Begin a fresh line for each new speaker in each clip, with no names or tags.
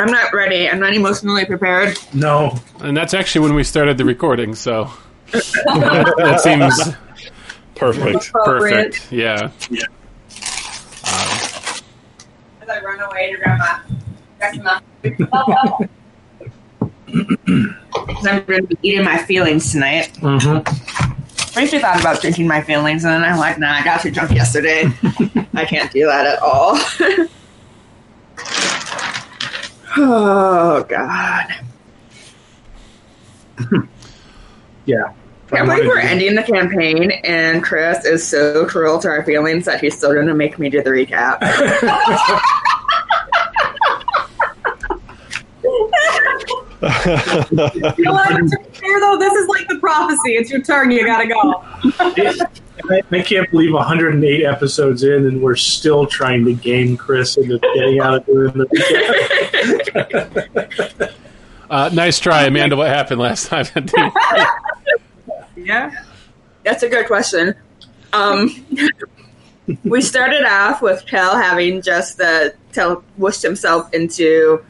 I'm not ready. I'm not emotionally prepared.
No.
And that's actually when we started the recording, so that seems
Perfect.
Appropriate.
perfect. Yeah.
As I run away to grandma. Grandma. I'm going to be eating my feelings tonight.
Mm-hmm.
Briefly thought about drinking my feelings, and then I'm like, nah, I got too drunk yesterday. I can't do that at all. oh, God.
Yeah.
I
I'm
am like
ready.
we're ending the campaign, and Chris is so cruel to our feelings that he's still going to make me do the recap.
You know what? To be fair, though, this is like the prophecy. It's your turn. You gotta go.
I, I can't believe 108 episodes in, and we're still trying to game Chris into getting out of doing the weekend.
Uh, nice try, Amanda. What happened last time? I think.
Yeah, that's a good question. Um, we started off with Tel having just uh, Tel wished himself into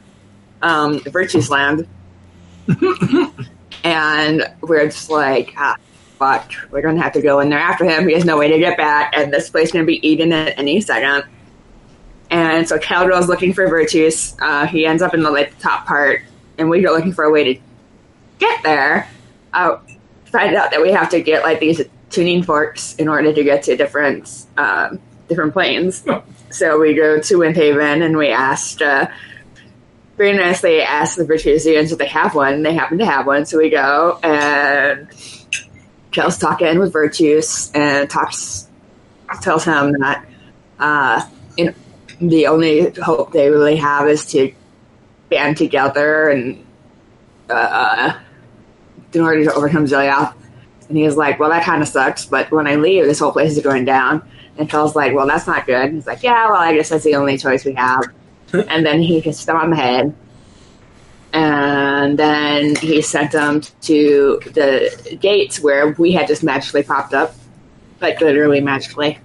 um, Virtue's Land, and we're just like, ah, fuck, we're gonna have to go in there after him. He has no way to get back, and this place gonna be eating at any second. And so Cal goes looking for Virtues. Uh, he ends up in the like top part, and we go looking for a way to get there. Uh, find out that we have to get like these tuning forks in order to get to different um, different planes. So we go to Windhaven and we asked uh, very nicely asked the Virtusians if they have one. They happen to have one, so we go and Kel's talking with Virtues and talks tells him that uh, in, the only hope they really have is to band together and uh, in order to overcome Zilioth. And he was like, Well, that kind of sucks, but when I leave, this whole place is going down. And Phil's like, Well, that's not good. And he's like, Yeah, well, I guess that's the only choice we have. and then he hits them on the head. And then he sent them to the gates where we had just magically popped up, like literally magically.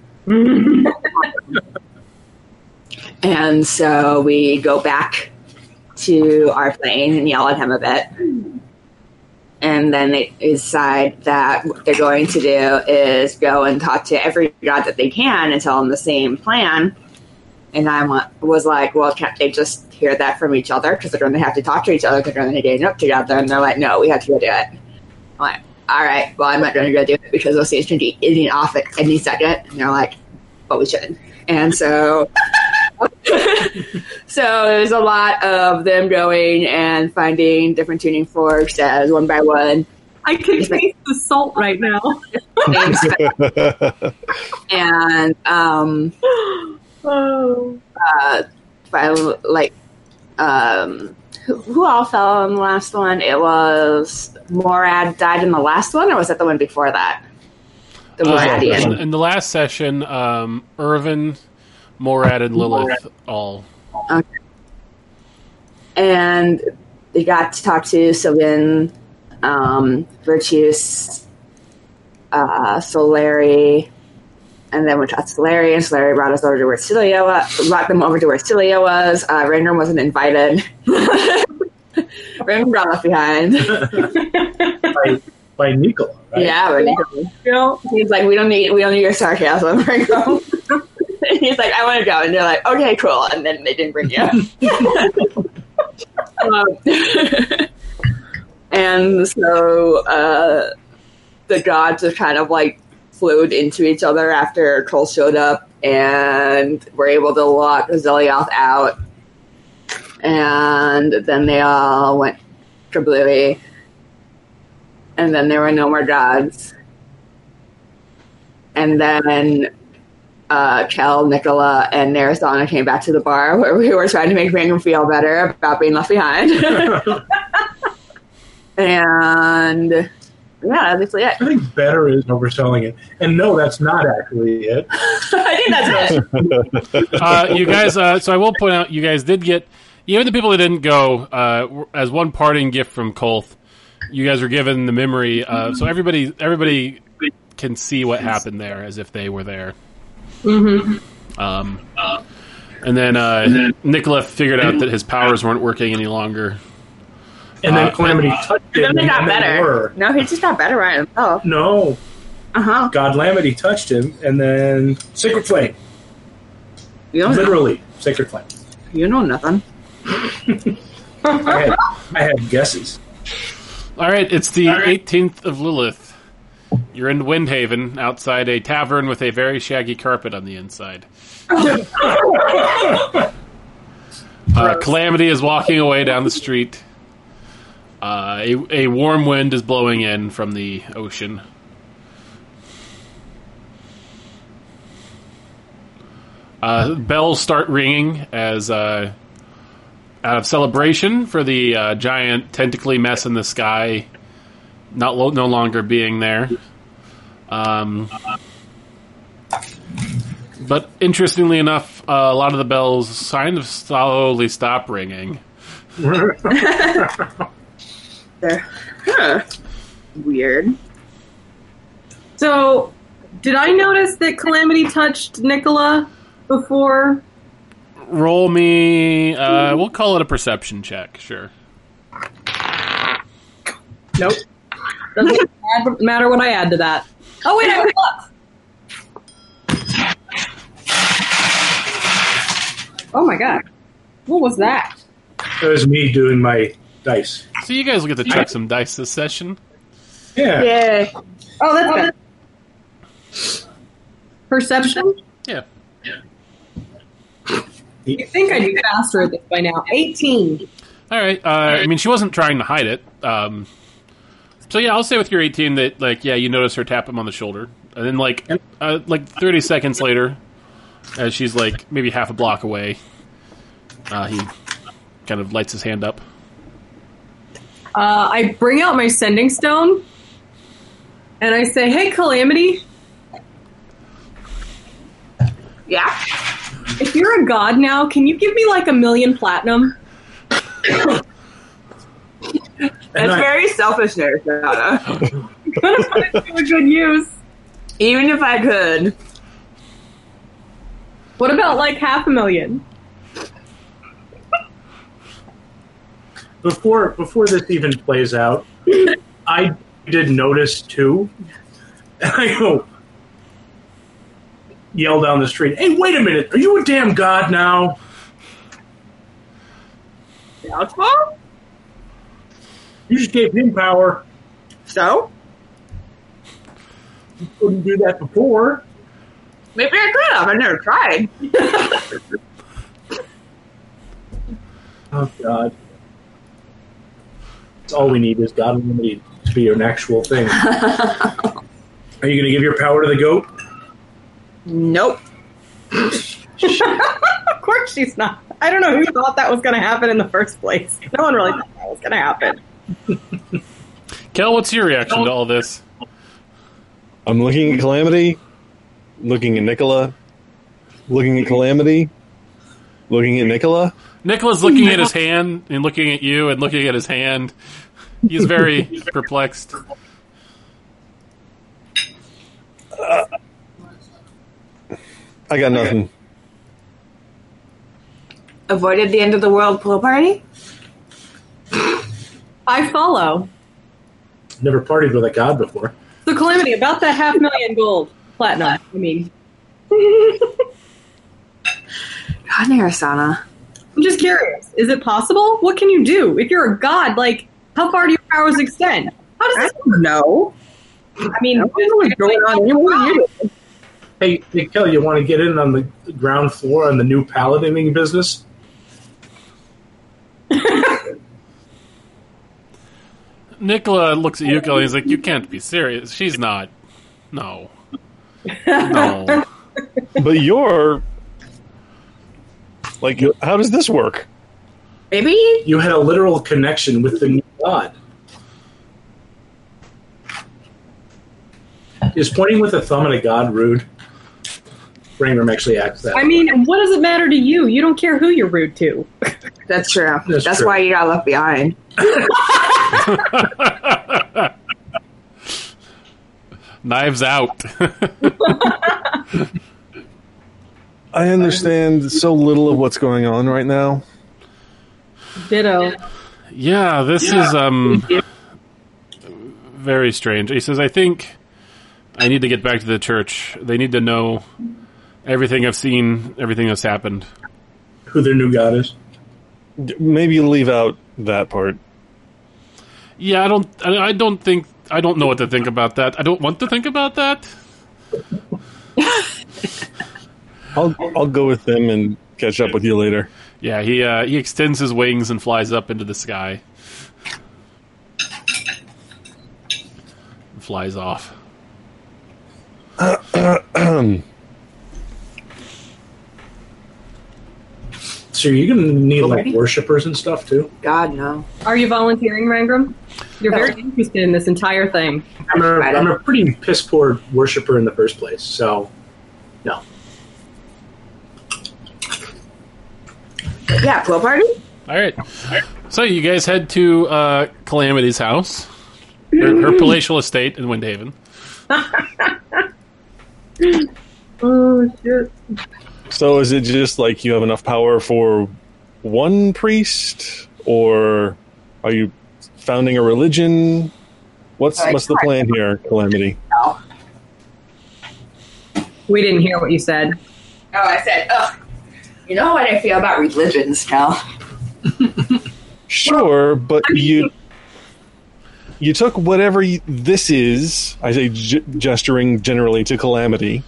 and so we go back to our plane and yell at him a bit and then they decide that what they're going to do is go and talk to every god that they can and tell them the same plan. And I wa- was like, well, can't they just hear that from each other? Because they're going to have to talk to each other because they're going to get up together. And they're like, no, we have to go do it. I'm like, all right, well, I'm not going to go do it because we'll see it's going to be eating off at any second. And they're like, but we should. And so so there's a lot of them going and finding different tuning forks as one by one.
I can taste the salt right now.
Names. and um,
Oh.
uh, fi- like um, who, who all fell in the last one? It was Morad died in the last one, or was that the one before that? The
Uh,
Moradian.
in, in the last session, um, Irvin, Morad, and Lilith all.
and they got to talk to Sylvan, um, Virtues, uh, Solari, and then we talked to Solari, and Solari brought us over to where Celia was, brought them over to where Celia was. Uh, Random wasn't invited. Random got left behind.
by, by Nicola, right?
Yeah, Random. He's like, we don't need, we don't need your sarcasm, Random. He's like, I want to go, and they're like, okay, cool, and then they didn't bring you. Um, and so uh, the gods have kind of like flowed into each other after Cole showed up and were able to lock Zelioth out. And then they all went to Bluey. And then there were no more gods. And then uh, Kel, Nicola, and Narasana came back to the bar where we were trying to make Random feel better about being left behind. And yeah, that's basically it.
I think better is overselling it. And no, that's not actually it.
I think that's it.
Uh, you guys, uh, so I will point out, you guys did get, even the people that didn't go, uh, were- as one parting gift from Kolth, you guys were given the memory, uh, so everybody, everybody can see what happened there as if they were there. Um, And then uh, Nicola figured out that his powers weren't working any longer.
And then
Uh,
Calamity touched him.
Then they
and
got
then they
better.
were.
No, he just got better by himself.
No,
Uh huh.
God Lamity touched him, and then Sacred Flame.
You don't know.
Literally, Sacred Flame.
You know nothing.
I had, I had guesses.
All right, it's the
All right.
18th of Lilith. You're in Windhaven, outside a tavern with a very shaggy carpet on the inside. uh, Calamity is walking away down the street. Uh, a, a warm wind is blowing in from the ocean. Uh, bells start ringing as uh, out of celebration for the uh, giant tentacly mess in the sky not lo- no longer being there. Um, but interestingly enough, uh, a lot of the bells kind of slowly stop ringing.
There. Huh. Weird.
So, did I notice that Calamity touched Nicola before?
Roll me. Uh, we'll call it a perception check. Sure.
Nope. Doesn't matter- matter what I add to that. Oh wait, I have luck. Oh my god, what was that?
That was me doing my dice.
So you guys will get to check some dice this session.
Yeah.
Yay.
Oh, that's good. Perception.
Yeah.
You think I'd be faster at this by now? Eighteen.
All right. Uh, I mean, she wasn't trying to hide it. Um, so yeah, I'll say with your eighteen that like yeah, you notice her tap him on the shoulder, and then like uh, like thirty seconds later, as she's like maybe half a block away, uh, he kind of lights his hand up.
Uh, I bring out my sending stone, and I say, "Hey, Calamity,
Yeah.
if you're a god now, can you give me like a million platinum?"
That's
I-
very selfish, Naruto.
I'm gonna put it to a good use.
Even if I could.
What about like half a million?
Before before this even plays out, I did notice too. And I go yell down the street. Hey, wait a minute! Are you a damn god now?
Doubtful?
You just gave him power.
So?
You couldn't do that before.
Maybe I could have. I've never tried.
Oh God! That's all we need is God Unlimited to be an actual thing. Are you going to give your power to the goat?
Nope.
Of course she's not. I don't know who thought that was going to happen in the first place. No one really thought that was going to happen.
Kel, what's your reaction to all this?
I'm looking at Calamity, looking at Nicola, looking at Calamity, looking at Nicola.
Nicola's looking at his hand and looking at you and looking at his hand. He's very perplexed.
I got nothing.
Avoided the end of the world pool party?
I follow.
Never partied with a god before.
So Calamity, about that half million gold platinum. I mean,
God, Narasana.
I'm just curious. Is it possible? What can you do if you're a god? Like, how far do your powers extend? How does
I
this?
don't know.
I mean,
I don't know what's going on anymore than you do.
Hey, hey, Kelly, you want to get in on the ground floor on the new paladining business?
Nicola looks at Yuko and he's like, "You can't be serious. She's not. No, no."
But you're like, how does this work?
Maybe?
You had a literal connection with the new god. Is pointing with a thumb at a god rude? Rangrim actually acts that.
I mean, what does it matter to you? You don't care who you're rude to.
That's true.
That's
That's,
true.
why you got left behind.
Knives out.
I understand so little of what's going on right now.
Ditto.
Yeah, this is um very strange. He says, "I think I need to get back to the church. They need to know everything I've seen, everything that's happened."
Who their new god is?
D- Maybe leave out that part.
Yeah, I don't. I I don't think. I don't know what to think about that. I don't want to think about that.
I'll I'll go with them and catch up with you later.
Yeah, he uh, he extends his wings and flies up into the sky. flies off.
So you're gonna need like
Okay.
worshippers and stuff too.
God no.
Are you volunteering, Rangram? You're very interested in this entire thing.
I'm a, I'm a pretty piss poor worshiper in the first place, so no.
Yeah, pool party.
All right. So you guys head to uh, Calamity's house, her, her palatial estate in Windhaven.
Oh shit!
So is it just like you have enough power for one priest, or are you founding a religion? What's
I
what's the plan here, Calamity?
We didn't hear what you said.
Oh, I said, ugh. You know what I feel about religions now?
Sure, but you you took whatever you, this is. I say g- gesturing generally to Calamity,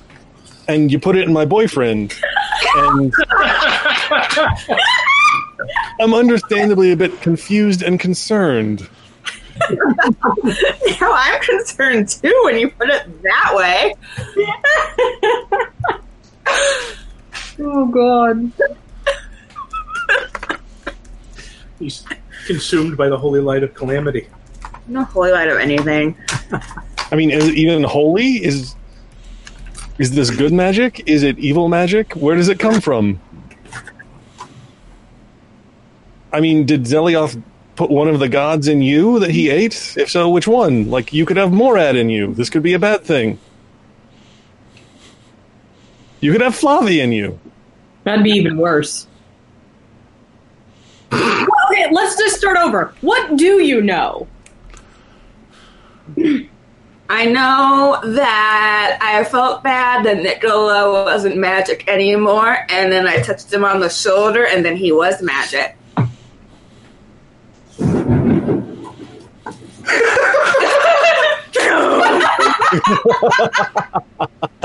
and you put it in my boyfriend, and I'm understandably a bit confused and concerned.
No, I'm concerned too when you put it that way.
Oh god.
He's consumed by the holy light of calamity.
No holy light of anything.
I mean, is it even holy? Is is this good magic? Is it evil magic? Where does it come from? I mean, did Zelioth put one of the gods in you that he ate? If so, which one? Like, you could have Morad in you. This could be a bad thing. You could have Flavi in you.
That'd be even worse. okay, let's just start over. What do you know?
I know that I felt bad that Nicola wasn't magic anymore, and then I touched him on the shoulder, and then he was magic.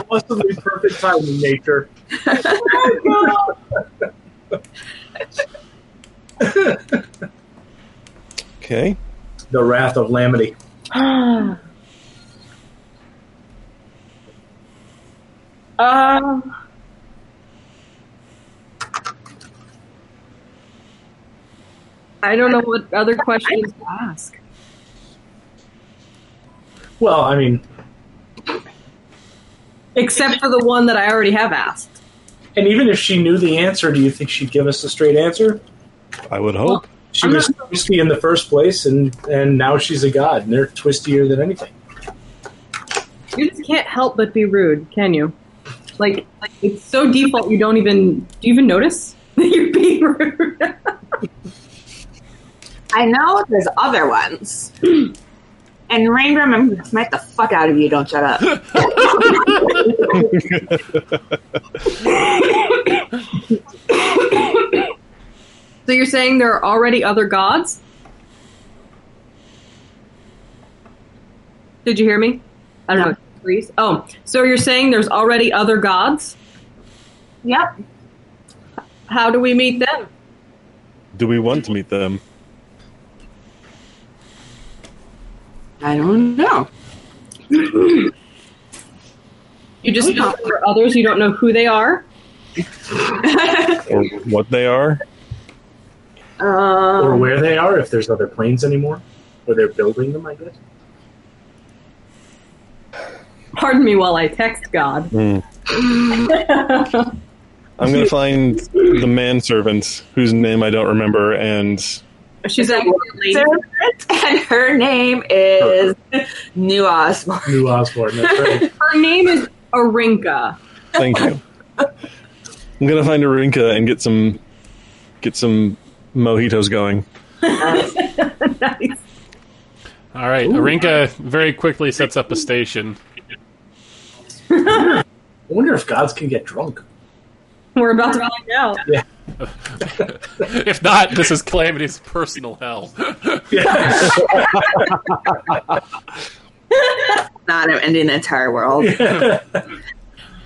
Blessedly perfect time in nature.
Okay.
The wrath of Lamity.
Uh, I don't know what other questions to ask.
Well, I mean,
Except for the one that I already have asked.
and even if she knew the answer, do you think she'd give us a straight answer?
I would hope.
She
I'm
was twisty in the first place, and and now she's a god, and they're twistier than anything.
You just can't help but be rude, can you? Like, like it's so default you don't even do you even notice that you're being rude.
I know there's other ones. and Raingram, I'm gonna smite the fuck out of you, don't shut up.
so you're saying there are already other gods? Did you hear me? I don't
No.
know. Please. Oh, so you're saying there's already other gods?
yep.
How do we meet them?
Do we want to meet them?
I don't know.
You just know there are others. You don't know who they are.
Or what they are?
or
Um,
where they are, if there's other planes anymore, or they're building them, I guess.
Pardon me while I text God.
I'm going to find the manservant whose name I don't remember and
She's like,
and her name is New Osborne.
New Osborne, that's right.
her name is Arinka.
Thank you. I'm gonna find a Rinka and get some get some mojitos going.
nice.
All right, Arinka very quickly sets up a station.
I wonder if gods can get drunk.
We're about to find out.
If not, this is Calamity's personal hell.
Yeah.
Not I'm ending the entire world.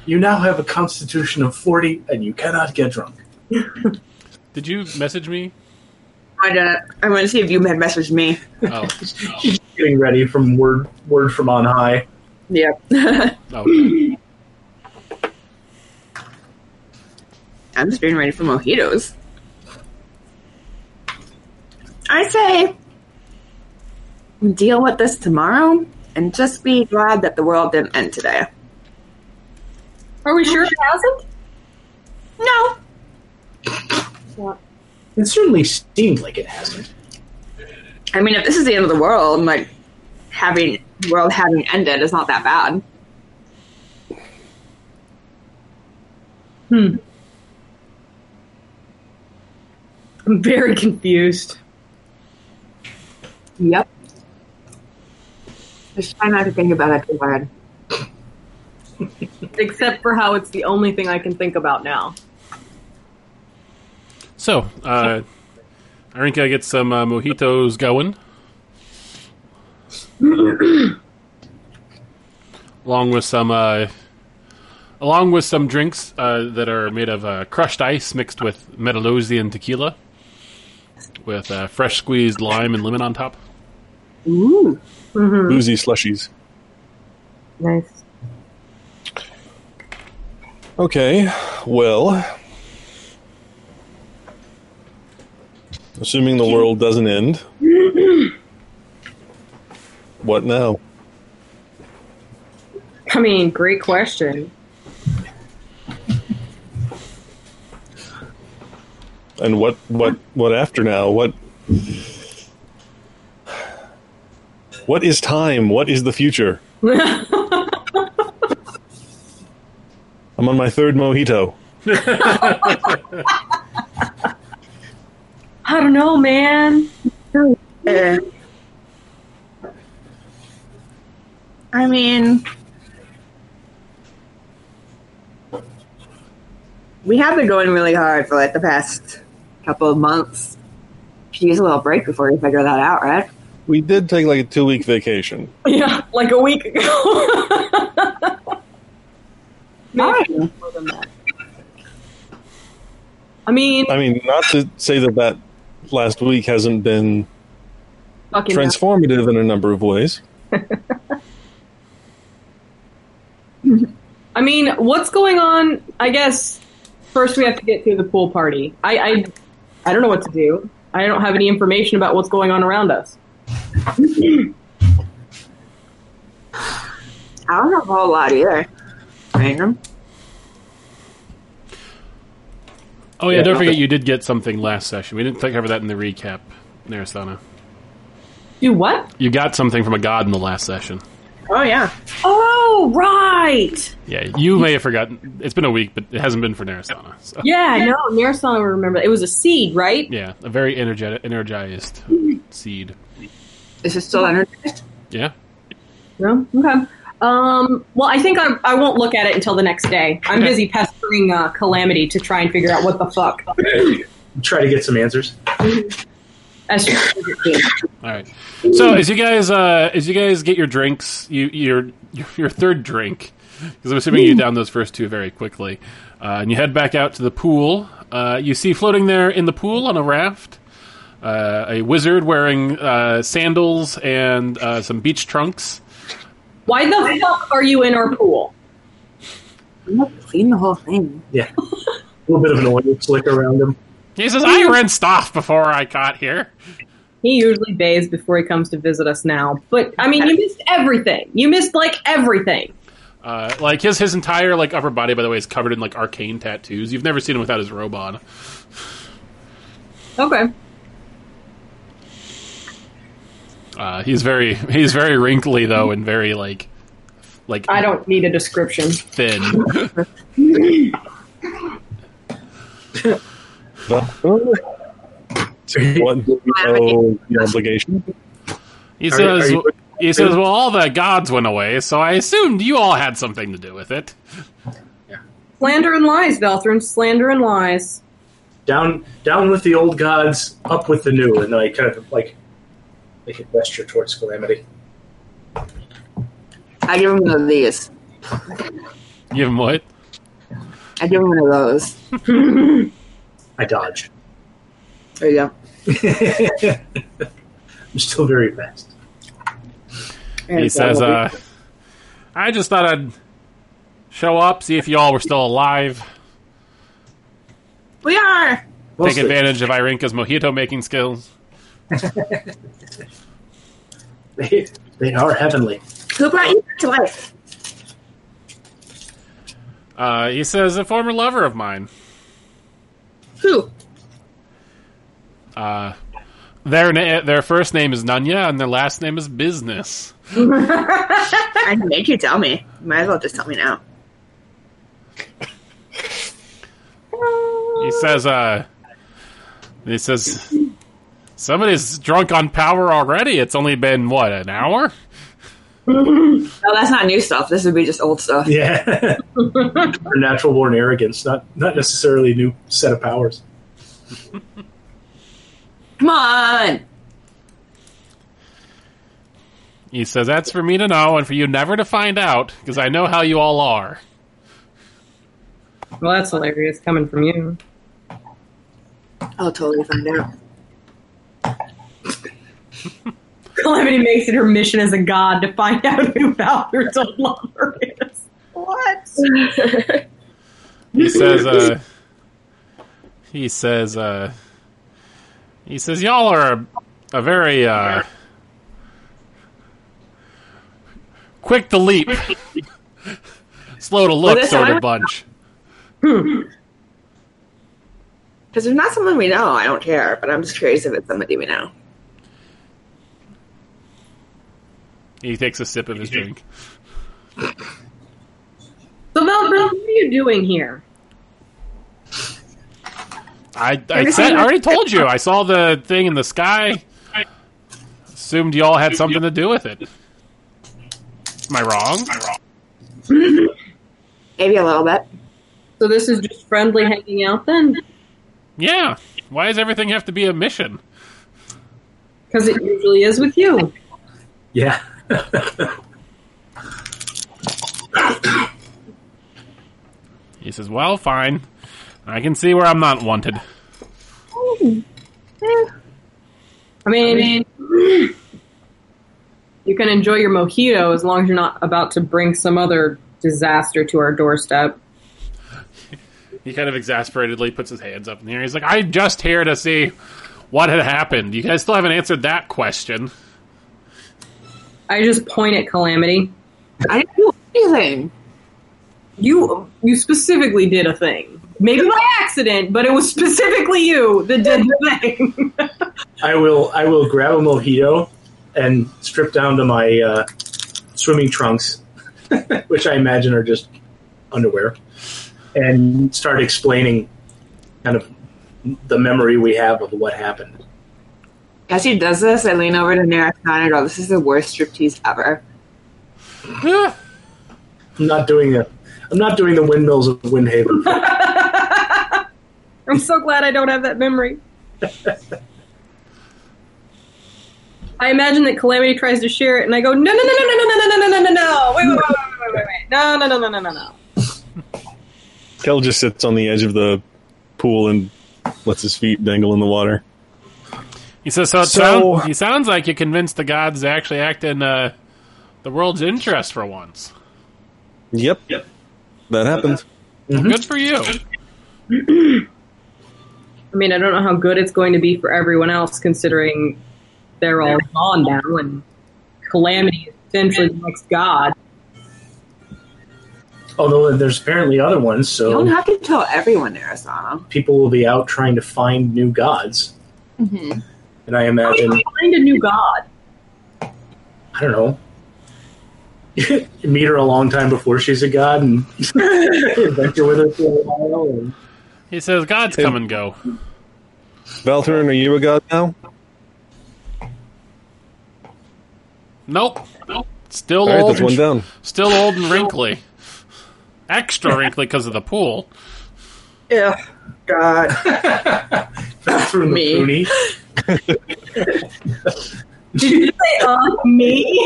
you now have a constitution of 40 and you cannot get drunk.
Did you message me?
I don't. I want to see if you had messaged me.
Oh,
She's getting ready from word word from on high.
Yep.
oh.
I'm just getting ready for mojitos. I say, deal with this tomorrow, and just be glad that the world didn't end today.
Are we sure it hasn't?
No,
It certainly seemed like it hasn't.
I mean, if this is the end of the world, like having world having ended is not that bad.
Hmm. I'm very confused.
Yep. Just try not to think about it too hard.
Except for how it's the only thing I can think about now.
So, uh, Arinka gets some uh, mojitos going, along with some, uh, along with some drinks uh, that are made of uh, crushed ice mixed with Metalosian tequila, with uh, fresh squeezed lime and lemon on top.
Ooh,
Boozy slushies.
Nice.
Okay, well, assuming the world doesn't end, what now?
I mean, great question.
And what what what after now? What what is time? What is the future? I'm on my third mojito.
I don't know, man.
Eh. I mean, we have been going really hard for like the past couple of months. Should use a little break before we figure that out, right?
We did take like a two week vacation.
Yeah, like a week ago. Maybe
Fine.
more than that. I mean,
I mean, not to say that that last week hasn't been
fucking
transformative in a number of ways.
I mean, what's going on? I guess first we have to get through the pool party. I, I, I don't know what to do. I don't have any information about what's going on around us.
I don't know a whole lot either. Random.
Oh yeah, don't forget you did get something last session. We didn't cover that in the recap, Narasana.
Do what?
You got something from a god in the last session.
Oh yeah.
Oh, right.
Yeah, you may have forgotten. It's been a week, but it hasn't been for Narasana. So.
Yeah, no, Narasana will remember. It was a seed, right?
Yeah, a very energetic, energized seed.
Is it still energized?
Yeah.
No. Okay. Um, well, I think I, I won't look at it until the next day. I'm
Okay.
busy pestering uh, Calamity to try and figure out what the fuck.
Try to get some answers.
As
All right. So as you guys, uh, as you guys get your drinks, you, your your third drink, because I'm assuming you down those first two very quickly, uh, and you head back out to the pool. Uh, you see floating there in the pool on a raft, uh, a wizard wearing uh, sandals and uh, some beach trunks.
Why the fuck are you in our pool?
I'm gonna clean the whole thing.
Yeah. A little bit of an oil slick around him.
He says, "I rinsed off before I got here."
He usually bathes before he comes to visit us now. But I mean, you missed everything. You missed like everything.
Uh, like his his entire like upper body, by the way, is covered in like arcane tattoos. You've never seen him without his robe on.
Okay.
Uh, he's very he's very wrinkly though, and very like like
I don't need a description.
thin.
The- What? Oh, the obligation.
He
Are-
says,
are you-
he says, well, all the gods went away, so I assumed you all had something to do with it.
Slander and lies, Velthrin. Slander and lies.
down down with the old gods, up with the new, and then I kind of like make a gesture towards calamity.
I give him one of these.
Give him what?
I give him one of those.
I dodge.
There you go.
I'm still very fast.
There
he
you go.
says, uh, I just thought I'd show up, see if y'all were still alive,
we are.
Mostly.
take advantage of Irinka's mojito making skills.
They, they are heavenly.
Who brought you back to life?
Uh, he says, a former lover of mine.
Who?
Uh, their, na- their first name is Nanya, and their last name is Business.
I made you tell me. You might as well just tell me now.
He says, uh, he says, somebody's drunk on power already. It's only been, what, an hour?
No, that's not new stuff. This would be just old stuff.
Yeah. Or natural born arrogance, not not necessarily a new set of powers.
Come on.
He says, that's for me to know and for you never to find out, because I know how you all are.
Well, that's hilarious coming from you.
I'll totally find out.
Calamity makes it her mission as a god to find out who Valthrin's old lover is. What?
He says, uh, he says, uh, he says, y'all are a, a very, uh, quick to leap, slow to look
that's
sort
how I
of
would-
bunch.
Because if it's not someone we know, I don't care. But I'm just curious if it's somebody we know.
He takes a sip of his drink.
So, Valthrin, what are you doing here?
I, I said, I already told you. I saw the thing in the sky. Assumed you all had something to do with it. Am I wrong?
Maybe a little bit.
So, this is just friendly hanging out then?
Yeah. Why does everything have to be a mission?
Because it usually is with you.
Yeah.
He says, "Well, fine. I can see where I'm not wanted."
I mean, you can enjoy your mojito as long as you're not about to bring some other disaster to our doorstep.
He kind of exasperatedly puts his hands up in the air. He's like, "I'm just here to see what had happened. You guys still haven't answered that question."
I just point at Calamity.
I didn't do anything.
You you specifically did a thing. Maybe by accident, but it was specifically you that did the thing.
I will I will grab a mojito and strip down to my uh, swimming trunks, which I imagine are just underwear, and start explaining kind of the memory we have of what happened.
As he does this, I lean over to Narakon and go, "This is the worst striptease ever."
Eh,
I'm not doing the I'm not doing the windmills of Windhaven.
I'm so glad I don't have that memory. I imagine that Calamity tries to share it, and I go, no, no, no, no, no, no, no, no, no, no, no, no, wait, wait, wait, wait, wait, wait, wait, no, no, no, no, no, no, no.
Kel just sits on the edge of the pool and lets his feet dangle in the water.
He says, "So, it
So-
sound- he sounds like you convinced the gods to actually act in uh, the world's interest for once."
Yep. Yep. That happened.
Good for you.
I mean, I don't know how good it's going to be for everyone else, considering they're all gone now, and Calamity is essentially the next god.
Although there's apparently other ones,
You don't
so
have to tell everyone Narasana.
people will be out trying to find new gods.
Mm-hmm.
And I
How do
imagine
you find a new god?
I don't know. you meet her a long time before she's a god and adventure with her for a while. And
He says, "Gods come and go."
Valtern, are you a god now?
Nope. Still
All right,
old.
that's one
And,
down.
still old and wrinkly. Extra wrinkly because of the pool.
Ugh, God.
Through
Me.
the Poonie.
Did you say uh, me?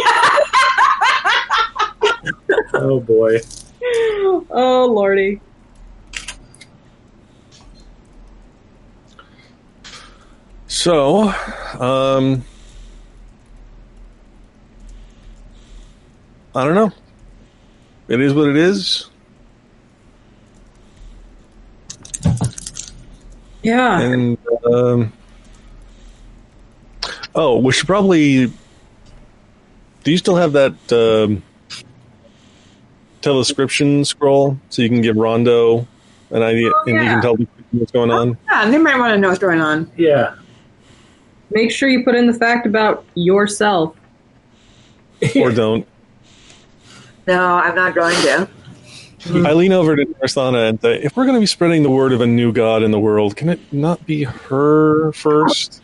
Oh boy.
oh lordy.
So, um, I don't know. It is what it is,
Yeah.
and um, oh, we should probably. Do you still have that um, telescription scroll so you can give Rondo an idea,
Oh,
and you
yeah.
can tell what's going on?
Yeah, they might want to know what's going on.
Yeah.
Make sure you put in the fact about yourself.
or don't.
No, I'm not going to.
I lean over to Narasana and say, if we're going to be spreading the word of a new god in the world, can it not be her first?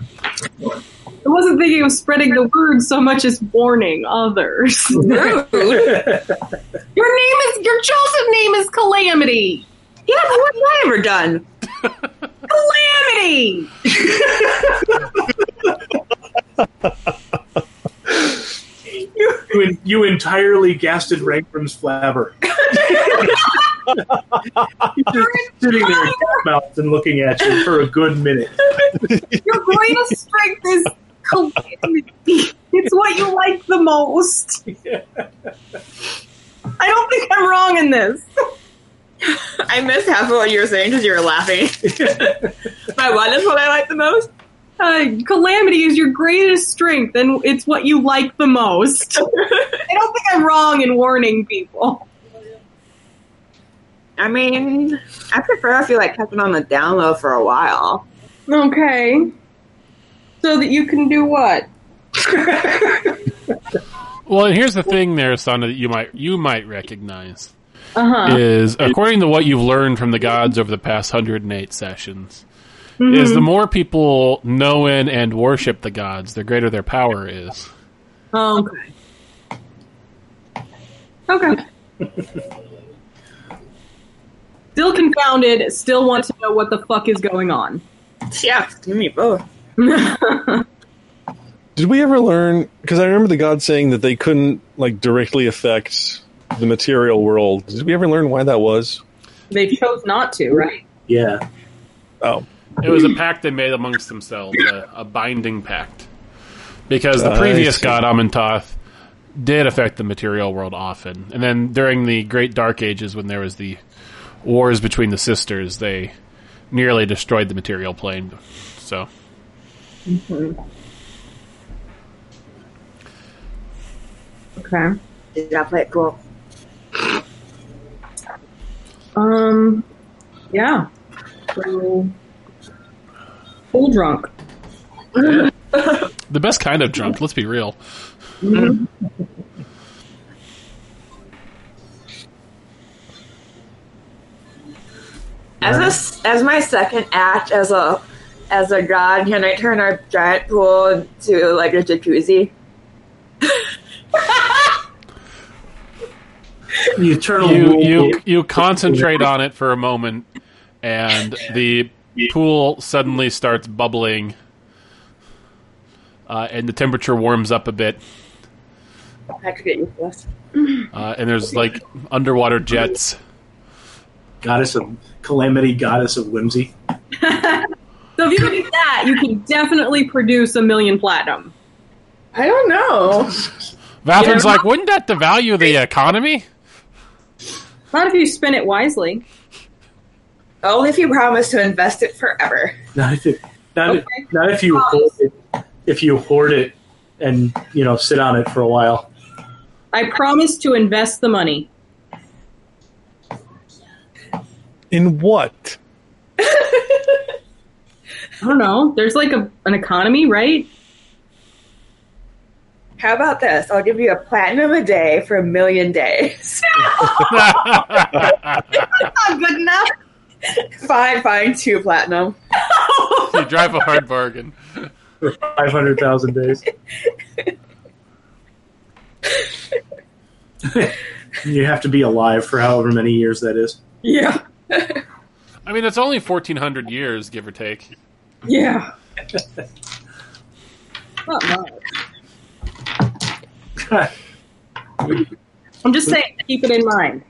I wasn't thinking of spreading the word so much as warning others. Your name is your chosen name is Calamity.
Yeah, but what have I ever done?
Calamity.
you, en- you entirely gasted Rankram's flabber. He's just sitting there mouthed and looking at you for a good minute.
Your greatest strength is Calamity. It's what you like the most. I don't think I'm wrong in this.
I missed half of what you were saying because you were laughing. My one is what I like the most.
Uh, calamity is your greatest strength, and it's what you like the most. I don't think I'm wrong in warning people.
I mean, I prefer if you like kept it on the down low for a while.
Okay. So that you can do what?
Well, and here's the thing, there, Sana, that you might you might recognize
Uh huh.
is according to what you've learned from the gods over the past hundred and eight sessions, is the more people know in and worship the gods, the greater their power is.
Okay. Okay. still confounded, still want to know what the fuck is going on.
Yeah, give me both.
Did we ever learn? Because I remember the god saying that they couldn't like directly affect the material world. Did we ever learn why that was?
They chose not to, right?
Yeah.
Oh,
It was a pact they made amongst themselves, a, a binding pact, because the
I
previous
see.
god Amentoth did affect the material world often, and then during the Great Dark Ages, when there was the wars between the sisters, they nearly destroyed the material plane. So,
Okay.
Did I play it cool?
Um, yeah. So, full drunk.
the best kind of drunk. Let's be real.
As a s as my second act as a as a god, can I turn our giant pool into like a jacuzzi?
The eternal
you
rule-
you you concentrate on it for a moment, and the pool suddenly starts bubbling, uh, and the temperature warms up a bit,
I have to get used to this.
uh, and there's like underwater jets.
goddess of calamity, goddess of whimsy.
So if you can do that, you can definitely produce a million platinum.
I don't know.
Valtrin's like, wouldn't that devalue the economy?
Not if you spend it wisely.
Only if you promise to invest it forever.
Not if it, not, if,
Okay.
not if you hoard it, if you hoard it and you know sit on it for a while.
I promise to invest the money.
in what?
I don't know. There's like a, an economy, right?
How about this? I'll give you a platinum a day for a million days.
Not good enough.
Fine, fine, two platinum.
You drive a hard bargain.
for 500,000 days. you have to be alive for however many years that is.
Yeah.
I mean, it's only 1,400 years, give or take.
Yeah. Not much. I'm just saying, keep it in mind.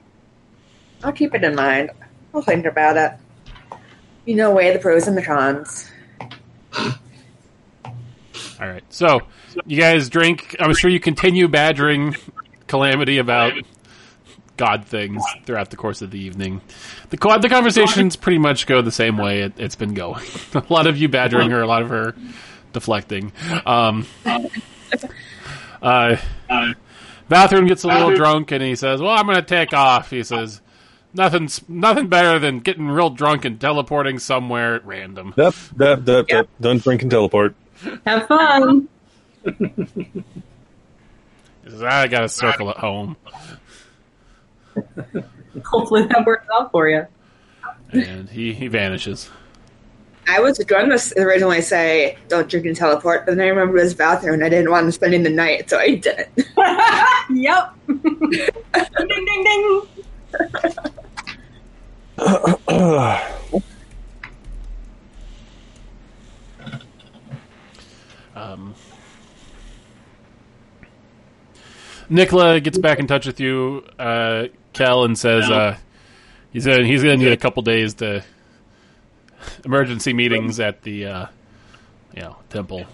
I'll keep it in mind. I'll think about it. You know, weigh the pros and the cons.
All right. So, you guys drink. I'm sure you continue badgering Calamity about God things throughout the course of the evening. The, co- the conversations pretty much go the same way it, it's been going. a lot of you badgering her, a lot of her deflecting. Um, uh, Bathroom gets a little drunk and he says, "Well, I'm going to take off." He says, "Nothing's nothing better than getting real drunk and teleporting somewhere at random."
Dup, dup, dup,
Yeah.
dup. Don't drink and teleport.
Have fun.
He says, "I got a circle at home."
Hopefully that works out for you.
and he, he vanishes.
I was going to originally say, don't drink and teleport, but then I remembered his bathroom and I didn't want him spending the night, so I didn't.
yep. ding ding ding.
Um, Nicola gets back in touch with you, uh, Kel, and says uh, he's gonna, he's going to need a couple days to emergency meetings at the uh, you know temple.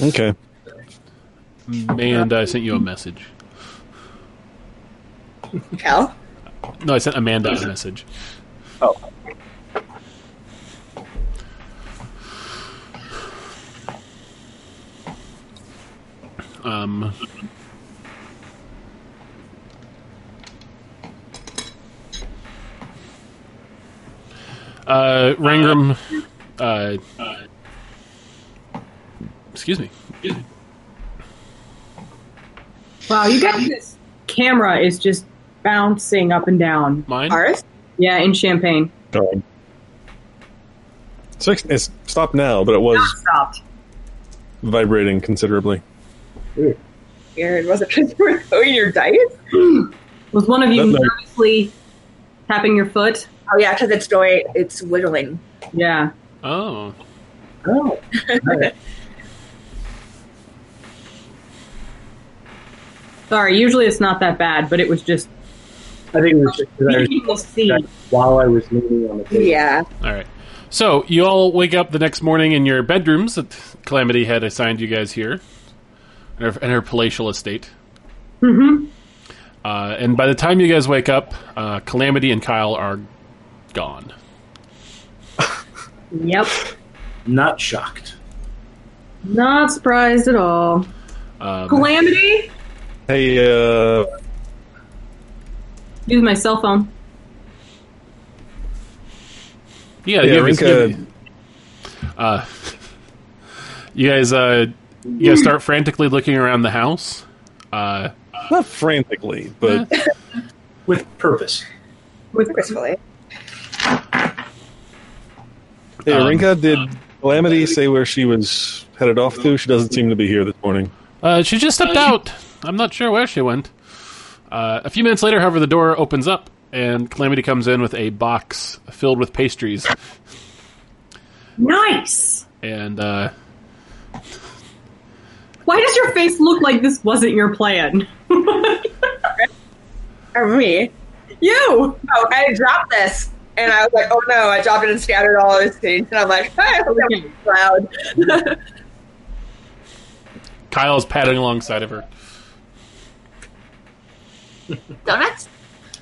Okay.
And I sent you a message.
Cal?
No, I sent Amanda a message. Oh. Um. Uh, Rangram. Uh, excuse me.
Wow, you guys, this camera is just bouncing up and down.
Mine.
Ours?
Yeah, in Champagne.
Um, Six, it's stopped now, but it was
Stopped.
vibrating considerably.
Weird. Was it because you were
Oh,
throwing your dice?
Was one of you
That- that-
nervously tapping your foot?
Oh, yeah, because it's going, it's whittling.
Yeah.
Oh.
Oh.
Sorry, usually it's not that bad, but it was just
I think it was just 'cause I was
people see.
distracted while I was leaning on the table.
Yeah.
All right. So you all wake up the next morning in your bedrooms that Calamity had assigned you guys here, in her, in her palatial estate. Mm-hmm. Uh, and by the time you guys wake up, uh, Calamity and Kyle are gone.
Yep.
Not shocked.
Not surprised at all.
Um,
Calamity?
Hey, uh,
Use my cell phone.
yeah,
yeah,
you, guys-
Rinka,
uh, you guys, uh, you guys start frantically looking around the house. Uh,
not frantically, but
With purpose.
With
Gracefully.
hey,
Um,
Rinka, did Calamity say where she was headed off to? She doesn't seem to be here this morning.
Uh, she just stepped out. I'm not sure where she went. Uh, a few minutes later, however, the door opens up and Calamity comes in with a box filled with pastries.
Nice!
And uh,
Why does your face look like this wasn't your plan?
Or me.
you!
Oh, I dropped this. And I was like, oh no, I dropped it and scattered all those things. And I'm like, I hope that was loud.
Kyle's padding alongside of her.
Donuts?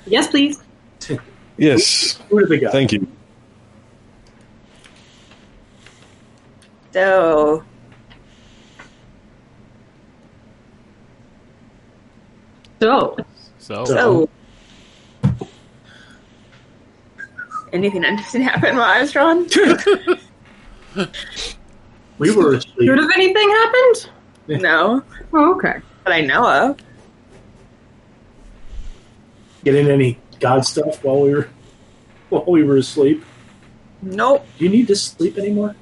Yes, please.
Yes,
Who did they got?
thank you.
So,
So,
So,
so. Anything interesting happened while I was drawn?
we were
should
asleep.
have anything happened?
no.
Oh, okay.
That I know of.
get in any god stuff while we were while we were asleep?
Nope.
Do you need to sleep anymore?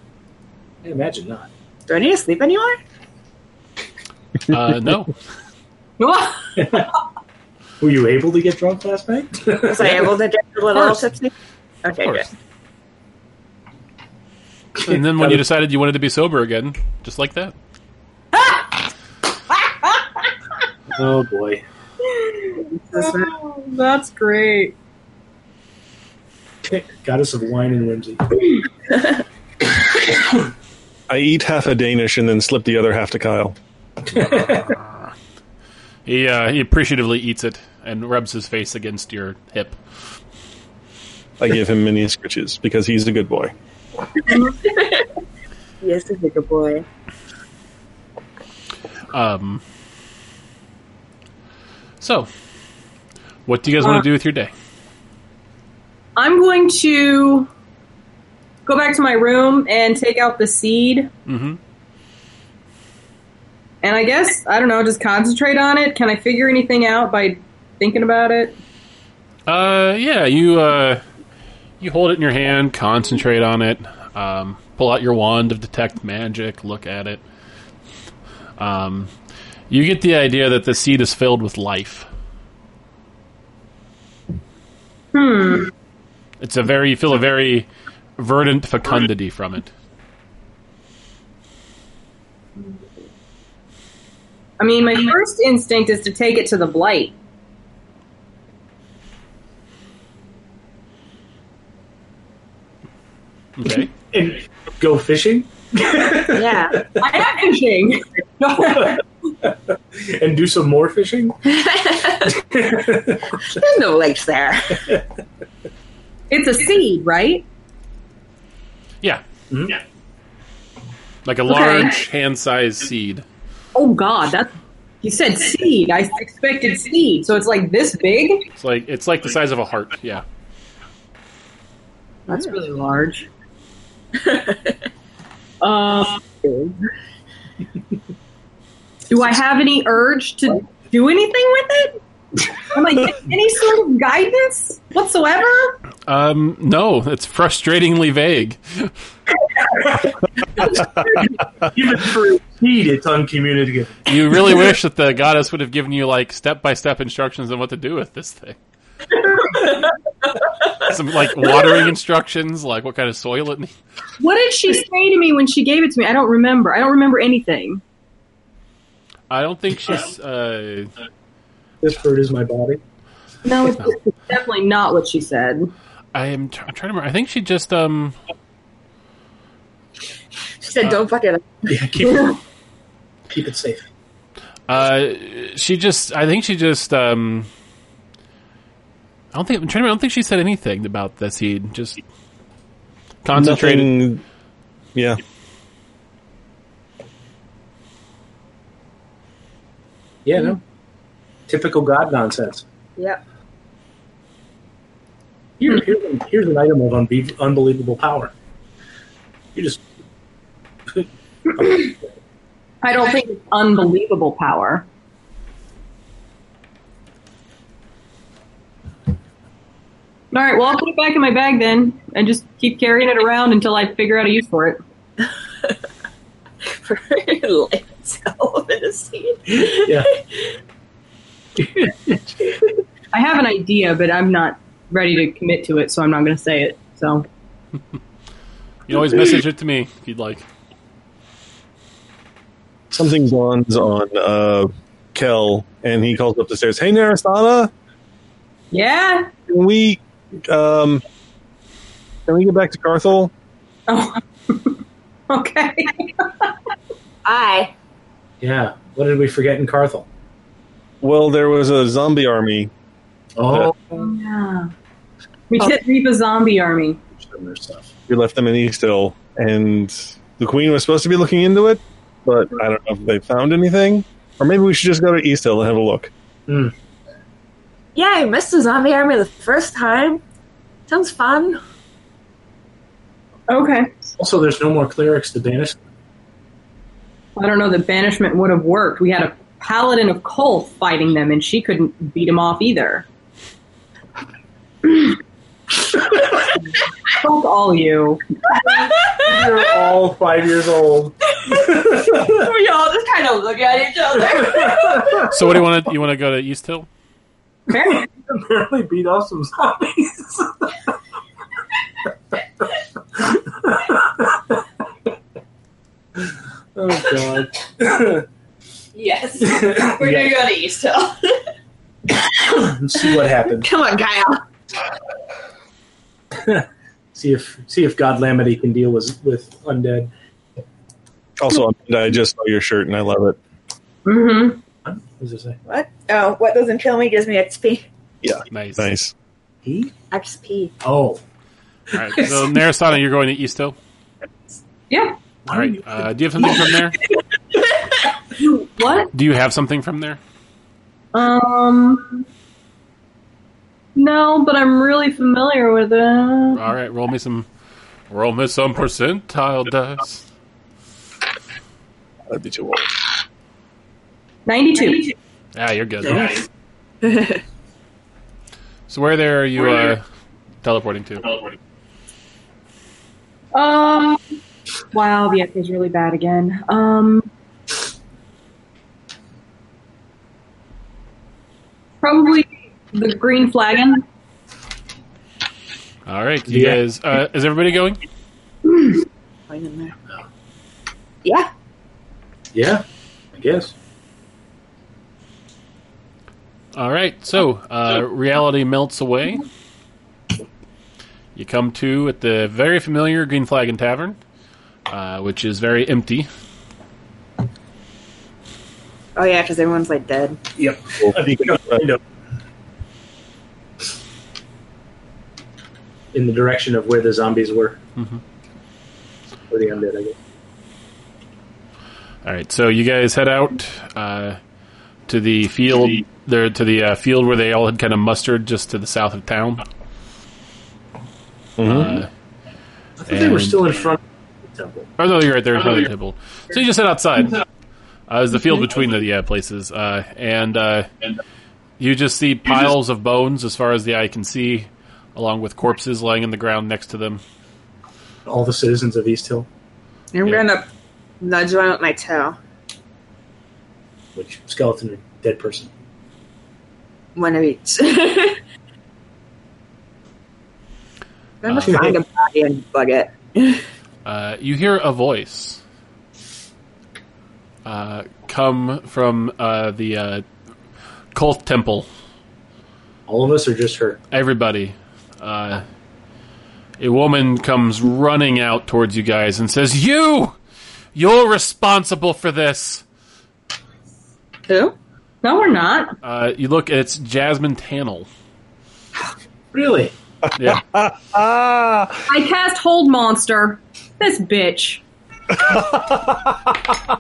I imagine not.
Do I need to sleep anymore?
Uh, no.
was
Were you able to get drunk last night?
Was I able to get a little
course.
tipsy? Okay, good.
course. And then when you decided you wanted to be sober again, just like that.
oh boy.
This is-
that's great.
Goddess of wine and whimsy.
I eat half a Danish and then slip the other half to Kyle.
He uh, he appreciatively eats it and rubs his face against your hip.
I give him mini scritches because he's a good boy.
Yes, this is a good boy.
Um. So, what do you guys want to do with your day?
I'm going to go back to my room and take out the seed.
Mhm.
And I guess I don't know. Just concentrate on it. Can I figure anything out by thinking about it?
Uh, yeah, you uh, you hold it in your hand, concentrate on it, um, pull out your wand of detect magic, look at it. Um, you get the idea that the seed is filled with life. Hmm. It's a very you feel a very verdant fecundity from it.
I mean, my first instinct is to take it to the blight.
Okay.
And go fishing
Yeah.
I am fishing. No.
and do some more fishing.
There's no lakes there.
it's a seed, right?
Yeah.
Mhm. Yeah.
Like a large hand-sized seed.
Oh God, that's you said seed. I expected seed, so it's like this big.
It's like it's like the size of a heart. Yeah.
That's really large. um, do I have any urge to do anything with it? Am I getting any sort of guidance whatsoever?
Um, no, it's frustratingly vague.
Even for a seed, it's uncommunicative.
You really wish that the goddess would have given you like step by step instructions on what to do with this thing. Some like watering instructions, like what kind of soil it needs.
What did she say to me when she gave it to me? I don't remember. I don't remember anything.
I don't think she's. Uh,
This bird is my body.
No, it's definitely not what she said.
I am tr- I'm trying to remember. I think she just um.
She
Uh,
said, "Don't fuck it up."
Yeah, keep it, keep it safe.
Uh, she just. I think she just um. I don't think. I'm trying to. Remember, I don't think she said anything about the seed. Just concentrated.
Nothing- Yeah.
Yeah, no. Typical God nonsense.
Yep.
Here, here's, an, here's an item of unbe- unbelievable power. You just
I don't think it's unbelievable power. All right, well, I'll put it back in my bag then and just keep carrying it around until I figure out a use for it.
For life itself in a scene.
yeah.
I have an idea, but I'm not ready to commit to it, so I'm not going to say it. So,
You can always message it to me if you'd like.
Something dawns on uh, Kel, and he calls up the stairs. Hey, Narasana,
yeah.
can we, um, can we get back to Carthol?
Oh. okay.
I.
Yeah. What did we forget in Carthel?
Well, there was a zombie army.
Oh,
Yeah. We did reap a zombie army.
Sumner stuff.
We left them in East Hill, and the Queen was supposed to be looking into it, but I don't know if they found anything. Or maybe we should just go to East Hill and have a look.
Yeah, I missed the zombie army the first time. Sounds fun.
Okay.
Also, there's no more clerics to banish.
I don't know that banishment would have worked. We had a paladin of Cole fighting them, and she couldn't beat him off either. Fuck all you.
You're all five years old.
we all just kind of look at each other.
So what do you want to you want to go to East Hill?
Fair.
Apparently beat up some zombies. oh god.
yes. We're gonna
Yeah,
go to East Hill.
and see what happens.
Come on, Kyle.
See if see if God Lamity can deal with with undead.
Also, I just saw your shirt and I love it.
Mm-hmm.
What does it say?
What? Oh, what doesn't kill me gives me XP.
Nice.
Nice.
He?
XP.
Oh.
All right. So Narasana, you're going to East Hill.
Yeah.
All right. Uh, do you have something from there?
What?
Do you have something from there?
Um. No, but I'm really familiar with it.
All right. Roll me some. Roll me some percentile dice.
That'd be too old.
92.
Yeah, Ah, you're good. So where there are you uh, teleporting to?
Um. Wow, the echo's really bad again. Um. Probably the green flagon.
All right. You
Yeah.
guys. Uh, is everybody going?
Point in there. Yeah.
Yeah, I guess.
All right, so uh, reality melts away. You come to at the very familiar Green Flag and Tavern, uh, which is very empty.
Oh yeah, because everyone's like dead.
Yep. I think In the direction of where the zombies were.
Mhm.
Or the undead, I guess.
All right, so you guys head out uh, to the field there to the uh, field where they all had kind of mustered just to the south of town.
Mm-hmm.
Uh,
I thought they were
And-
still in front of the temple.
Oh no, you're right there in front of the table. So you just head outside. Uh, there's the field between the uh, places, uh, and uh, you just see piles of bones as far as the eye can see, along with corpses lying in the ground next to them.
All the citizens of East Hill,
I'm
Yeah.
gonna nudge one with my toe.
which skeleton or dead person.
One of each. I'm gonna
Uh,
find a body and bug it.
Uh, you hear a voice uh, come from uh, the uh, cult temple.
All of us are just her.
everybody, uh, a woman comes running out towards you guys and says, "You, you're responsible for this."
Who?
No, we're not.
Uh, you look, it's Jasmine Tannel.
Really?
Yeah,
Ah!
I cast Hold Monster. This bitch.
all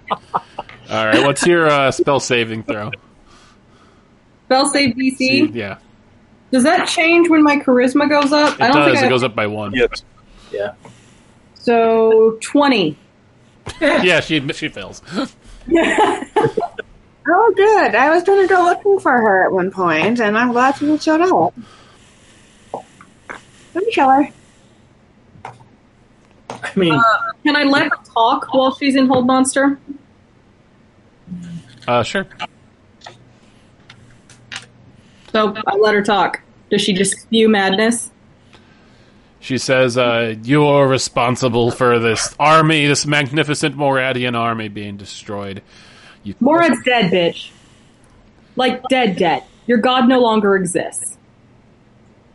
right. What's your uh, spell saving throw?
Spell save DC.
Yeah,
Does that change when my charisma goes up?
it does.
I,
It goes up by one.
Yes.
Yeah.
So 20.
Yeah, she admits she fails.
Oh, good. I was gonna go looking for her at one point, and I'm glad you showed up. Let me kill her.
I mean,
Can I let her talk while she's in Hold Monster?
Uh, sure.
So I let her talk. Does she just spew madness?
She says, uh, "You're responsible for this army, this magnificent Moradian army being destroyed." You
Morad's dead, bitch. Like dead, dead. Your god no longer exists.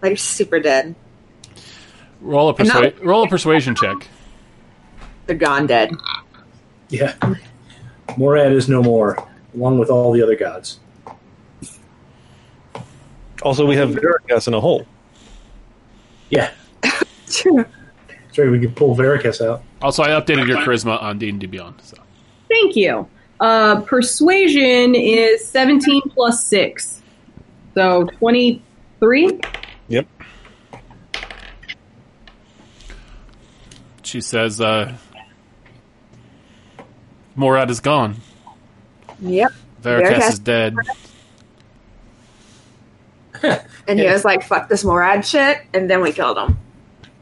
Like super dead.
roll a persua- roll a persuasion check.
They're gone dead.
yeah. Morad is no more, along with all the other gods.
Also, we have Veracast in a hole.
Yeah. Sorry, we could pull Veracus out.
Also, I updated your charisma on D and D Beyond. So.
Thank you. Uh, persuasion is 17 plus 6. So 23?
Yep.
She says, uh, "Morad is gone.
Yep.
Veracast
Veracast-
is dead.
And he was like, fuck this Morad shit. And then we killed him.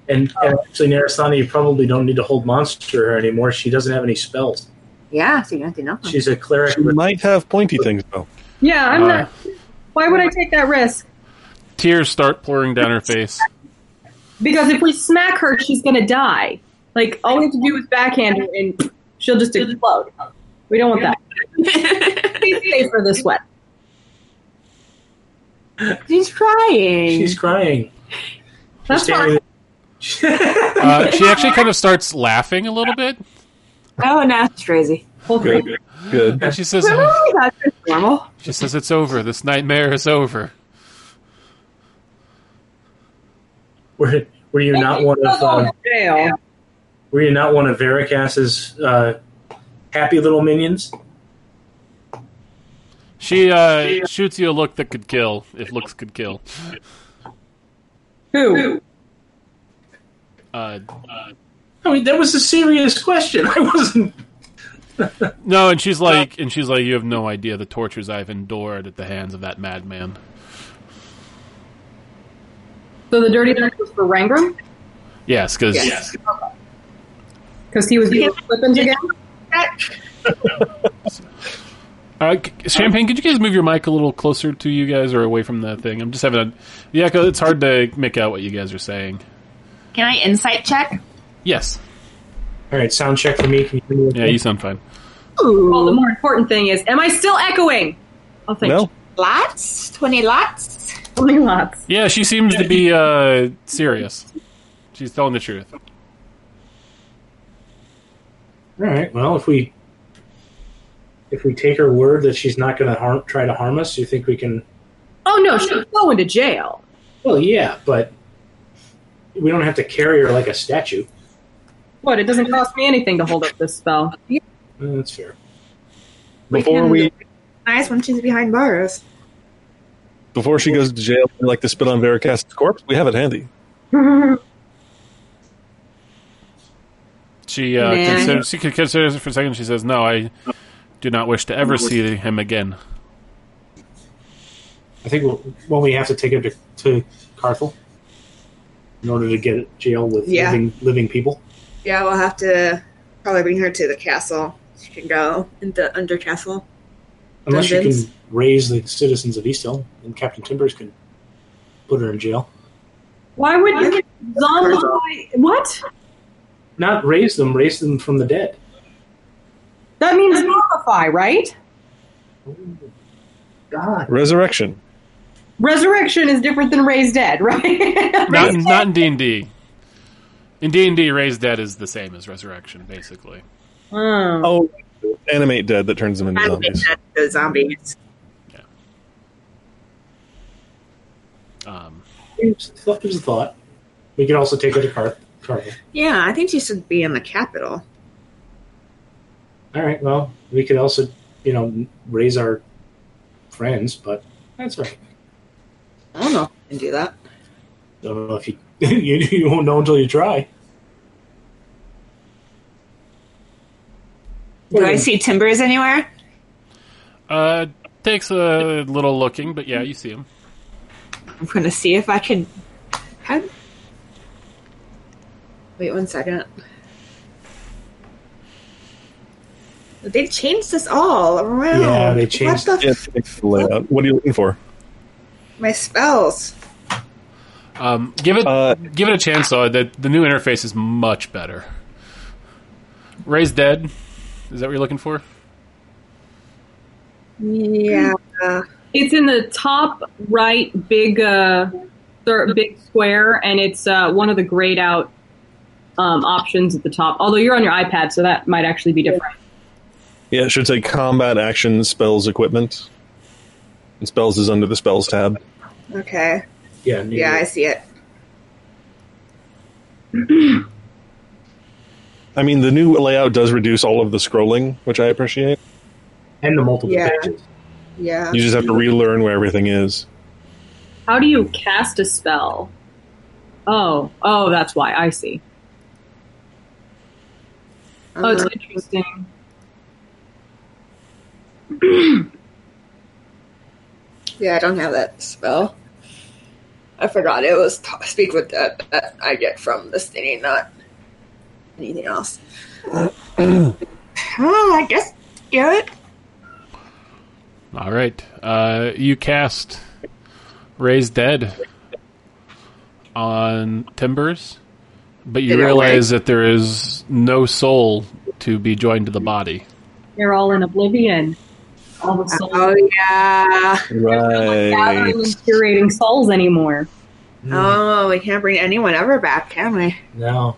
And, and actually, Narasani, you probably don't need to hold monster anymore. She doesn't have any spells.
Yeah, so you don't have to know. him.
She's a cleric.
You might have pointy things though.
Yeah, I'm
Uh.
not. Why would I take that risk?
Tears start pouring down her face.
Because if we smack her, she's gonna die. Like all we have to do is backhand her, and she'll just explode. We don't want that. Please pay for this sweat.
She's crying.
She's crying.
That's
She's
fine.
standing-
Uh, she actually kind of starts laughing a little bit,
oh, no, it's crazy.
Whole thing.
Good.
Good.
and she says,
Oh, that's just normal.
"She says it's over. This nightmare is over."
Were, were you not one of um,
Jail.
Were you not one of Varicas's uh, happy little minions?
She uh, shoots you a look that could kill, if looks could kill.
Who?
Uh, uh,
I mean, that was a serious question. I wasn't.
no, and she's like, and she's like, "You have no idea the tortures I've endured at the hands of that madman."
So the dirty duck was for Rangram
Yes, because
Yes.
because he was doing flippins again.
Uh, c- Champagne, could you guys move your mic a little closer to you guys or away from the thing? I'm just having a the echo. It's hard to make out what you guys are saying.
Can I insight check?
Yes,
All right, sound check for me. Can you hear me?
yeah, you sound fine.
Well, the
Ooh,
more important thing is, am I still echoing? I'll think.
Well,
lots? 20 lots?
Only lots.
Yeah, she seems to be uh, serious. She's telling the truth.
All right. Well, if we if we take her word that she's not going to harm, try to harm us, you think we can?
Oh no, she's going to jail.
Well, yeah, but we don't have to carry her like a statue.
What? It doesn't cost me anything to hold up this spell.
Uh, that's fair.
before we
Nice when she's behind bars.
before she goes to jail, I'd like to spit on Veracast's corpse, we have it handy.
She uh,
Nah.
considers, she considers it for a second. She says, "No, I do not wish to ever see him again."
I think we'll, well, we have to take her to, to Carthel in order to get jail with
Yeah.
living living people.
Yeah, we'll have to probably bring her to the castle. She can go into under castle.
Unless you
Dungeons.
can raise the citizens of East Hill, and Captain Timbers can put her in jail.
Why would you zombify? What?
Not raise them, raise them from the dead.
That means zombify, right?
God.
Resurrection.
Resurrection is different than raised dead, right?
Not in, not in D and D. In D and D, raised dead is the same as resurrection, basically.
Oh.
Oh, animate dead that turns them into zombies.
the zombies.
Um,
Here's here's a thought. We could also take her to Carth- Carthel.
Yeah, I think she should be in the capital.
All right, well, we could also, you know, raise our friends, but that's all right.
I don't know if I can do that.
I don't know if you, you, you won't know until you try.
Do I see timbers anywhere?
uh, takes a little looking, but yeah, you see him.
I'm gonna see if I can. How... Wait one second. They changed this all around.
Yeah, they changed-
What the
Yeah,
f-
it's the layout. What are you looking for?
my spells.
Um, give it
Uh,
give it a chance though. The the new interface is much better. Raised dead. Is that what you're looking for?
Yeah.
It's in the top right big uh, thir- big square, and it's uh, one of the grayed out um, options at the top. Although you're on your iPad, so that might actually be different.
Yeah, it should say combat action spells equipment. And spells is under the spells tab.
Okay.
Yeah, you-
Yeah, I see it.
I mean, the new layout does reduce all of the scrolling, which I appreciate.
and the multiple
Yeah.
pages.
Yeah.
You just have to relearn where everything is.
How do you cast a spell? Oh, oh, that's why I see. Oh, it's
Uh,
interesting.
yeah, I don't have that spell. I forgot it was t- speak with that that I get from this thingy, not anything else. oh, I guess do it.
All right. Uh, you cast Raise Dead on Timbers, but you
Did it
realize that there is no soul to be joined to the body.
They're all in oblivion. All the souls
Oh yeah.
gathering and
Right.
curating souls anymore.
Oh, we can't bring anyone ever back, can we?
No.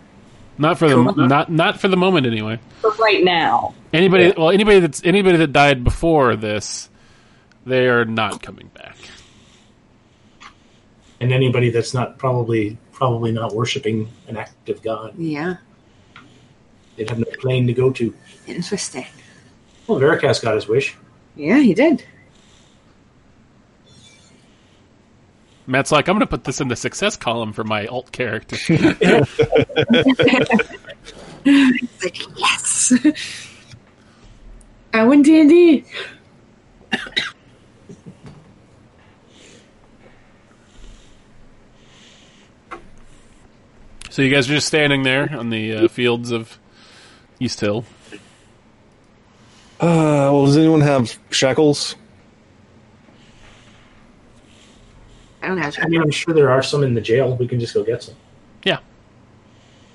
Not for the not not for the moment anyway.
But right now,
Anybody well anybody that's anybody that died before this, they are not coming back.
And anybody that's not probably probably not worshiping an active god,
Yeah.
they'd have no plane to go to.
Interesting.
Well, Veracast got his wish.
Yeah, he did.
Matt's like, I'm going to put this in the success column for my alt character.
It's like yes. I win D and D.
so you guys are just standing there on the uh, fields of East Hill.
Uh, well, does anyone have shackles?
I don't have.
I mean, I'm sure there are some in the jail. We can just go get some.
Yeah.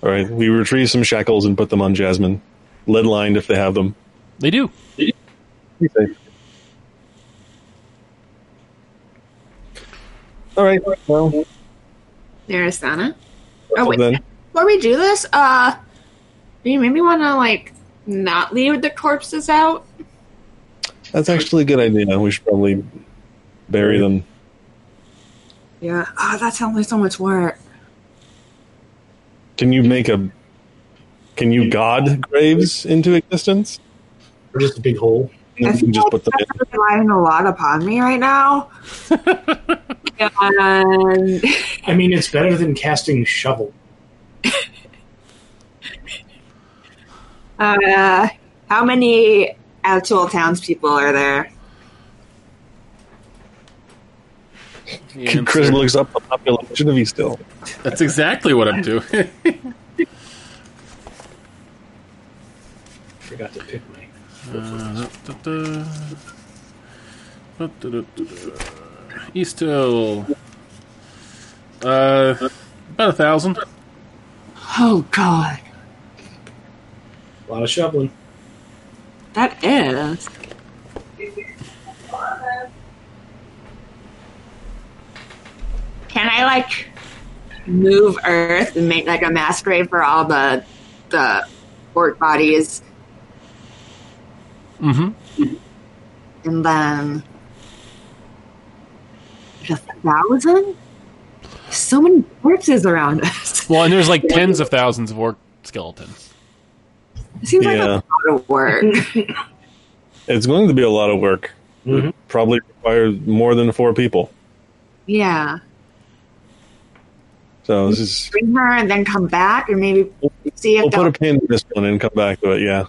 All right, we retrieve some shackles and put them on Jasmine, lead lined if they have them.
They do.
All right. Well,
There's Donna. Oh wait.
then
Before we do this, uh, do you maybe want to like not leave the corpses out?
that's actually a good idea. We should probably bury them.
Yeah. Oh, that sounds like so much work.
Can you make a? Can you god graves into existence?
Or just a big hole.
And then
I
we
feel
can just
like
put them in.
that's relying a lot upon me right now. and
I mean, it's better than casting shovel.
uh, how many actual townspeople are there?
You
Chris
answer-
looks up the population of East Hill.
That's exactly what I'm doing.
Forgot to pick my.
Uh, da-da. Da-da-da-da-da. East Hill. Uh, about a thousand.
Oh God,
A lot of shoveling.
that is. Can I like move Earth and make like a mass grave for all the the orc bodies,
Mm-hmm.
and then just a thousand? So many corpses around us.
Well, and there's like tens of thousands of orc skeletons.
It seems like a
Yeah.
lot of work.
It's going to be a lot of work.
Mhm.
Probably requires more than four people.
yeah.
So this is.
bring her and then come back and maybe see if
We'll put
they'll-
a pin in this one and come back to it. Yeah.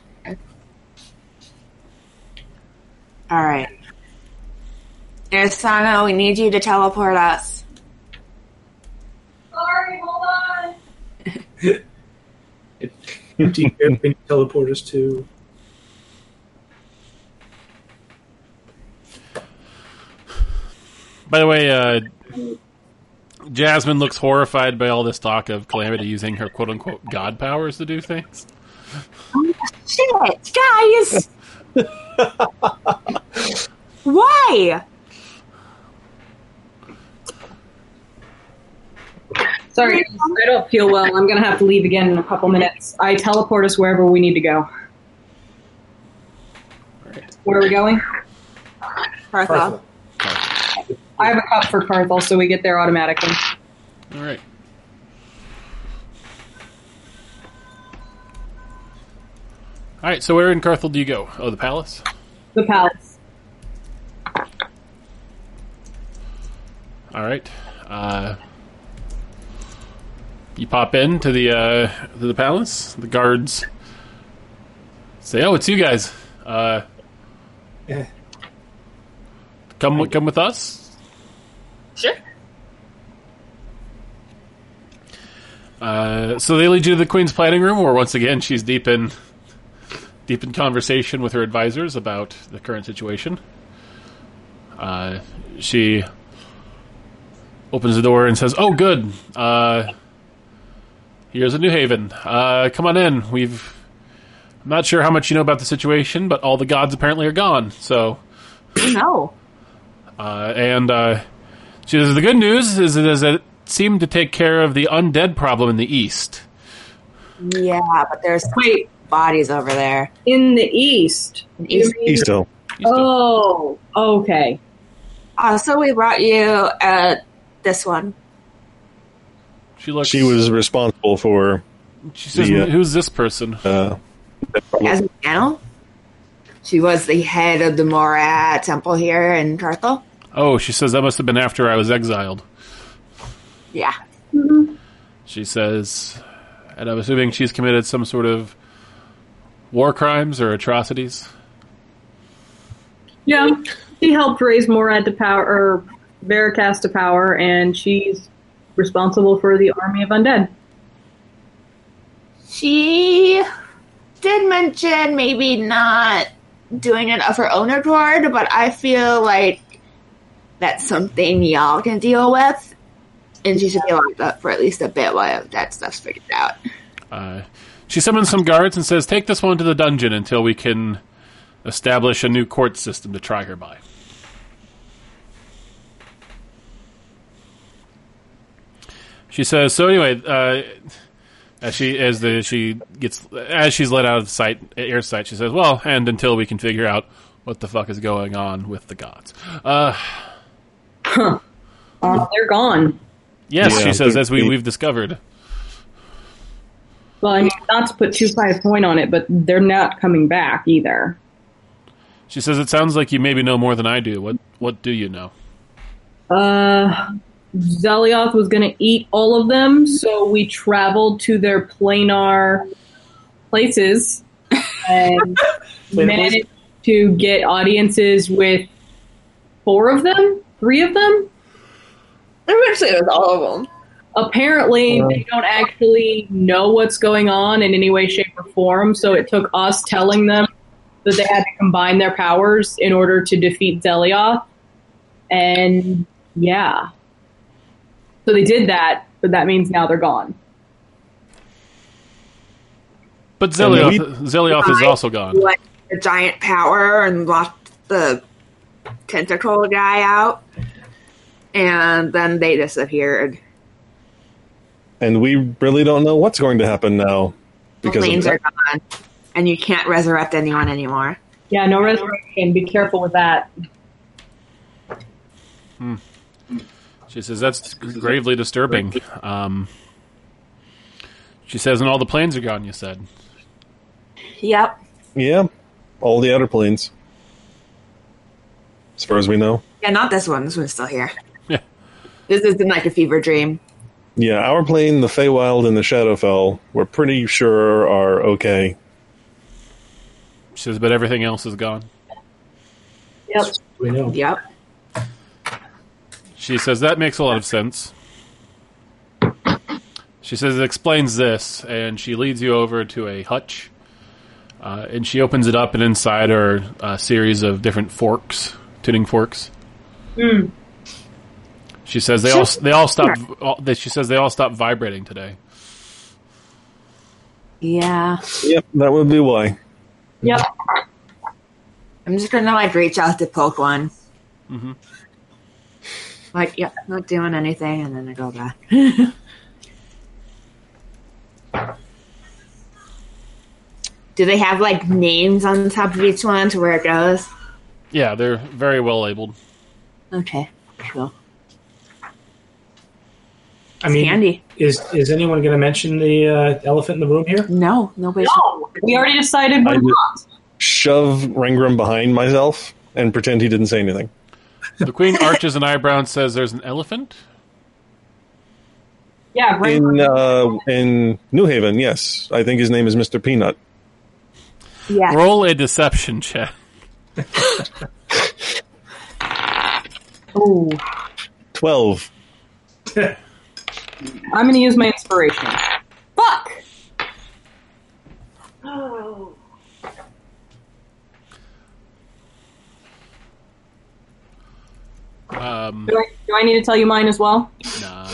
All right. Arisana, we need you to teleport us.
Sorry, hold on.
Empty air can teleport us to.
By the way, uh, Jasmine looks horrified by all this talk of Calamity using her quote unquote god powers to do things.
Shit, guys! Why?
sorry, I don't feel well. I'm gonna have to leave again in a couple minutes. I teleport us wherever we need to go. Where are we going?
Partha.
Partha.
I have a cup for Carthel, so we get there automatically.
All right. All right. So where in Carthel do you go? Oh, the palace.
The palace.
All right. Uh, you pop in to the uh, to the palace. The guards say, "Oh, it's you guys. Uh,
Yeah.
come come with us."
Sure.
Uh, so they lead you to the queen's planning room, where once again she's deep in deep in conversation with her advisors about the current situation. Uh, she opens the door and says, "Oh, good. Uh, here's a New Haven. Uh, come on in. We've I'm not sure how much you know about the situation, but all the gods apparently are gone. So,
No.
uh, and uh, she says the good news is it is it seemed to take care of the undead problem in the east."
Yeah, but there's
Wait,
bodies over there.
in the east. You
East-
mean-
East Hill.
Oh, okay.
Oh, so we brought you uh, this one.
She looks.
She was responsible for.
She says,
the, uh,
"Who's this person?"
Uh,
As an animal? She was the head of the Morat temple here in Tarthal.
Oh, she says that must have been after I was exiled.
Yeah.
She says, and I'm assuming she's committed some sort of war crimes or atrocities.
Yeah, she helped raise Morad to power, or Veracast to power, and she's responsible for the army of undead.
She did mention maybe not doing it of her own accord, but I feel like that's something y'all can deal with. And she should be locked up for at least a bit while that stuff's figured out.
Uh, she summons some guards and says, "Take this one to the dungeon until we can establish a new court system to try her by." She says, "So anyway, uh, as she as the she gets as she's let out of sight air sight, she says, "Well, and until we can figure out what the fuck is going on with the gods." Uh,
They're gone.
yes,
Yeah.
she says, as we we've discovered.
Well, I mean, not to put too fine a point on it, but they're not coming back either.
She says, "It sounds like you maybe know more than I do. What what do you know?"
Uh, Zelioth was going to eat all of them, so we traveled to their planar places and managed to get audiences with four of them, three of them.
Eventually, it was all of them.
Apparently, they
Uh-huh.
don't actually know what's going on in any way, shape, or form, so it took us telling them that they had to combine their powers in order to defeat Zelioth. And yeah. So they did that, but that means now they're gone.
But Zelioth,
we-
Zelioth is also gone.
Like the giant power and locked the tentacle guy out. And then they disappeared.
and we really don't know what's going to happen now.
The
Because of
lanes
that.
are gone. And you can't resurrect anyone anymore.
Yeah, no resurrection. Be careful with that.
She says that's gravely disturbing. Um, she says, and all the planes are gone. You said.
Yep.
yeah, all the outer planes. As far as we know.
Yeah, not this one. This one's still here.
Yeah.
This isn't like a fever dream.
Yeah, our plane, the Feywild, and the Shadowfell, we're pretty sure are okay.
She says, but everything else is gone.
Yep.
We know.
Yep.
She says that makes a lot of sense. She says it explains this, and she leads you over to a hutch, uh, and she opens it up, and inside are a series of different forks, tuning forks. She says they all they all stop. All, that she says they all stop vibrating today.
Yeah.
Yep, that would be why.
Yep.
I'm just gonna like reach out to poke one.
Mhm.
Like, yep, not doing anything, and then I go back. Do they have like names on top of each one to where it goes?
Yeah, they're very well labeled.
Okay, cool.
I mean,
Candy.
is is anyone going to mention the uh, elephant in the room here?
No, nobody's.
No, Oh, we already decided
I
we're
did-
not.
Shove Rangram behind myself and pretend he didn't say anything.
The queen arches an eyebrow and says, "There's an elephant."
Yeah, right.
In uh, in New Haven, yes. I think his name is Mr. Peanut.
Yeah.
Roll a deception check.
Ooh.
12.
I'm going to use my inspiration.
Um,
Do I, do I need to tell you mine as well?
no.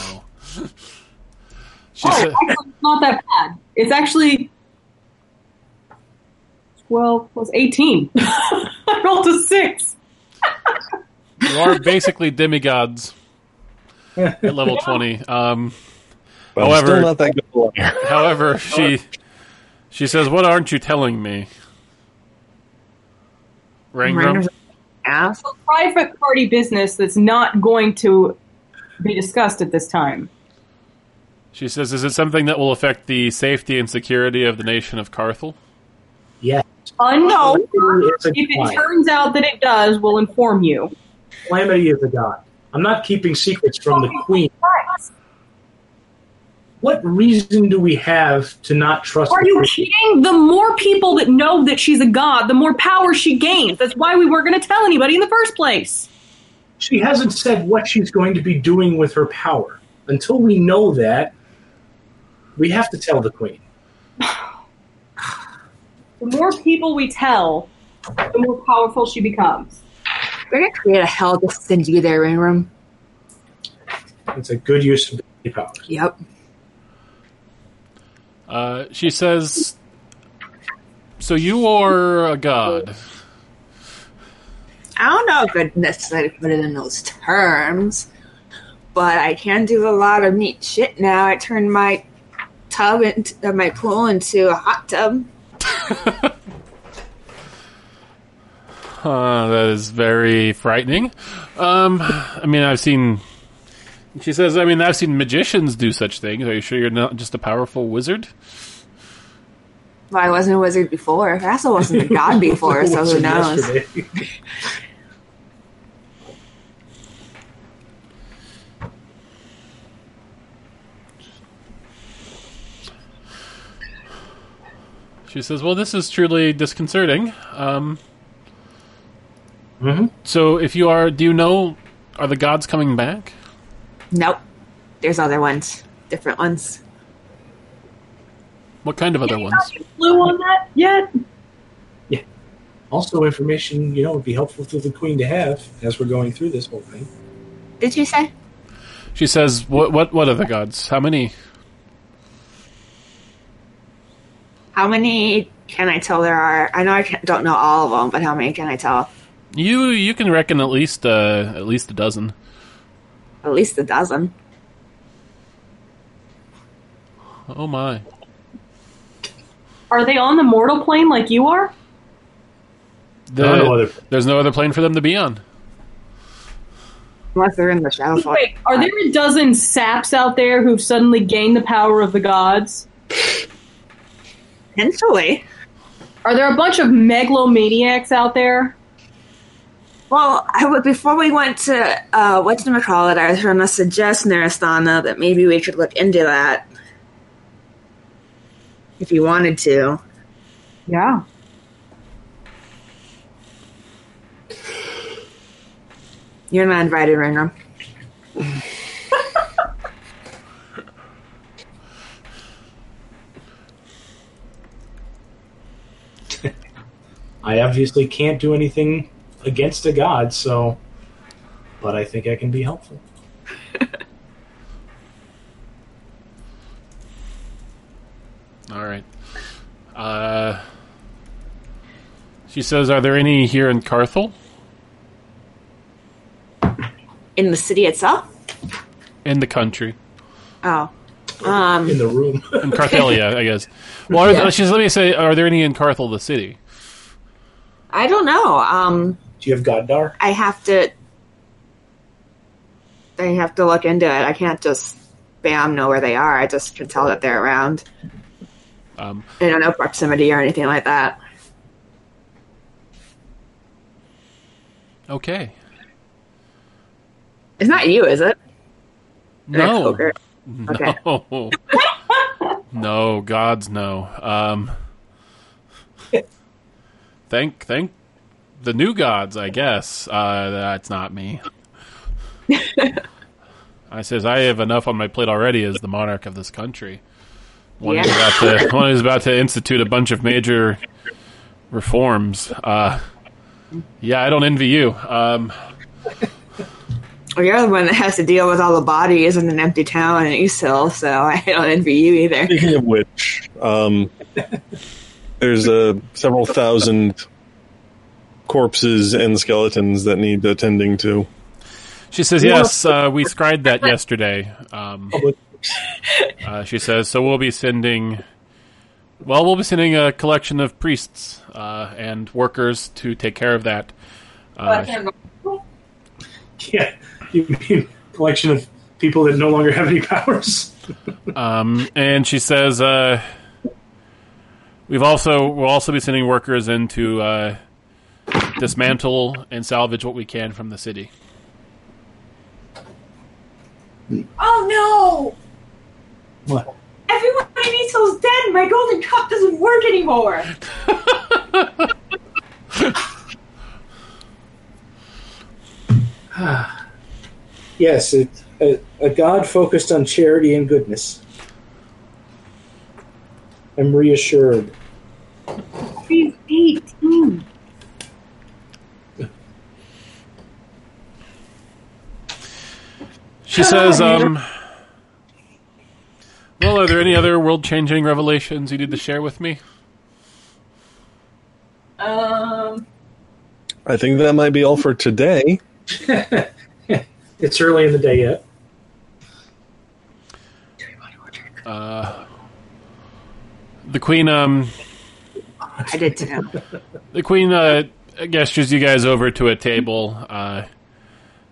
she
Oh,
said,
actually, it's not that bad. It's actually 12 plus 18. I rolled a 6.
you are basically demigods at level 20. Um,
But I'm
However-
still not that good of a liar.
however, she she says, What aren't you telling me? Rangram?
Rangram. Ask.
A private party business that's not going to be discussed at this time.
She says, Is it something that will affect the safety and security of the nation of Carthel?
Yes.
Unknown.
It's a
If it
client.
turns out that it does, we'll inform you.
Calamity is a god. I'm not keeping secrets from the queen. What reason do we have to not trust?
Are
the
you
queen?
kidding? The more people that know that she's a god, the more power she gains. That's why we weren't going to tell anybody in the first place.
She hasn't said what she's going to be doing with her power. Until we know that, we have to tell the queen.
The more people we tell, the more powerful she becomes.
We're gonna create a hell to send you there, Rangram.
It's a good use of the power.
Yep.
Uh, she says, So you are a god.
I don't know if I'd necessarily put it in those terms, but I can do a lot of neat shit now. I turned my tub into uh, my pool into a hot tub.
Uh, that is very frightening. Um, I mean, I've seen. She says, I mean, I've seen magicians do such things. Are you sure you're not just a powerful wizard?
Well, I wasn't a wizard before. I also wasn't a god before, so who
Wasn't
knows?
yesterday.
She says, Well, this is truly disconcerting. Um,
Mhm.
So if you are. Do you know. Are the gods coming back?
Nope. There's other ones, different ones.
What kind of other ones?
Blue on that yet?
Also, information you know would be helpful to the queen to have as we're going through this whole thing.
Did you say?
She says, What What? What are the gods? How many?
How many can I tell there are? I know I can't, don't know all of them, but how many can I tell?
You you can reckon at least uh, at least a dozen.
At least a dozen.
Oh my!
Are they on the mortal plane like you are?
The-
I don't know whether-
there's no other plane for them to be on.
Unless they're in the Shadowfall.
Wait, are there a dozen saps out there who've suddenly gained the power of the gods?
Potentially.
Are there a bunch of megalomaniacs out there?
Well, I would, before we went to uh, what's the call it, I was going to suggest Narasana that maybe we should look into that if you wanted to.
Yeah.
You're not invited, Ringram.
I obviously can't do anything against a god, so. But I think I can be helpful.
All right. Uh, she says, "Are there any here in Carthel
In the city itself?
in the country
Oh. Um,
In the room.
in Carthelia? I guess." Well, are, she says, "Let me say, are there any in Carthel, the city?"
I don't know. Um,
do you have Goddar?
I have to. I have to look into it. I can't just bam know where they are. I just can tell that they're around.
Um,
I don't know proximity or anything like that.
okay.
It's not you, is it?
No.
Okay. Okay.
No. no. Gods, no. Um, thank, thank the new gods. I guess uh, that's not me. I says I have enough on my plate already as the monarch of this country. One is
Yeah.
about to one is about to institute a bunch of major reforms. Uh, yeah, I don't envy you. Um,
Well, you're the one that has to deal with all the bodies in an empty town in East Hill, so I don't envy you either.
Speaking of which, um, there's uh, several thousand corpses and skeletons that need attending to.
She says, "Yes, uh, we scried that yesterday." Um, uh, she says, "So we'll be sending, well, we'll be sending a collection of priests uh, and workers to take care of that." Uh,
Yeah, you mean collection of people that no longer have any powers?
um, and she says, uh, "We've also we'll also be sending workers in to uh, dismantle and salvage what we can from the city."
Oh
What?
no! Everyone in East Hill's dead. My golden cup doesn't work anymore.
Yes, it, a, a god focused on charity and goodness. I'm reassured.
She's 18.
She says, um, "Well, are there any other world-changing revelations you need to share with me?"
Um,
I think that might be all for today.
It's early in the day yet.
Uh, the queen, um,
I did too.
the queen uh, gestures you guys over to a table uh,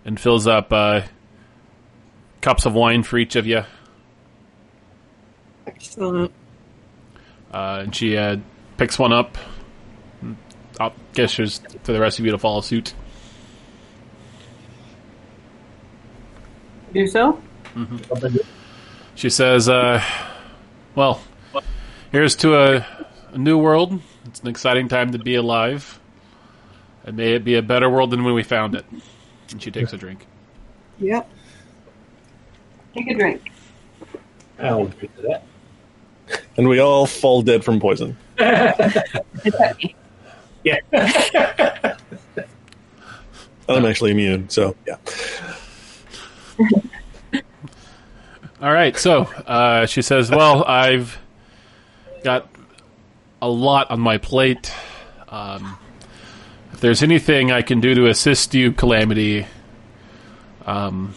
and fills up uh, cups of wine for each of you.
Excellent.
Uh, and she uh, picks one up. and I'll- gestures for the rest of you to follow suit.
Do so?
She says, uh, "Well, here's to a, a new world. It's an exciting time to be alive, and may it be a better world than when we found it." And she takes a drink.
Yep.
Take a drink.
I'll agree to that.
And we all fall dead from poison.
Yeah.
And I'm actually immune, so yeah.
All right, so uh, she says, "Well, I've got a lot on my plate. Um, if there's anything I can do to assist you, Calamity, um,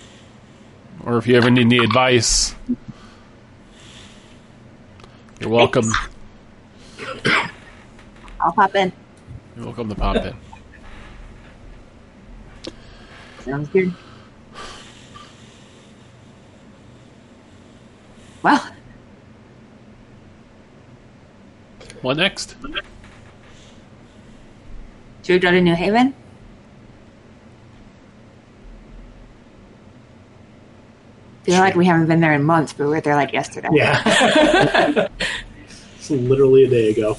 or if you ever need any advice, you're welcome.
I'll hop in.
You're welcome to pop in."
Sounds good. Well,
What next?
should we go to New Haven? Feel like we haven't been there in months, but we were there like yesterday.
Yeah. it's literally a day ago.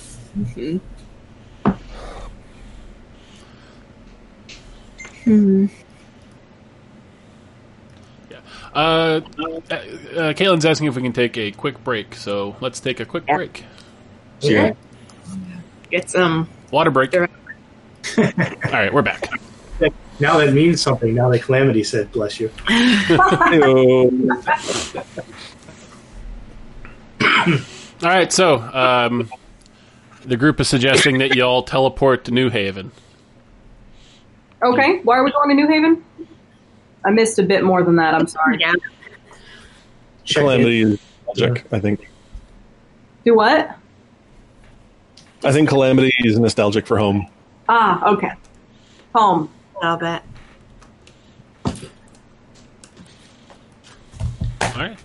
Uh, uh, uh, Caitlin's asking if we can take a quick break, so let's take a quick
Yeah.
break.
Yeah.
Get some.
Water break. All
Sure.
right, we're back.
Now that means something. Now that Calamity said, bless you.
Heyo.
All right, so um, the group is suggesting that y'all teleport to New Haven.
Okay, why are we going to New Haven? I missed a bit more than that. I'm sorry.
Yeah.
Check in.
Calamity is nostalgic, I think.
Do what?
I think Calamity is nostalgic for home.
Ah, okay. Home.
I'll bet.
All right.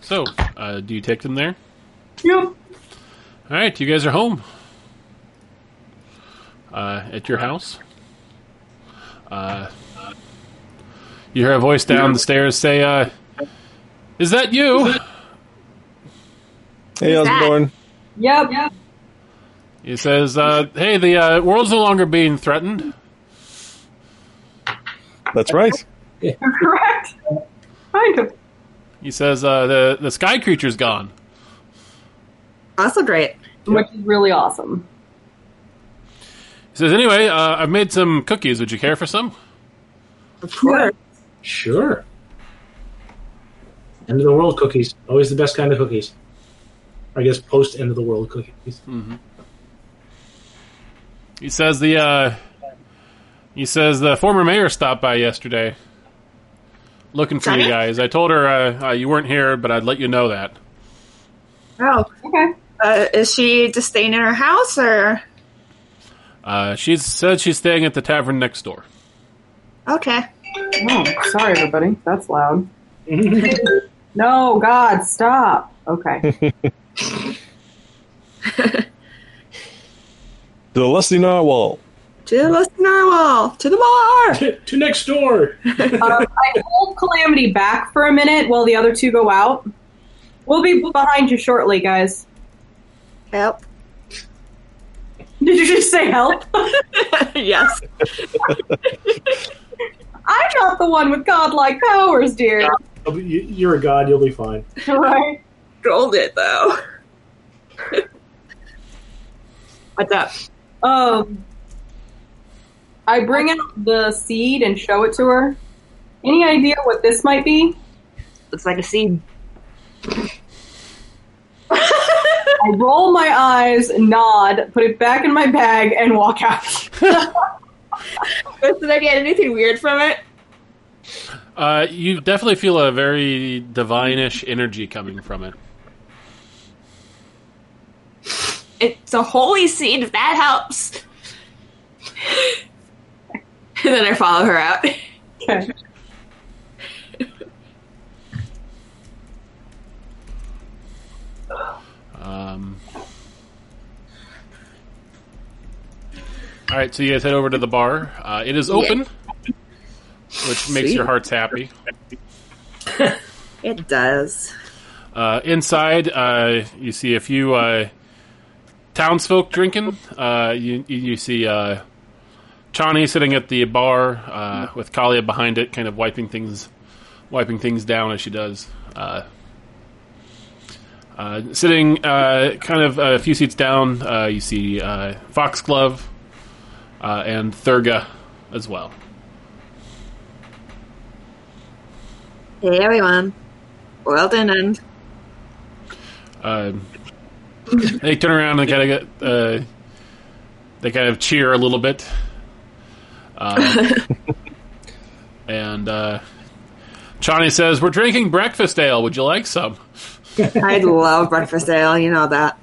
So, uh, do you take them there?
Yep.
All right, you guys are home uh, at your house. Uh, you hear a voice down the stairs say, uh, "Is that you?"
Hey, Osborne.
Yep. yep.
He says, uh, "Hey, the uh, world's no longer being threatened.
That's right.
Correct. Kind of.
He says uh, the the sky creature's gone.
Also great.
Which is really awesome.
He says, anyway, uh, I've made some cookies. Would you care for some?
Of course.
Sure. End of the world cookies. Always the best kind of cookies. I guess post end of the world cookies.
He says the uh, he says the former mayor stopped by yesterday, looking for you guys. I told her uh, uh, you weren't here, but I'd let you know that.
Oh,
Okay.
uh, is she just staying in her house or?
Uh, she said she's staying at the tavern next door.
Okay.
Oh, sorry, everybody. That's loud. no, God, stop. Okay.
The Lusty Narwhal.
To the Lost Narwhal. To the bar.
to next door.
Um, I hold Calamity back for a minute while the other two go out. We'll be behind you shortly, guys.
Help.
Did you just say help?
yes.
I'm not the one with godlike powers, dear.
I'll be- you- You're a god. You'll be fine.
Right?
Rolled it though. What's up?
Um, I bring out the seed and show it to her. Any idea what this might be?
Looks like a seed.
I roll my eyes, nod, put it back in my bag, and walk out.
Did I get anything weird from it?
Uh, you definitely feel a very divine-ish energy coming from it.
It's a holy seed. If that helps. and then I follow her out.
Okay.
Um, all right, so you guys head over to the bar. Uh, it is open, which makes your hearts happy.
It does.
Uh, inside, uh, you see a few uh, townsfolk drinking. Uh, you, you- you see uh, Chani sitting at the bar uh, with Kalia behind it, kind of wiping things, wiping things down as she does. Uh, uh, sitting uh, kind of a few seats down, uh, you see uh, Foxglove uh, and Thurga as well.
Hey everyone. Well done. and
Uh, they turn around and kind of get, uh, they kind of cheer a little bit, uh, and uh, Johnny says, "We're drinking breakfast ale. Would you like some?"
I love breakfast ale. You know that.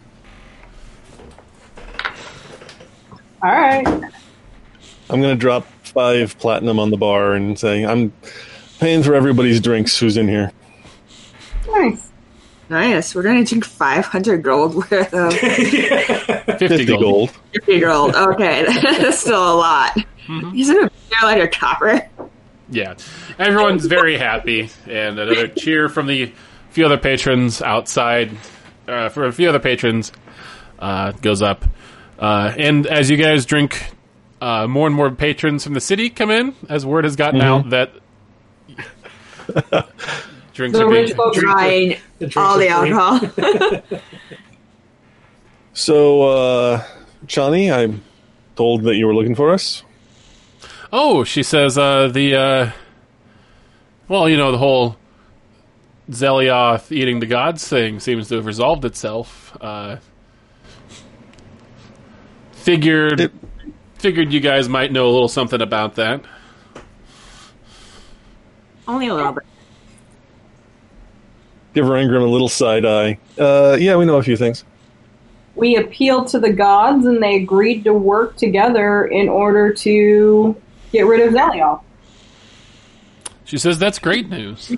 All right.
I'm going to drop five platinum on the bar and say, I'm paying for everybody's drinks who's in here.
Nice.
Nice. We're gonna drink 500 gold worth of
Fifty,
50
gold.
gold.
50 gold. Okay, that's still a lot. Isn't a beer like a copper?
Yeah, everyone's very happy, and another cheer from the few other patrons outside. Uh, for a few other patrons, uh, goes up, uh, and as you guys drink, uh, more and more patrons from the city come in. As word has gotten out that drinks
The
are being
rich folks
Trying all the alcohol.
So, uh, Chani, I'm told that you were looking for us.
Oh, she says uh, the uh, well, you know, the whole Zelioth eating the gods thing seems to have resolved itself. Uh, figured,
It-
figured you guys might know a little something about that.
Only a little bit.
Give her Ingram a little side eye. Uh, yeah, we know a few things.
We appealed to the gods, and they agreed to work together in order to get rid of Zaliol.
She says that's great news.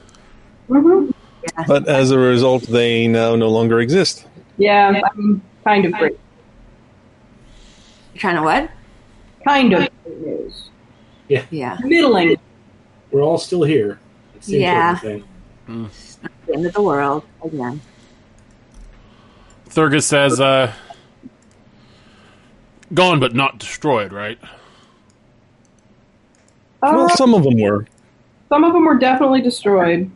But as a result, they now no longer exist.
Yeah, I mean, kind of great.
You're trying to what?
Kind of great news.
Yeah.
Middling.
We're all still here. It's the
Yeah.
important thing.
The end of the world again.
Thurga says, uh, "Gone but not destroyed." Right?
Well,
Uh,
some of them were.
some of them were definitely destroyed.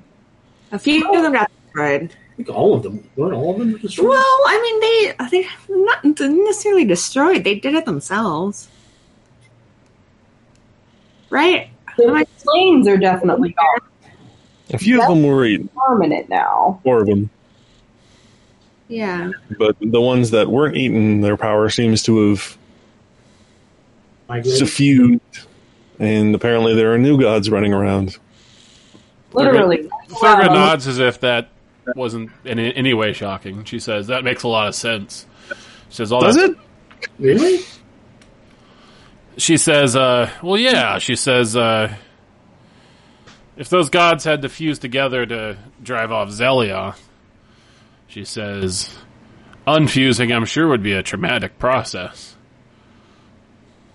A few of them got destroyed.
I think all of them weren't all of them destroyed.
Well, I mean, they they not necessarily destroyed. They did it themselves, right?
The planes are definitely gone.
A few of them were eaten,
Permanent now.
four of them,
Yeah.
but the ones that weren't eaten, their power seems to have
Migrated.
suffused, and apparently there are new gods running around.
Literally.
Thurga
Wow.
nods as if that wasn't in any way shocking. She says that makes a lot of sense. She says all
Does
that,
it?
Really?
She says, uh, "Well, yeah." She says, uh, "If those gods had to fuse together to drive off Zelia," she says, "unfusing, I'm sure, would be a traumatic process."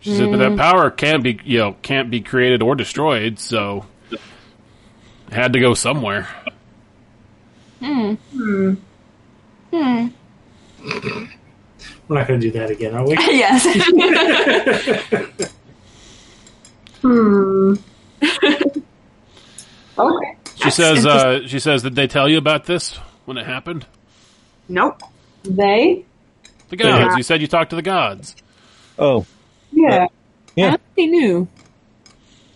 She says, "But that power can't be, you know, can't be created or destroyed, so it had to go somewhere."
We're not going to do that again, are we?
yes.
Okay.
She says, uh, "She says, did they tell you about this when it happened?"
Nope.
They?
The gods.
Yeah.
You said you talked to the gods.
Oh,
Yeah.
I
yeah.
don't think they knew.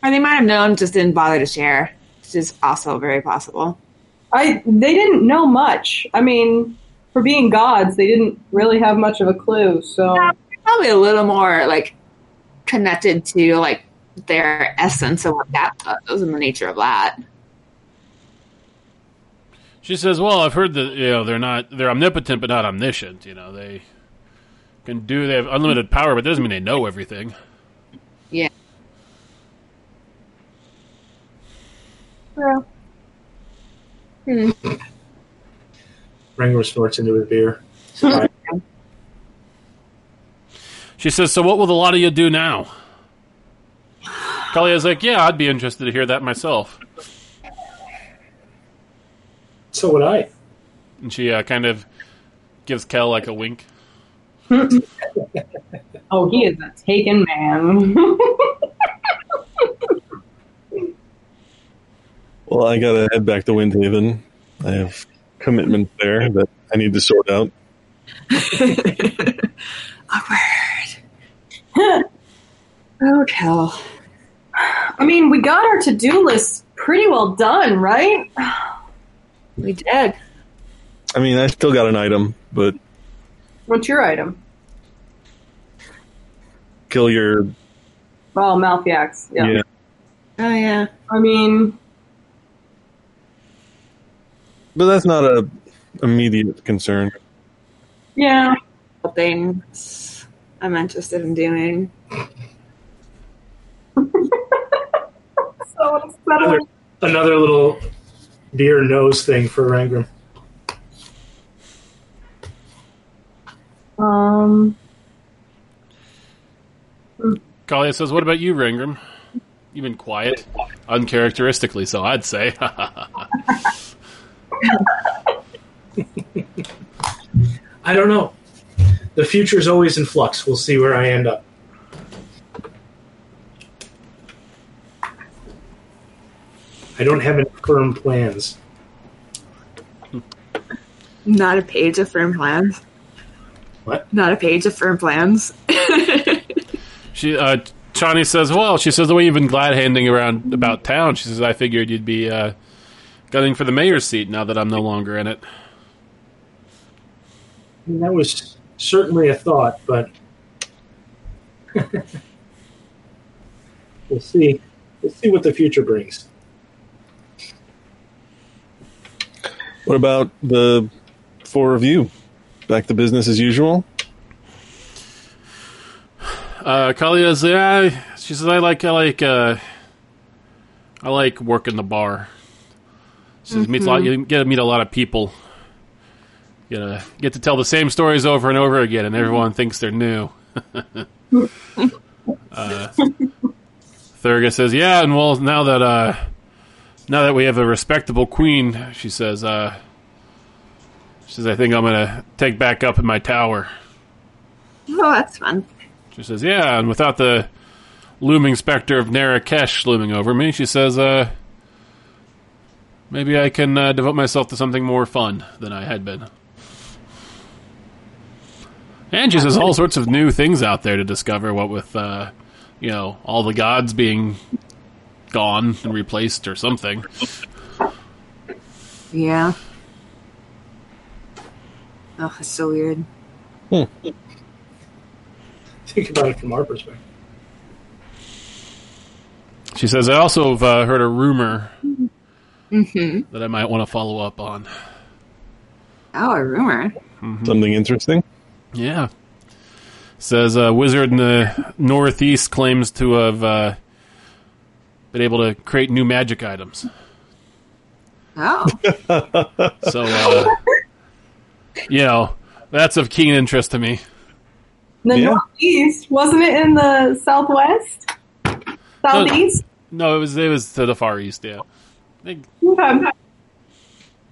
Or they might have known, just didn't bother to share. Which is also very possible.
I they didn't know much. I mean, for being gods, they didn't really have much of a clue. So
Probably a little more like connected to like their essence and what that was and the nature of that.
She says, "Well, I've heard that you know they're not they're omnipotent, but not omniscient. You know they can do they have unlimited power, but that doesn't mean they know everything."
Yeah.
Yeah.
Rango snorts into his beer. uh,
She says, "So what will the lot of you do now?" Kalia's like, "Yeah, I'd be interested to hear that myself."
So would I.
And she uh, kind of gives Kel like a wink.
oh, he is a taken man.
well, I gotta head back to Windhaven. I have commitment there that I need to sort out.
Oh, tell.
I mean, we got our to-do list pretty well done, right?
We did.
I mean, I still got an item, but
What's your item?
kill your
Well, Malfiax. Yeah.
yeah.
Oh, yeah.
I mean,
But that's not a immediate concern.
yeah.
Things I'm interested in doing.
So
Another, another little beer nose thing for Rangram.
Um.
Kalia says, "What about you, Ringram? You've been quiet, uncharacteristically, so I'd say."
I don't know. The future's always in flux. We'll see where I end up. I don't have any firm plans.
Not a page of firm plans.
What?
Not a page of firm plans.
She uh Chani says, Well, she says the way you've been glad handing around about town, she says I figured you'd be uh gunning for the mayor's seat now that I'm no longer in it.
And that was certainly a thought, but we'll see. We'll see what the future brings.
What about the four of you? Back to business as usual?
Uh Kalia's yeah she says I like I like uh I like working the bar. She says meets a lot you get to meet a lot of people. You know, get to tell the same stories over and over again and everyone thinks they're new. uh, Thurga says, Yeah, and well now that uh now that we have a respectable queen, she says, uh she says, I think I'm gonna take back up in my tower.
Oh, that's fun.
She says, "Yeah," and without the looming specter of Narakesh looming over me, she says, "Uh, maybe I can uh, devote myself to something more fun than I had been." And she says all sorts of new things out there to discover. What with, uh, you know, all the gods being gone and replaced or something.
Yeah. Oh, that's so weird.
Think about it from our perspective.
She says, I also have uh, heard a rumor that I might want to follow up on.
Oh, a rumor.
Something interesting.
Yeah. Says a wizard in the northeast claims to have uh, been able to create new magic items.
Oh,
So, uh, you know, that's of keen interest to me.
The
Yeah.
northeast wasn't it in the southwest, southeast?
No, it was it was to the far east, yeah. I think,
Okay.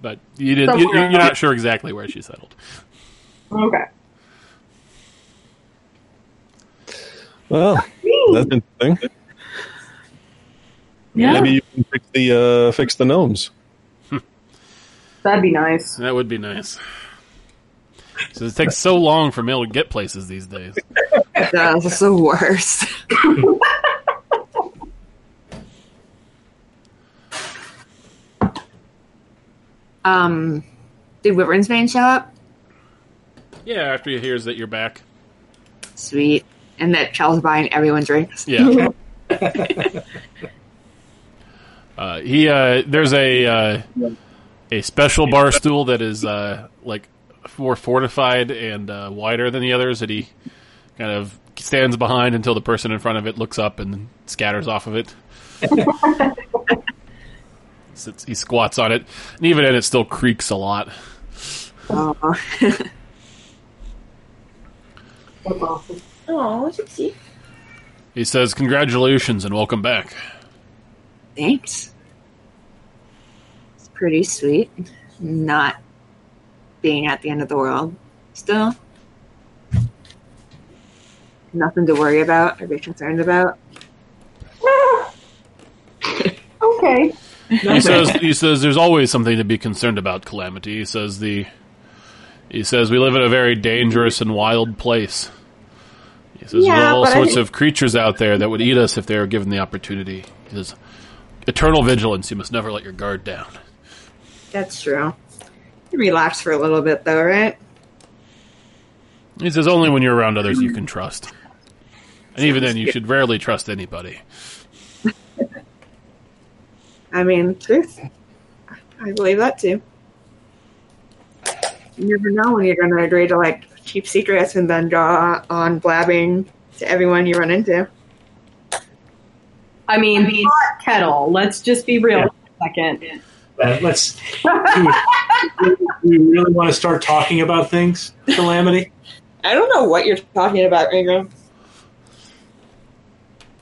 but you did, you, you're not sure exactly where she settled.
okay.
Well, that's interesting.
Yeah,
Maybe you can fix the uh, fix the gnomes.
that'd be nice.
That would be nice. So it takes so long for mail to get places these days.
that's the worst. um, did Wyvern's Bane show up?
Yeah, after he hears that you're back.
Sweet. And that Charles buying everyone drinks.
Yeah. uh, he uh, there's a uh, a special bar stool that is uh, like more fortified and uh, wider than the others that he kind of stands behind until the person in front of it looks up and scatters off of it. Sits, he squats on it, and even then, it still creaks a lot.
Oh.
Oh, Gypsy.
He says, "Congratulations and welcome back."
Thanks. It's pretty sweet. Not being at the end of the world still. Nothing to worry about or be concerned about.
Okay.
he says he says there's always something to be concerned about calamity. He says the he says we live in a very dangerous and wild place. He says there
Yeah,
are all
but I
sorts
think-
of creatures out there that would eat us if they were given the opportunity. He says eternal vigilance, you must never let your guard down.
That's true. You relax for a little bit though, right?
He says only when you're around others you can trust. And even then you should rarely trust anybody.
I mean, truth. I believe that too. You never know when you're going to agree to like keep secrets and then draw on blabbing to everyone you run into.
I mean, hot kettle. Let's just be real.
Yeah.
For a second.
Uh, let's. do we- do we really want to start talking about things, Calamity?
I don't know what you're talking about, Ingram.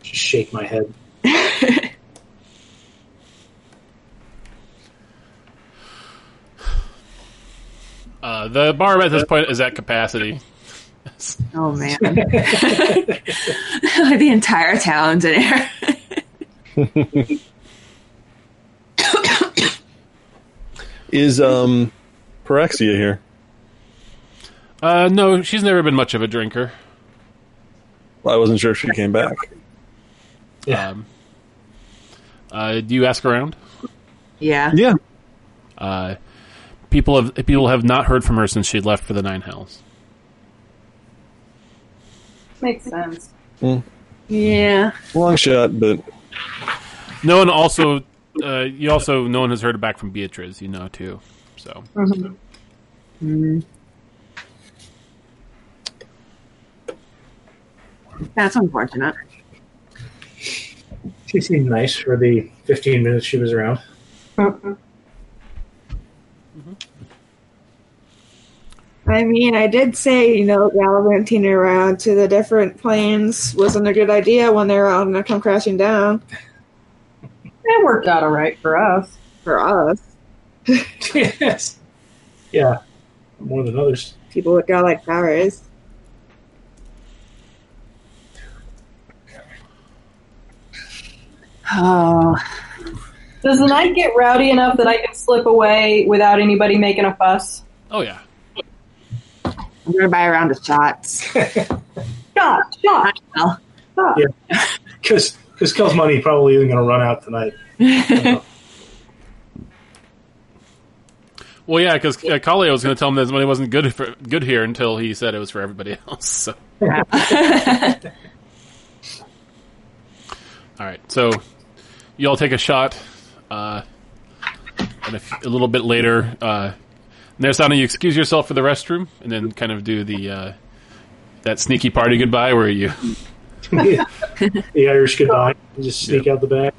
Just shake my head.
Uh, the bar at this point is at capacity.
Oh man. the entire town's in here.
Is um, Paraxia here?
Uh, no, she's never been much of a drinker.
I wasn't sure if she came back.
Yeah.
Um, uh, do you ask around?
Yeah.
Yeah,
Uh, people have people have not heard from her since she left for the Nine Hells.
Makes sense.
Yeah.
long shot, but
No one also uh, you also no one has heard back from Beatriz. You know too. So
That's unfortunate.
She seemed nice for the 15 minutes she was around.
I mean, I did say, you know, gallivanting around to the different planes wasn't a good idea when they're all going to come crashing down
It worked out all right for us.
for us.
yes. Yeah. More than others.
People with godlike powers.
Oh.
Does the night get rowdy enough that I can slip away without anybody making a fuss?
oh yeah,
I'm gonna buy a round of shots.
Shot, shot.
Well,
Because This Kell's money probably isn't going to run out tonight.
Well, yeah, because uh, Kalia was going to tell him that his money wasn't good for good here until he said it was for everybody else. So. all right, so you all take a shot, uh, and a, f- a little bit later, uh, Narasana, you excuse yourself for the restroom, and then kind of do the uh, that sneaky party goodbye where you
the Irish goodbye. You just sneak out the back.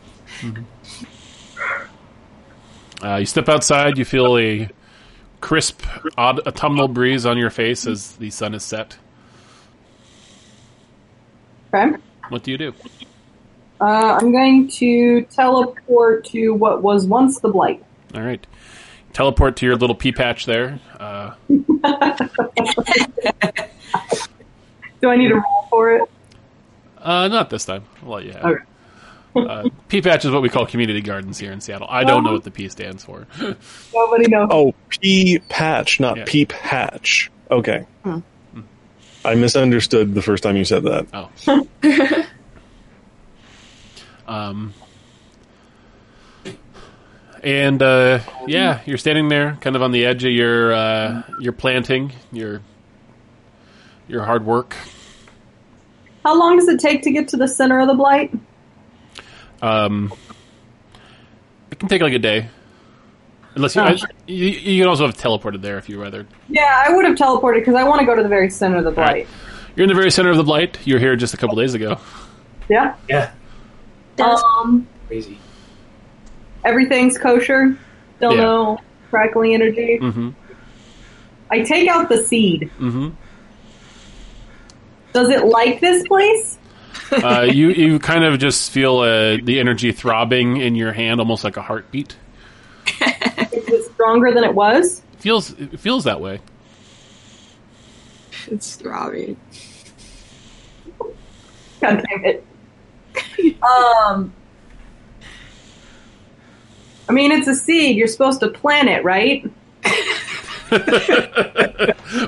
Uh, you step outside. You feel a crisp odd autumnal breeze on your face as the sun is set.
Okay.
What do you do?
Uh, I'm going to teleport to what was once the blight.
All right. Teleport to your little pea patch there. Uh,
Do I need to roll for it?
uh, not this time. I'll let you have
Okay.
it. Uh, pea patch is what we call community gardens here in Seattle. I don't know what the P stands for.
Nobody knows.
Oh, pea patch, not
Yeah.
peep hatch. Okay. I misunderstood the first time you said that.
Oh. um, and uh, yeah, you're standing there, kind of on the edge of your uh, your planting, your your hard work.
How long does it take to get to the center of the blight?
Um, it can take like a day, unless you, I, you you can also have teleported there if you rather.
Yeah, I would have teleported because I want to go to the very center of the blight.
Alright. You're in the very center of the blight. You're here just a couple days ago.
Yeah.
Yeah,
Um,
crazy.
everything's kosher. Still
Yeah.
no crackling energy.
Mm-hmm.
I take out the seed.
Mm-hmm.
Does it like this place?
uh, you you kind of just feel uh, the energy throbbing in your hand, almost like a heartbeat.
Is it stronger than it was?
It feels it feels that way.
It's throbbing.
God damn it. Um, I mean, it's a seed. You're supposed to plant it, right?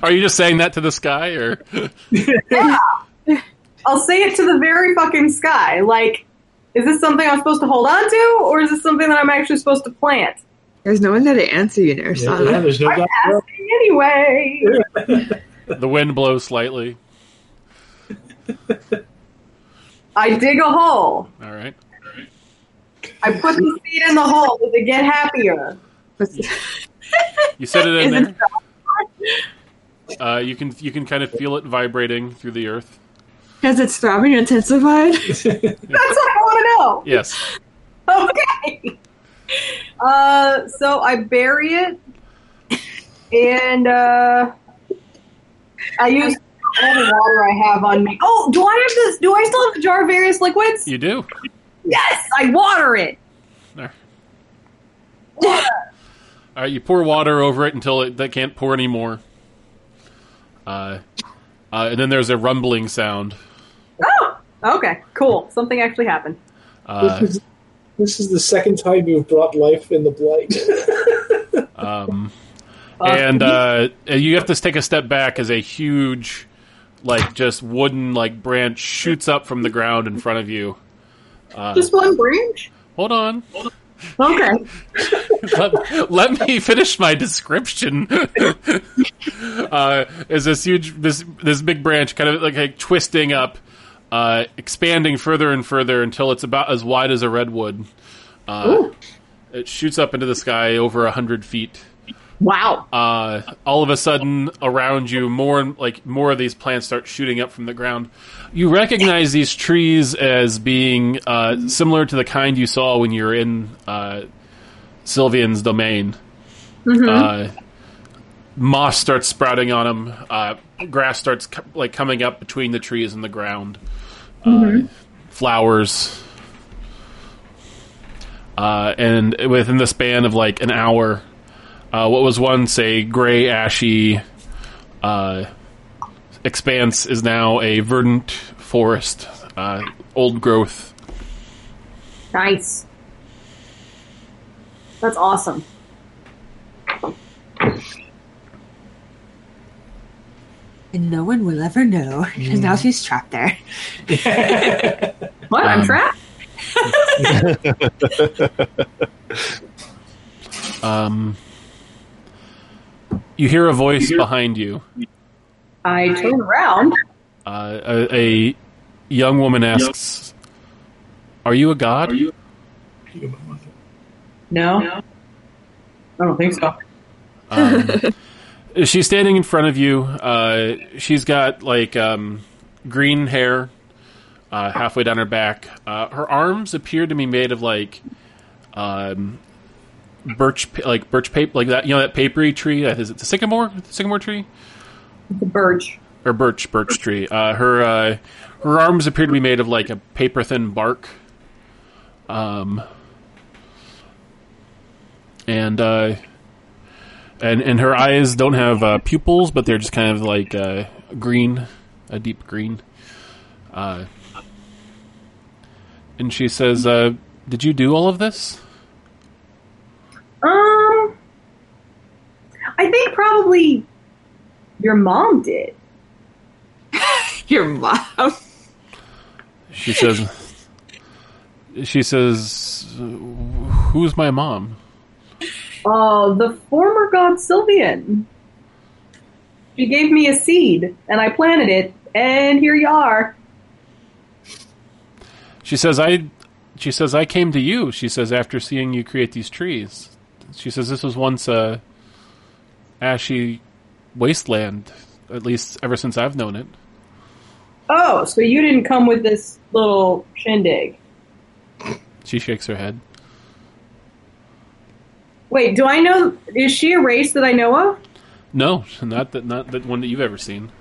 Are you just saying that to the sky, or
I'll say it to the very fucking sky. Like, is this something I'm supposed to hold on to, or is this something that I'm actually supposed to plant?
There's no one there to answer you,
Yeah,
Narasana.
yeah, there's no doubt.
I'm asking anyway.
the wind blows slightly?
I dig a hole.
All right.
I put the seed in the hole. Does it get happier?
You set it in
Isn't
there. Uh, you can you can kind of feel it vibrating through the earth.
Has its throbbing intensified?
That's what I want to know.
Yes.
Okay. Uh, so I bury it, and uh, I use all the water I have on me. Oh, do I have this? Do I still have the jar of various liquids?
You do.
Yes, I water it.
All right. You pour water over it until it that can't pour anymore. Uh, uh, and then there's a rumbling sound.
Oh, okay, cool. Something actually happened.
Uh,
This is, this is the second time you've brought life in the blight.
Um, and uh, you have to take a step back as a huge, like just wooden like branch shoots up from the ground in front of you.
Just one branch?
Hold on,
Okay.
let, let me finish my description. uh, is this huge this this big branch kind of like, like twisting up, uh, expanding further and further until it's about as wide as a redwood. Uh, it shoots up into the sky over a hundred feet.
Wow.
uh, all of a sudden around you more and like more of these plants start shooting up from the ground you recognize these trees as being uh, similar to the kind you saw when you were in uh, sylvian's domain uh, moss starts sprouting on them uh, grass starts co- like coming up between the trees and the ground uh, flowers uh, and within the span of like an hour uh, what was once a gray, ashy uh, expanse is now a verdant forest, uh, old growth.
Nice. That's awesome.
And no one will ever know. Because now she's trapped there.
What? I'm
Um,
trapped.
Um, you hear a voice behind you.
I turn around.
Uh, a, a young woman asks, "Are you a god?"
No, I don't think so.
Um, she's standing in front of you. Uh, she's got like um, green hair uh, halfway down her back. Uh, her arms appear to be made of like um, birch, pa- like birch paper, like that. You know that papery tree. Uh, Is it the sycamore? The sycamore tree
The birch.
or birch birch tree. Uh, her uh, her arms appear to be made of like a paper thin bark. Um, and uh, and and her eyes don't have uh, pupils, but they're just kind of like uh, green, a deep green. Uh, and she says, uh, "Did you do all of this?"
Um, I think probably your mom did.
Your mom.
Oh.
She says. She says, "Who's my mom?"
Oh, the former god Sylvian. She gave me a seed, and I planted it, and here you are.
She says, "I." She says, "I came to you." She says, "After seeing you create these trees." She says, "This was once a ashy wasteland, at least ever since I've known it."
Oh, so you didn't come with this little shindig.
She shakes her head.
Wait, do I know? Is she a race that I know of?
No, not that, not that one that you've ever seen.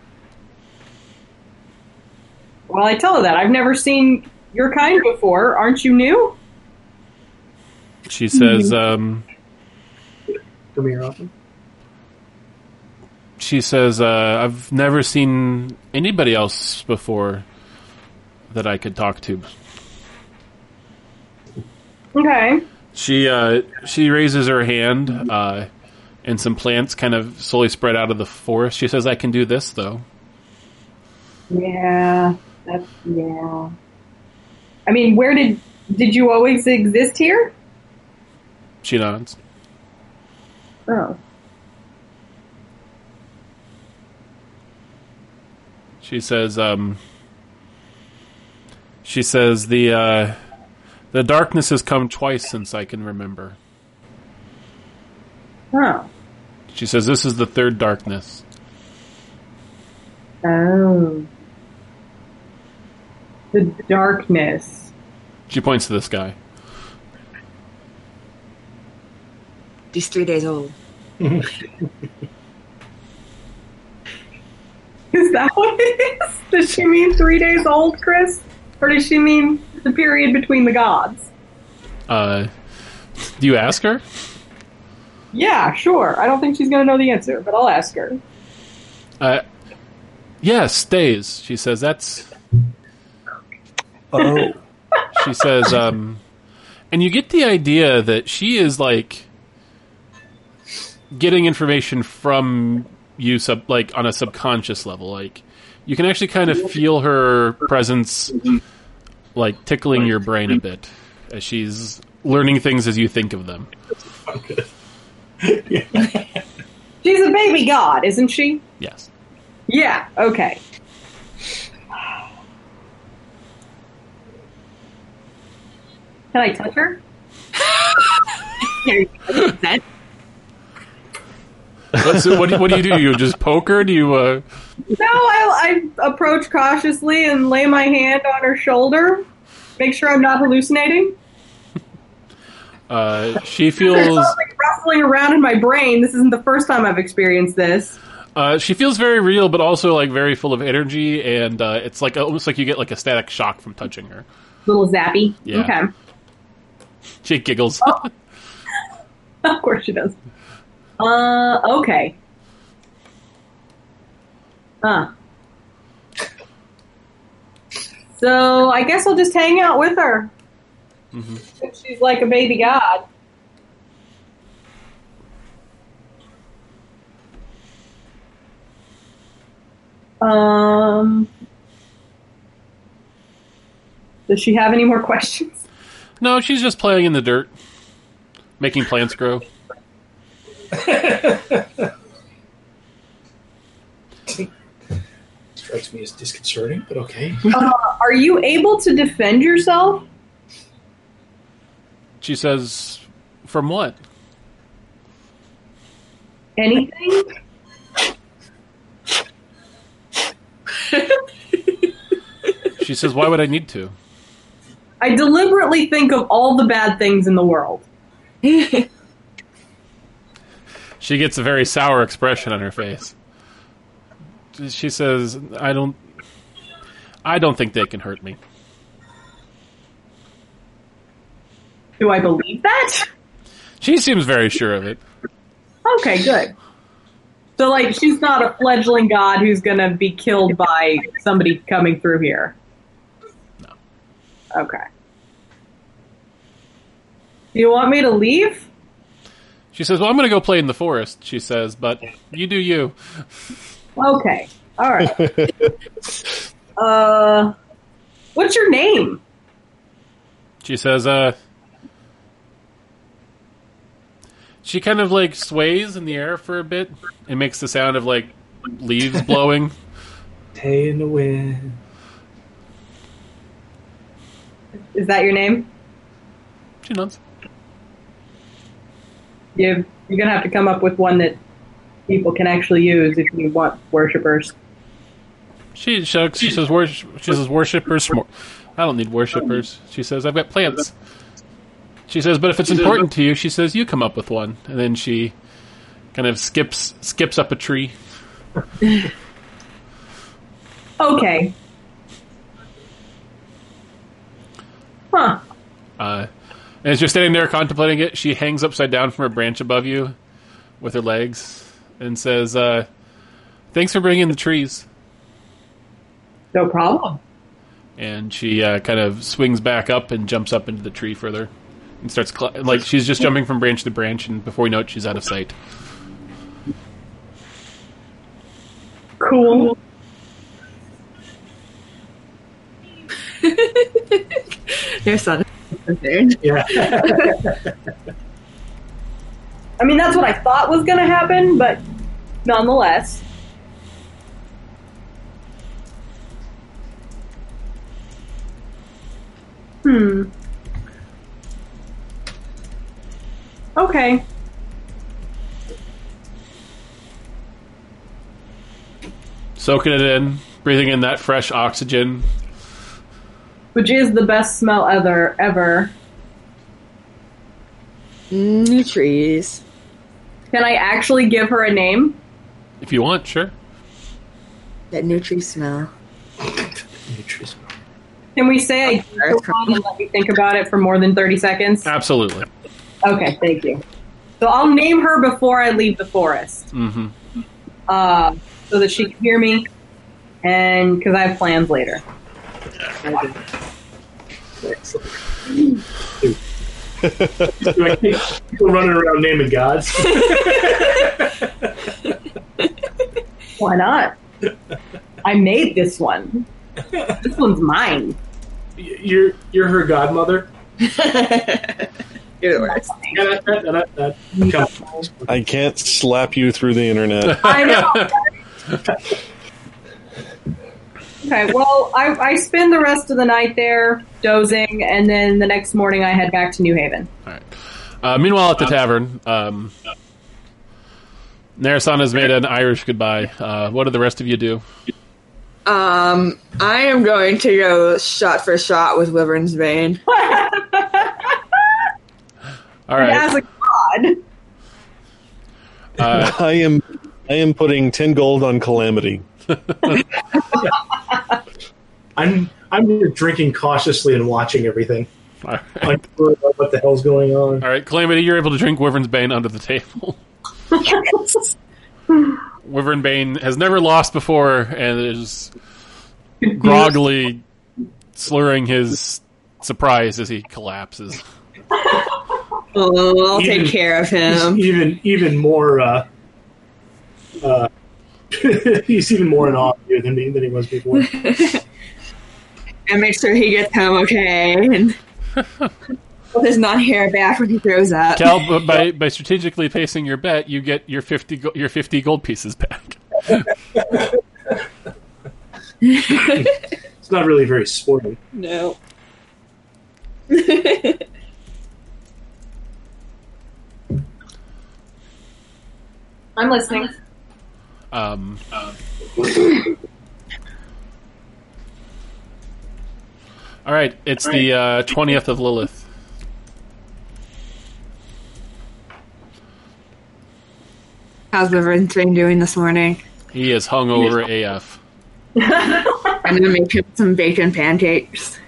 Well, I tell her that. I've never seen your kind before. Aren't you new?
She says, um,
Come here often.
she says, uh, I've never seen anybody else before that I could talk to.
Okay.
She uh, she raises her hand, uh, and some plants kind of slowly spread out of the forest. She says, "I can do this though."
Yeah. That's, yeah. I mean, where did did you always exist here?
She nods.
Oh.
She says, um, "She says the uh, the darkness has come twice since I can remember."
Oh.
She says, "This is the third darkness."
Oh. The darkness.
She points to this guy.
He's three days old.
Is that what it is? Does she mean three days old, Chris? Or does she mean the period between the gods?
Uh, do you ask her?
Yeah, sure. I don't think she's going to know the answer, but I'll ask her.
Uh, yes, days. She says, "That's
Oh,
she says um and you get the idea that she is like getting information from you sub like on a subconscious level like you can actually kind of feel her presence like tickling your brain a bit as she's learning things as you think of them
She's a baby god, isn't she?
yes
Yeah, okay. Can I touch her?
That-
so what, do, what do you do you just poke her do you uh
No, I, I approach cautiously and lay my hand on her shoulder, make sure I'm not hallucinating.
uh she
There's
feels
something rustling around in my brain. This isn't the first time I've experienced this.
Uh, she feels very real, but also like very full of energy, and uh, it's like almost like you get like a static shock from touching her.
Little zappy.
Yeah.
Okay.
She giggles.
Of course she does. Uh, okay. Huh. So I guess I'll just hang out with her.
Mhm.
Since She's like a baby god. Um. Does she have any more questions?
No, she's just playing in the dirt, making plants grow.
Strikes me as disconcerting, but okay.
Oh. Uh, Are you able to defend yourself?
She says, "From what?"
Anything?
She says, "Why would I need to?"
I deliberately think of all the bad things in the world.
She gets a very sour expression on her face. She says, "I don't, I don't think they can hurt me."
Do I believe that?
She seems very sure of it.
Okay, good. So, like, she's not a fledgling god who's going to be killed by somebody coming through here. No. Okay. Do you want me to leave?
She says, "Well, I'm going to go play in the forest." She says, "But you do you."
Okay. All right. uh, what's your name?
She says, uh. She kind of like sways in the air for a bit and makes the sound of like leaves blowing.
Hey in the wind.
Is that your name?
She nods.
You, you're going to have to come up with one that people can actually use if you want worshippers.
She shucks. She says, worship, she says worshippers. smor- I don't need worshippers. She says, I've got plants. She says, "Oh." but if it's important to you, she says, you come up with one. And then she kind of skips skips up a tree.
Okay. Huh.
Uh, and as you're standing there contemplating it, she hangs upside down from a branch above you with her legs and says, uh, thanks for bringing the trees.
No problem.
And she uh, kind of swings back up and jumps up into the tree further and starts, cl- like, she's just jumping from branch to branch. And before you know it, she's out of sight.
Cool.
Your son.
Yeah.
I mean, that's what I thought was going to happen, but nonetheless. Hmm. Okay.
Soaking it in, breathing in that fresh oxygen.
Which is the best smell ever, ever.
Mm, trees.
Can I actually give her a name?
If you want, sure.
That new tree smell.
Nutrition.
Can we say I gave her one and let me think about it for more than 30 seconds?
Absolutely.
Okay, thank you. So I'll name her before I leave the forest,
Mm-hmm.
uh, so that she can hear me, and because I have plans later.
Like, people running around naming gods.
Why not? I made this one. This one's mine.
You're you're her godmother.
You're the worst.
Yeah, that- that- that- that- come.
I can't slap you through the internet.
I know. okay, well, I, I spend the rest of the night there dozing, and then the next morning I head back to New Haven.
All right. Uh, meanwhile, at the tavern, um, Narasana has made an Irish goodbye. Uh, what do the rest of you do?
Um, I am going to go shot for shot with Wyvern's Vein.
All right.
As a god,
Uh,
I am I am putting ten gold on calamity.
I'm I'm just drinking cautiously and watching everything.
all right.
Unsure about what the hell's going on.
All right, Calamity, you're able to drink Wyvern's Bane under the table. Wyvern Bane has never lost before and is groggily slurring his surprise as he collapses.
Oh, I'll
Even-
take care of
He's
Um,
him.
even even more. Uh, uh, he's even more in awe of you than he, than he was before.
and make sure he gets home okay and with his non hair back when he throws up.
Cal, b- by by strategically pacing your bet, you get your fifty go- your fifty gold pieces back.
It's not really very sporting.
No.
I'm listening.
Um, all right, it's the uh, twentieth of Lilith.
How's the Rin Train doing this morning?
He is hungover AF.
I'm gonna make him some bacon pancakes.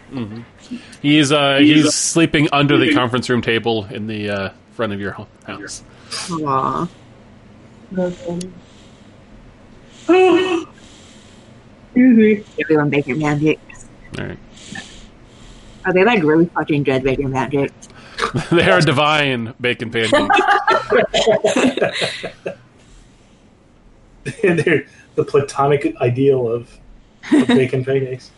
He's uh, he's sleeping under the conference room table in the uh, front of your ho- house.
Aww.
Mm-hmm.
Everyone bacon pancakes.
All right,
Are they like really fucking good bacon pancakes?
they are divine bacon pancakes.
And they're the platonic ideal of, of bacon pancakes.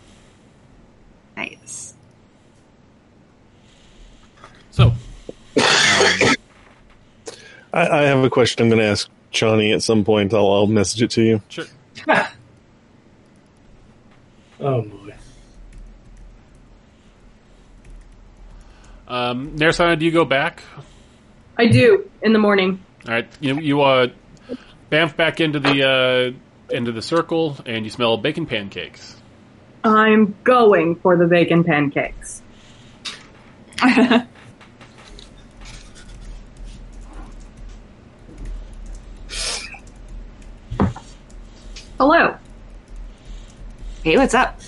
Nice.
So
I, I have a question I'm going to ask Johnny at some point. I'll, I'll message it to you.
sure.
Oh boy.
Um, Narasana, do you go back?
I do in the morning.
All right, you you uh, bamf back into the uh, into the circle, and you smell bacon pancakes.
I'm going for the bacon pancakes. Hello.
Hey, what's up?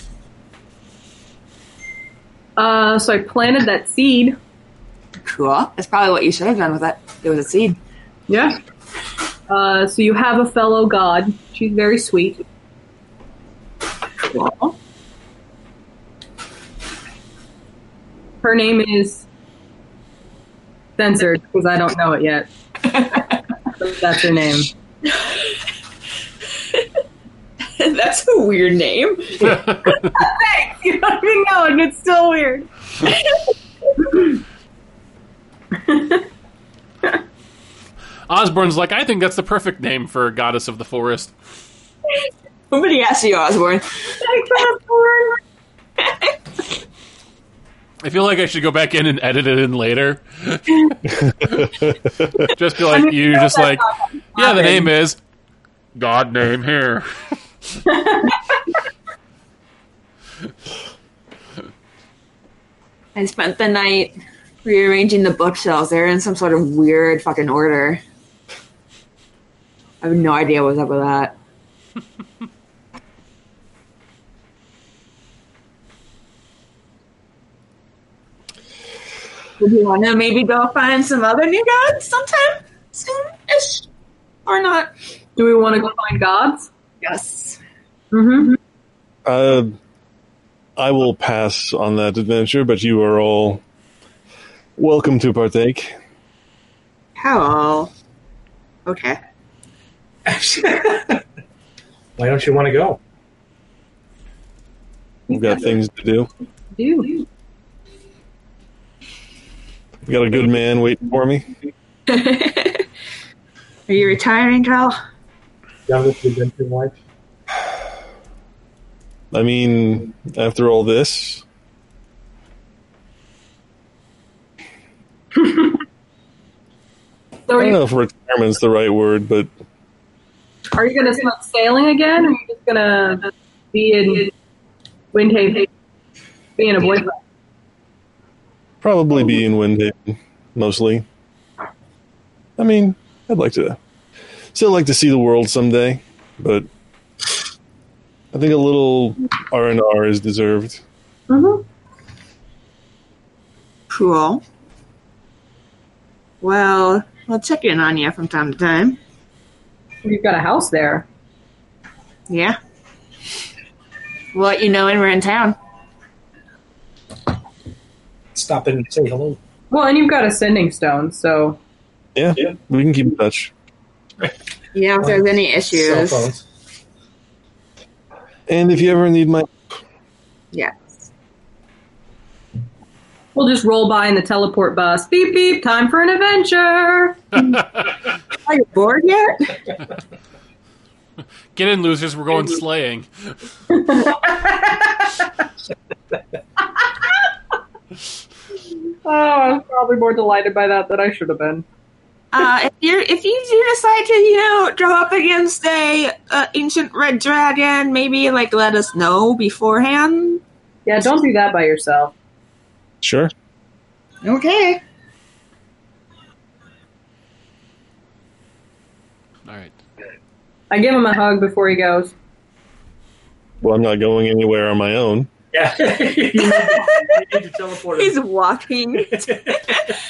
Uh, so I planted that seed.
Cool. That's probably what you should have done with it. It was a seed.
Yeah. Uh, so you have a fellow god. She's very sweet.
Cool.
Her name is censored because I don't know it yet. But that's her name.
That's a weird name.
You don't even know, and it's still weird.
Osborne's like, I think that's the perfect name for a goddess of the forest.
Nobody asked you, Osborne.
I feel like I should go back in and edit it in later. just be like, you're just like, yeah, the name is God name here.
I spent the night rearranging the bookshelves. They're in some sort of weird fucking order. I have no idea what's up with that. Would you want to maybe go find some other new gods sometime soon-ish, or not?
Do we want to go find gods?
Yes.
Mm-hmm.
Uh, I will pass on that adventure, but you are all welcome to partake.
How? Okay.
Why don't you want to go?
We've got things to do.
Do.
We've got a good man waiting for me.
Are you retiring, Kyle?
Down with the adventure life.
I mean, after all this,
So are
I don't
you,
know if retirement's the right word, but
are you going to start sailing again, or are you just going to be in Windhaven, being a boyfriend?
probably be in Windhaven mostly. I mean, I'd like to still like to see the world someday, but I think a little R and R is deserved.
Mm-hmm.
Cool. Well, we'll check in on you from time to time.
You've got a house there.
Yeah. We'll let you know when we're in town.
Stop in and say hello.
Well, and you've got ascending stone, so
Yeah,
Yeah.
we can keep in touch.
Yeah, if there's any
Cell
issues.
phones.
And if you ever need my
Yes.
We'll just roll by in the teleport bus. Beep beep. Time for an adventure.
Are you bored yet?
Get in, losers. We're going slaying.
Oh, I was probably more delighted by that than I should have been.
Uh, if you if you do decide to you know draw up against a uh, ancient red dragon, maybe like let us know beforehand.
Yeah, don't do that by yourself.
Sure.
Okay.
All right.
I give him a hug before he goes.
Well, I'm not going anywhere on my own.
Yeah. you, need, you need to teleport.
He's walking.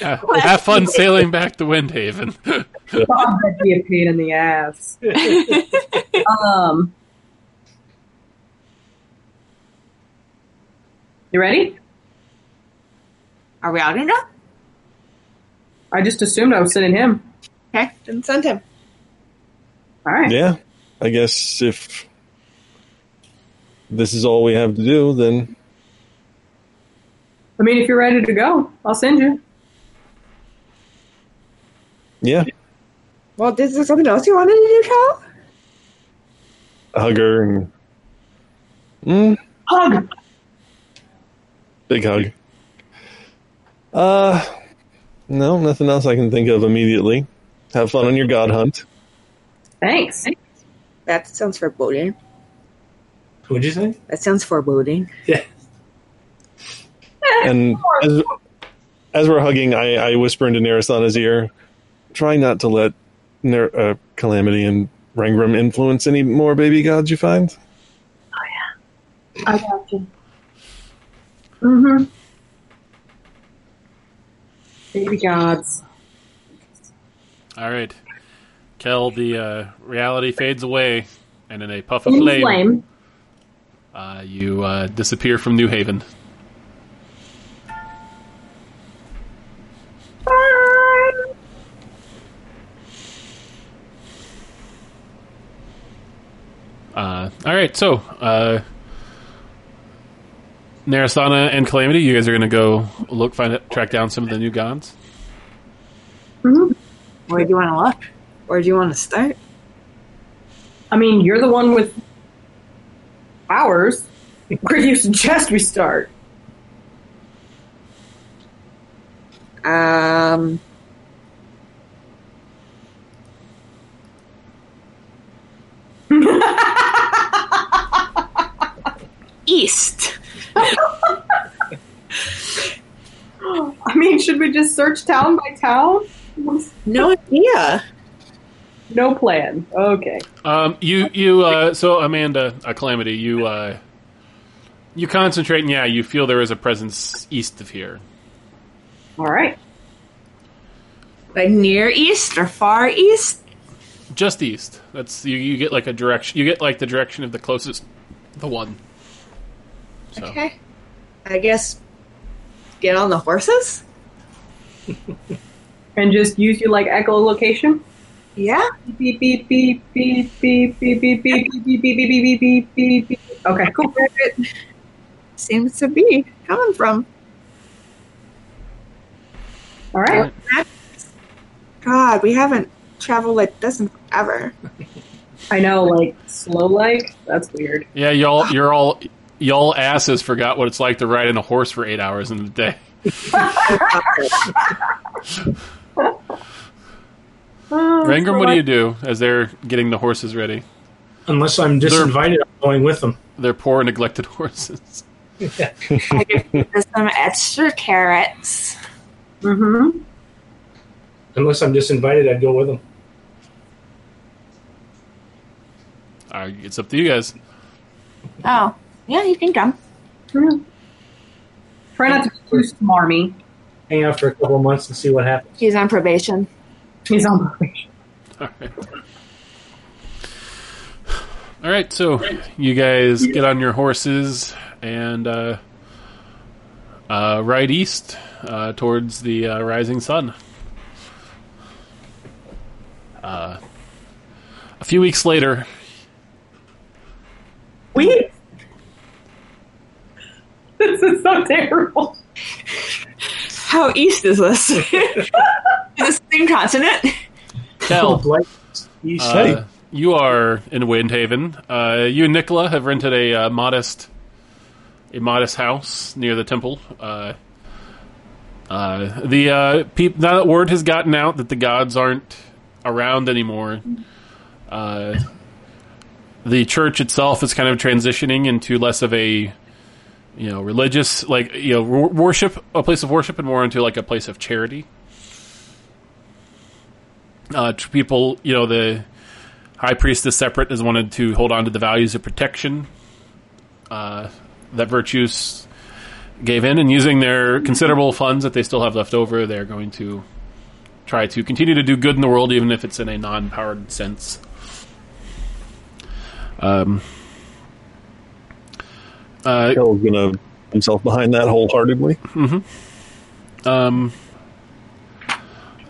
Uh, have fun sailing back to Windhaven.
God, Oh, that'd be a pain in the ass. um, you ready?
Are we out enough?
I just assumed I was sending him.
Okay, then send him.
All right.
Yeah. I guess if this is all we have to do, then
I mean, if you're ready to go, I'll send you.
yeah,
Well, is there something else you wanted to do, Cal?
hug her and mm,
Hug.
big hug. Uh, no, nothing else I can think of immediately. Have fun on your god hunt.
Thanks.
that sounds foreboding.
What'd you say?
That sounds foreboding.
Yeah.
And as, as we're hugging, I, I whisper into Narasana's ear, try not to let Nar- uh, Calamity and Rangram influence any more baby gods you find.
I got you. Mm-hmm. Baby gods.
All right. Kel, the uh, reality fades away, and in a puff of
In
flame,
flame.
Uh, you uh, disappear from New Haven. Uh, all right, so uh, Narasana and Calamity, you guys are going to go look, find, out, track down some of the new gods.
Where do you want to look? Where do you want to start?
I mean, you're the one with powers. Where do you suggest we start?
Um, east.
I mean, should we just search town by town?
No idea.
No plan. Okay.
Um, you you uh, so Amanda, a calamity. You uh, you concentrate, and yeah, you feel there is a presence east of here.
All right.
Like near east or far east?
just east. That's you. You get like a direction. You get like the direction of the closest, the one. So,
Okay. I guess get on the horses?
And just use your like echolocation.
Yeah.
Beep beep beep beep beep beep beep beep beep beep beep beep beep beep beep beep. Okay, cool.
Seems to be coming from.
All right.
God, we haven't traveled like this in forever.
I know, like slow like that's weird.
Yeah, y'all, you're all y'all asses forgot what it's like to ride in a horse for eight hours in a day. Rangram, what do you do as they're getting the horses ready?
Unless I'm disinvited, I'm going with them.
They're poor, neglected horses.
I could give you some extra carrots.
Mm-hmm.
Unless I'm disinvited, I'd go with them.
All right, it's up to you guys.
Oh, yeah, you can come.
Try not to be too smarmy.
Hang out for a couple of months and see what happens.
He's on probation.
He's on probation.
All right. All right, so you guys get on your horses and uh, uh, ride east uh, towards the uh, rising sun. Uh, Uh, a few weeks later,
We. This is so terrible.
How east is this?
Is this the same continent?
Oh,
Kel,
Blight East.
uh, you are in Windhaven. Uh, you and Nicola have rented a uh, modest, a modest house near the temple. Uh, uh, the uh, peop- now that word has gotten out that the gods aren't around anymore, uh, the church itself is kind of transitioning into less of a you know religious like you know wor- worship a place of worship and more into like a place of charity uh, to people, you know, the high priestess separate has wanted to hold on to the values of protection uh, that virtues gave in, and using their considerable funds that they still have left over, they're going to try to continue to do good in the world, even if it's in a non-powered sense. Um, uh,
Hell's gonna himself behind that wholeheartedly.
Um,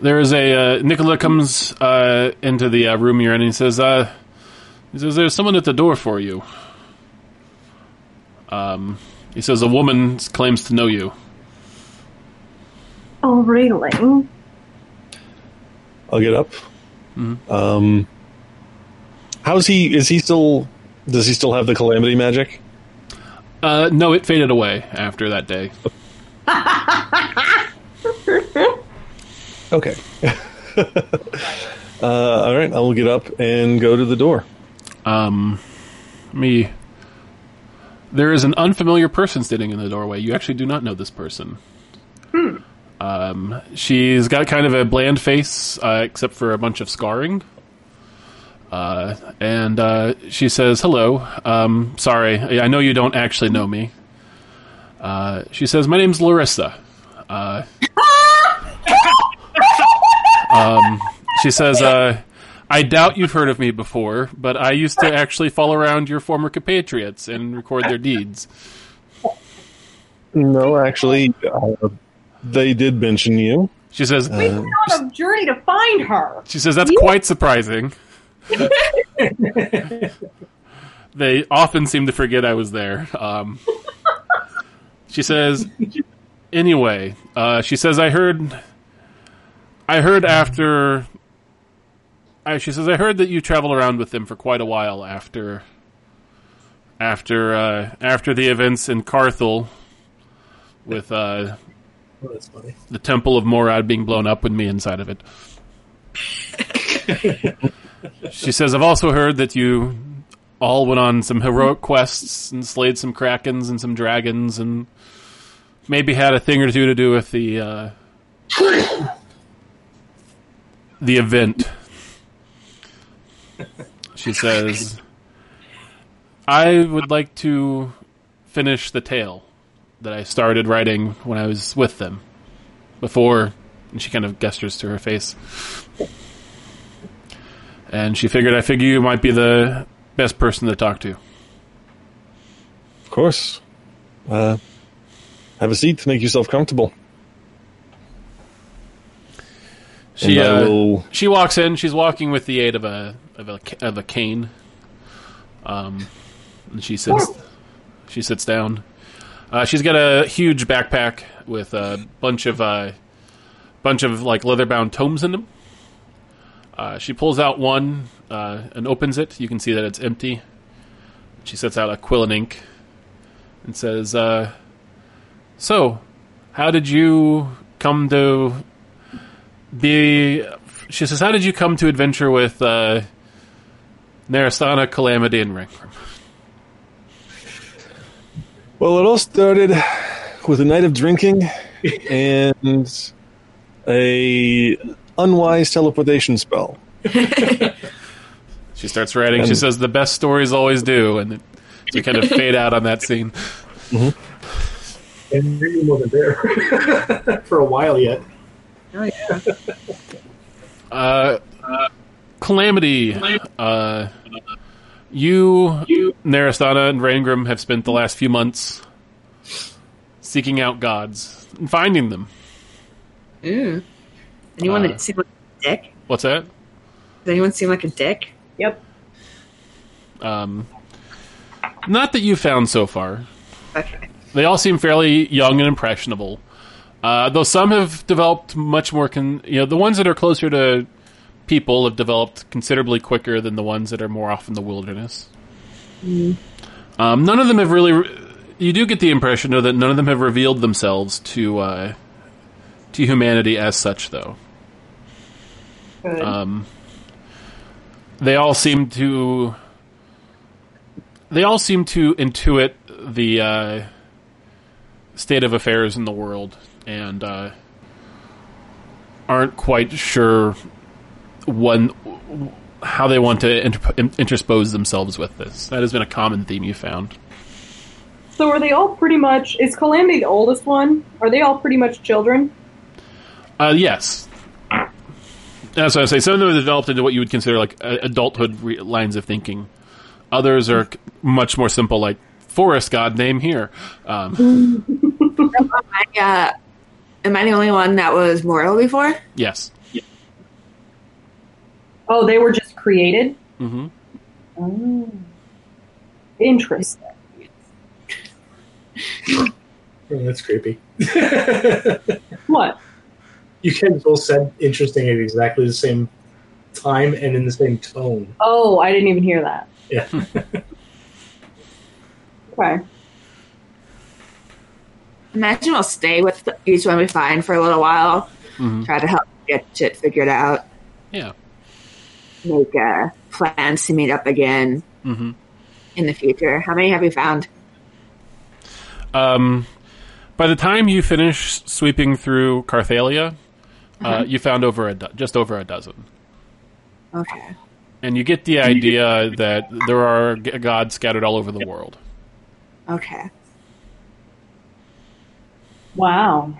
there is a uh, Nicola comes uh, into the uh, room you're in, and he says, uh, "He says there's someone at the door for you." Um, he says a woman claims to know you.
Oh, really?
I'll get up. Um, how's he? Is he still? Does he still have the calamity magic?
Uh, no, it faded away after that day.
Okay. uh, all right. I will get up and go to the door.
Um, me. There is an unfamiliar person sitting in the doorway. You actually do not know this person. Um, she's got kind of a bland face, uh, except for a bunch of scarring. Uh, and uh, she says, "Hello. Um, sorry, I I know you don't actually know me." Uh, she says, "My name's Larissa." Uh, um, she says, uh, I doubt you've heard of me before, but I used to actually follow around your former compatriots and record their deeds.
No, actually, uh, they did mention you.
She says,
Uh,
We're on a journey to find her.
she says that's quite surprising. they often seem to forget I was there. Um, she says, anyway, uh, she says I heard, I heard after. I, she says I heard that you traveled around with them for quite a while after. After uh, after the events in Carthel, with uh,
Oh, that's funny.
the temple of Morad being blown up with me inside of it. she says, I've also heard that you all went on some heroic quests and slayed some krakens and some dragons and maybe had a thing or two to do with the uh, the event. She says, I would like to finish the tale that I started writing when I was with them before and she kind of gestures to her face and she figured i figure you might be the best person to talk to
of course. Uh, have a seat. Make yourself comfortable.
she
and I
uh,
will.
she walks in she's walking with the aid of a of a, ca- of a cane um and she sits she sits down uh, she's got a huge backpack with a bunch of uh bunch of like leather bound tomes in them uh, she pulls out one uh, and opens it you can see that it's empty she sets out a quill and ink and says, uh, "So, how did you come to be?" She says, "How did you come to adventure with uh, Narasana, Calamity, and Rankrum?"
Well, it all started with a night of drinking and a unwise teleportation spell.
She starts writing. she
And-
says, "The best stories always do," and then you kind of fade out on that scene.
And Miriam wasn't there for a while yet.
Uh, Calamity, uh, you, Narasana, and Rangram have spent the last few months seeking out gods and finding them.
Ooh. Anyone
Uh.
that seem like a dick?
What's that?
Does anyone seem like a dick?
Yep.
Um, not that you found so far.
Okay.
They all seem fairly young and impressionable. Uh, though some have developed much more, con- you know, the ones that are closer to people have developed considerably quicker than the ones that are more off in the wilderness. Um, none of them have really. Re- you do get the impression, though, that none of them have revealed themselves to uh, to humanity as such, though.
Good.
Um, they all seem to. They all seem to intuit the uh, state of affairs in the world and uh, aren't quite sure one how they want to inter- interpose themselves with this. That has been a common theme you found.
So are they all pretty much? Is Calamity the oldest one? Are they all pretty much children?
Uh, yes. That's what I say. Some of them have developed into what you would consider like uh, adulthood re- lines of thinking. Others are c- much more simple, like forest god name here. Um,
I, uh, am I the only one that was mortal before?
yes.
Oh, they were just created.
hmm
Interesting.
Oh, that's creepy.
What?
you can both said interesting at exactly the same time and in the same tone.
Oh, I didn't even hear that.
Yeah.
Okay.
Imagine we'll stay with each one we find for a little while,
Mhm.
try to help get shit figured out,
Yeah.
make uh, plans to meet up again
hmm
in the future. How many have you found?
Um, by the time you finish sweeping through Carthalia, uh, you found over a do- just over a dozen.
Okay.
And you get the idea that there are g- gods scattered all over the world.
Okay.
Wow.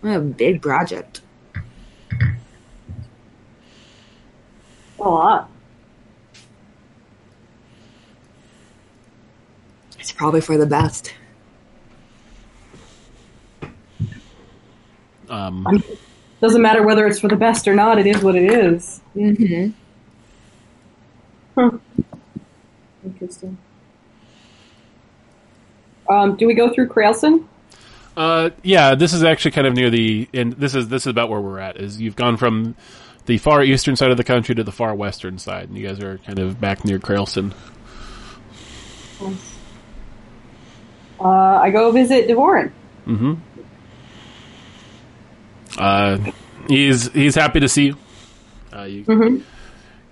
What a big project.
A lot.
It's probably for the best.
Um,
Doesn't matter whether it's for the best or not. It is what it is.
Mm-hmm.
Interesting. Um, do we go through Krailson?
Uh, yeah, this is actually kind of near the and this is this is about where we're at. Is you've gone from the far eastern side of the country to the far western side, and you guys are kind of back near Krailson.
Uh, I go visit Devorin.
Mm-hmm. Uh, he's he's happy to see you. Uh, you,
Mhm.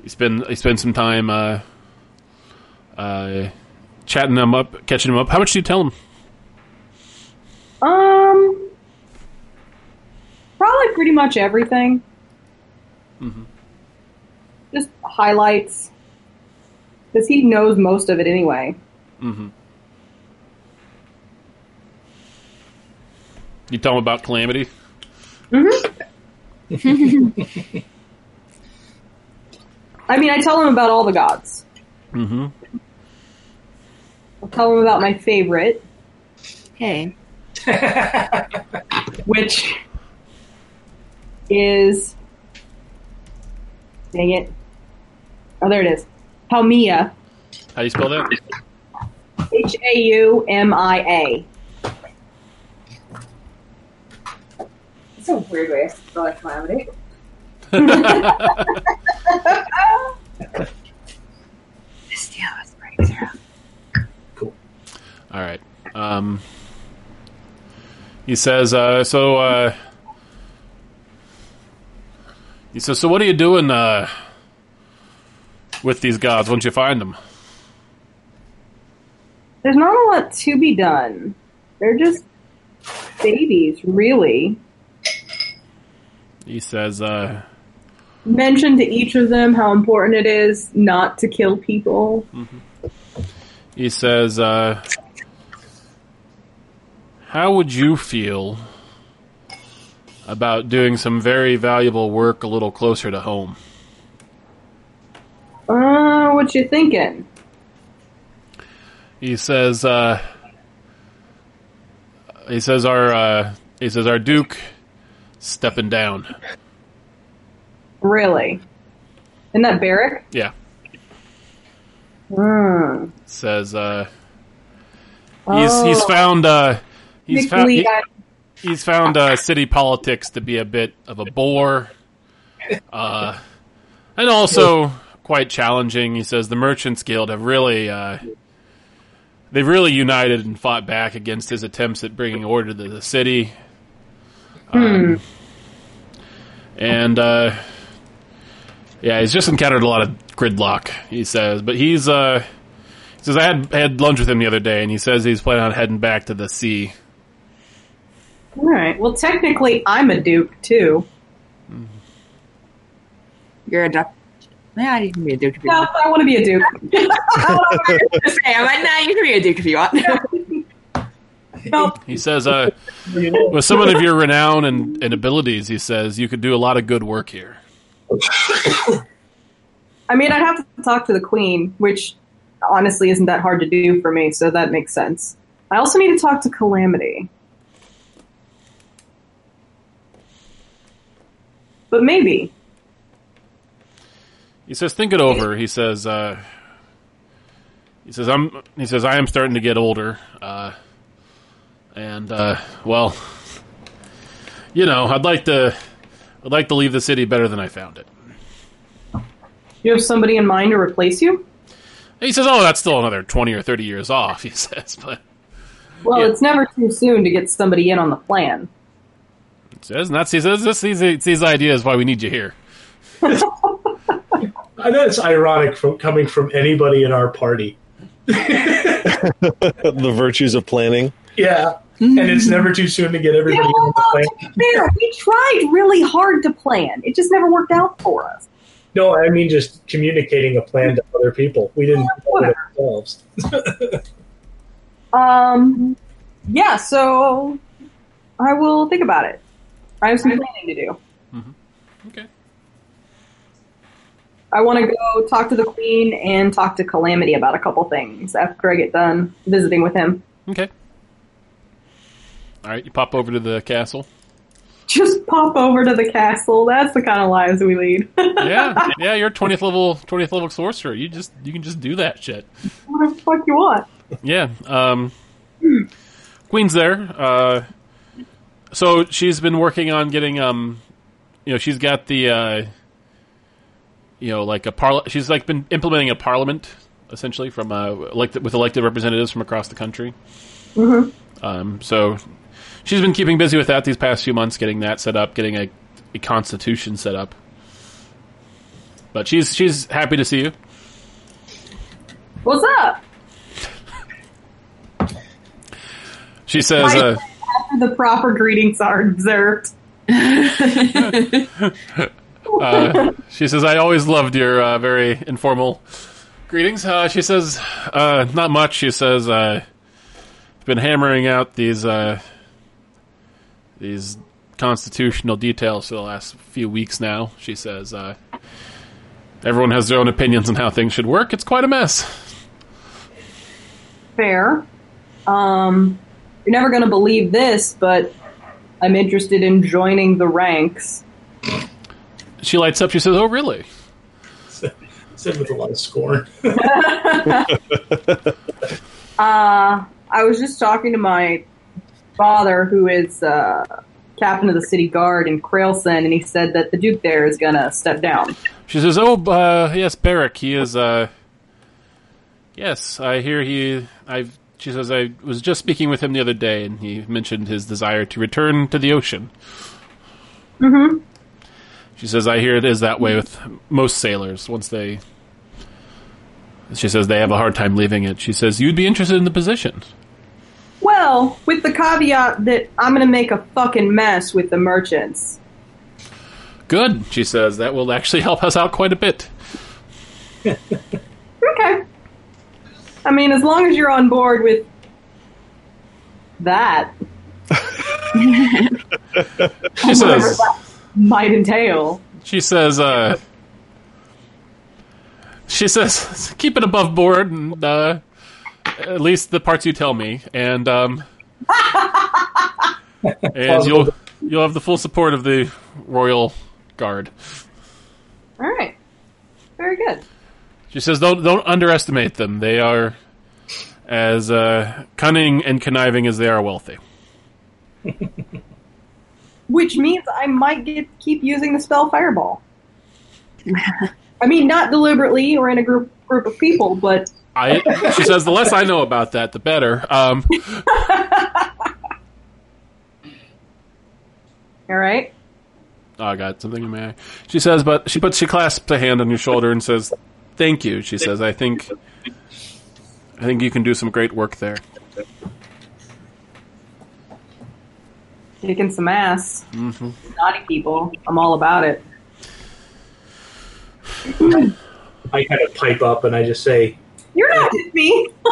you spend you spend some time uh, uh, chatting him up, catching him up. How much do you tell him?
Um, probably pretty much everything.
Mhm.
Just highlights, because he knows most of it anyway.
Mm-hmm. You tell him about calamity.
Mm-hmm. I mean, I tell him about all the gods.
Mm-hmm.
I tell him about my favorite,
Hey.
which is, dang it, oh there it is, Palmia,
How do you spell that?
H A U M I A.
It's a weird way of spelling calamity.
All right. Um, he says, uh, "So, uh, he says, so what are you doing uh, with these gods once you find them?"
there's not a lot to be done. They're just babies, really.
He says, uh,
Mention to each of them how important it is not to kill people.
"He says, uh, how would you feel about doing some very valuable work a little closer to home?"
Uh, what you thinking?
He says, uh, he says our, uh, he says our Duke stepping down.
Really? Isn't that Barrack?
Yeah.
Hmm.
Says, uh, he's, he's found, uh, He's found he- he's found uh, city politics to be a bit of a bore, uh, and also quite challenging. He says the Merchants Guild have really uh, they've really united and fought back against his attempts at bringing order to the city. Um, And uh, yeah, he's just encountered a lot of gridlock. He says, but he's uh, he says I had had lunch with him the other day, and he says he's planning on heading back to the sea.
All right. Well, technically, I'm a duke too.
You're a duck. Yeah, you can be a duke if you
No,
want.
I want to be a duke.
Just saying, I'm like, nah, you can be a duke if you want.
No,
He says, uh, with someone of your renown and, and abilities, he says, you could do a lot of good work here.
I mean, I'd have to talk to the queen, which honestly isn't that hard to do for me, so that makes sense. I also need to talk to Calamity. But maybe.
He says, think it over. He says, uh, he says, I'm, he says, I am starting to get older. Uh, and, uh, well, you know, I'd like to, I'd like to leave the city better than I found it.
You have somebody in mind to replace you?
And he says, oh, that's still another 20 or 30 years off, he says, but
Well,
Yeah.
it's never too soon to get somebody in on the plan.
he says, and that's, he says, this, these, it's these ideas why we need you here.
I know it's ironic from coming from anybody in our party.
the virtues of planning.
Yeah, and it's never too soon to get everybody
Yeah,
on the
well,
plane.
to be fair, we tried really hard to plan. It just never worked out for us.
No, I mean just communicating a plan to other people. We didn't do it ourselves.
Um, yeah, so I will think about it. I have some planning to do.
Okay.
I want to go talk to the Queen and talk to Calamity about a couple things after I get done visiting with him.
Okay. All right, you pop over to the castle.
Just pop over to the castle. That's the kind of lives we lead.
yeah, yeah, you're twentieth level twentieth level sorcerer. You just you can just do that shit.
what the fuck you want?
Yeah. Um, Queen's there. Uh, so she's been working on getting um, you know, she's got the uh, you know, like a parl. She's like been implementing a parliament essentially from uh, elected with elected representatives from across the country. Mm-hmm. Um, so she's been keeping busy with that these past few months, getting that set up, getting a, a constitution set up. But she's she's happy to see you.
What's up?
She says,
Right.
uh,
After the proper greetings are observed.
Uh, she says, "I always loved your uh, very informal greetings." Uh, she says, uh, "Not much." She says, uh, "I've been hammering out these uh, these constitutional details for the last few weeks now." She says, uh, "Everyone has their own opinions on how things should work. It's quite a mess."
Fair. Um, you're never going to believe this, but I'm interested in joining the ranks.
She lights up. She says, "Oh, really?"
Said with a lot of scorn.
Uh, I was just talking to my father, who is uh, captain of the city guard in Krailson, and he said that the duke there is going to step down.
She says, "Oh, uh, yes, Barrick. He is. Uh, yes, I hear he. I've." She says, "I was just speaking with him the other day, and he mentioned his desire to return to the ocean." Mm-hmm. She says, "I hear it is that way with most sailors. Once they." She says they have a hard time leaving it. She says you'd be interested in the position.
Well, with the caveat that I'm going to make a fucking mess with the merchants.
Good, she says. That will actually help us out quite a bit.
Okay. I mean, as long as you're on board with that,
She
whatever
says.
that might entail.
She says, uh, she says, keep it above board, and uh, at least the parts you tell me, and um, and you'll you'll have the full support of the royal guard.
All right. Very good.
She says, don't don't underestimate them. They are as uh, cunning and conniving as they are wealthy.
Which means I might get keep using the spell fireball. I mean, not deliberately or in a group group of people, but
I, she says, the less I know about that, the better. Um,
all right.
oh, I got something in my eye. She says, but she puts she clasps a hand on your shoulder and says, "Thank you." She says, "I think, I think you can do some great work there."
Kicking some ass. Naughty people. I'm all about it.
I kind of pipe up and I just say,
You're not with me.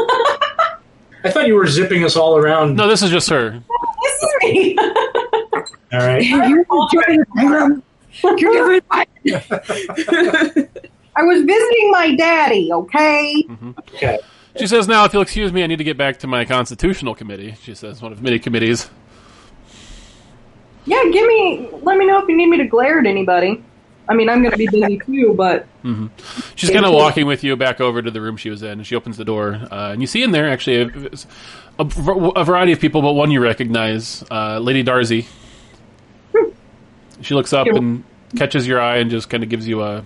I thought you were zipping us all around.
No, this is just her.
This is me.
All right.
You're joining the program. You're never-
I was visiting my daddy, okay?
Okay.
She says, "Now, if you'll excuse me, I need to get back to my constitutional committee." She says, "One of many committees."
Yeah, give me. Let me know if you need me to glare at anybody. I mean, I'm going to be busy too, but
She's kind of walking with you back over to the room she was in, and she opens the door, uh, and you see in there actually a, a, v- a variety of people, but one you recognize, uh, Lady Darcy. She looks up and catches your eye, and just kind of gives you a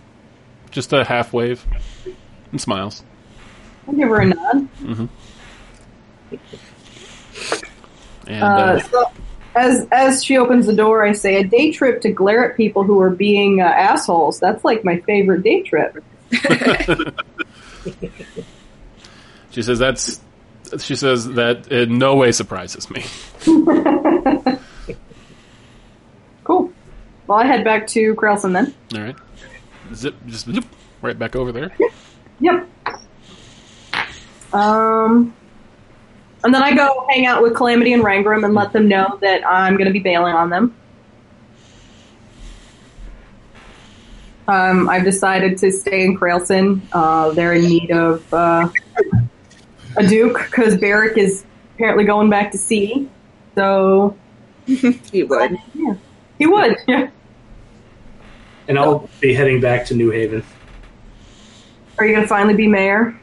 just a half wave and smiles.
I'll give her a nod.
And
Uh,
uh,
so as as she opens the door, I say, "A day trip to glare at people who are being uh, assholes. That's like my favorite day trip."
she says, "That's." She says that in no way surprises me.
Cool. Well, I head back to Krelson then.
All right, zip, just zip, right back over there.
Yep. Um, and then I go hang out with Calamity and Rangram and let them know that I'm going to be bailing on them. Um, I've decided to stay in Krailson. Uh, they're in need of uh, a duke because Barrick is apparently going back to sea. So
You would.
he would. Yeah.
And I'll be heading back to New Haven.
Are you going to finally be mayor?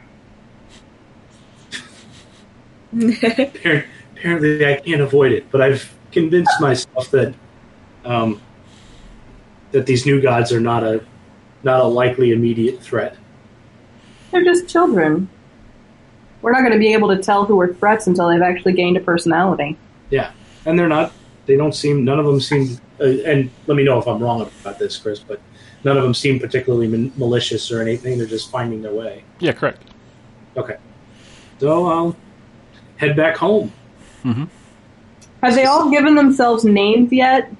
Appar- Apparently, I can't avoid it, but I've convinced myself that um, that these new gods are not a not a likely immediate threat.
They're just children. We're not going to be able to tell who are threats until they've actually gained a personality.
Yeah, and they're not. They don't seem. None of them seem. Uh, and let me know if I'm wrong about this, Chris. But none of them seem particularly man- malicious or anything. They're just finding their way.
Yeah, correct.
Okay, so I'll head back home.
Have they all given themselves names yet?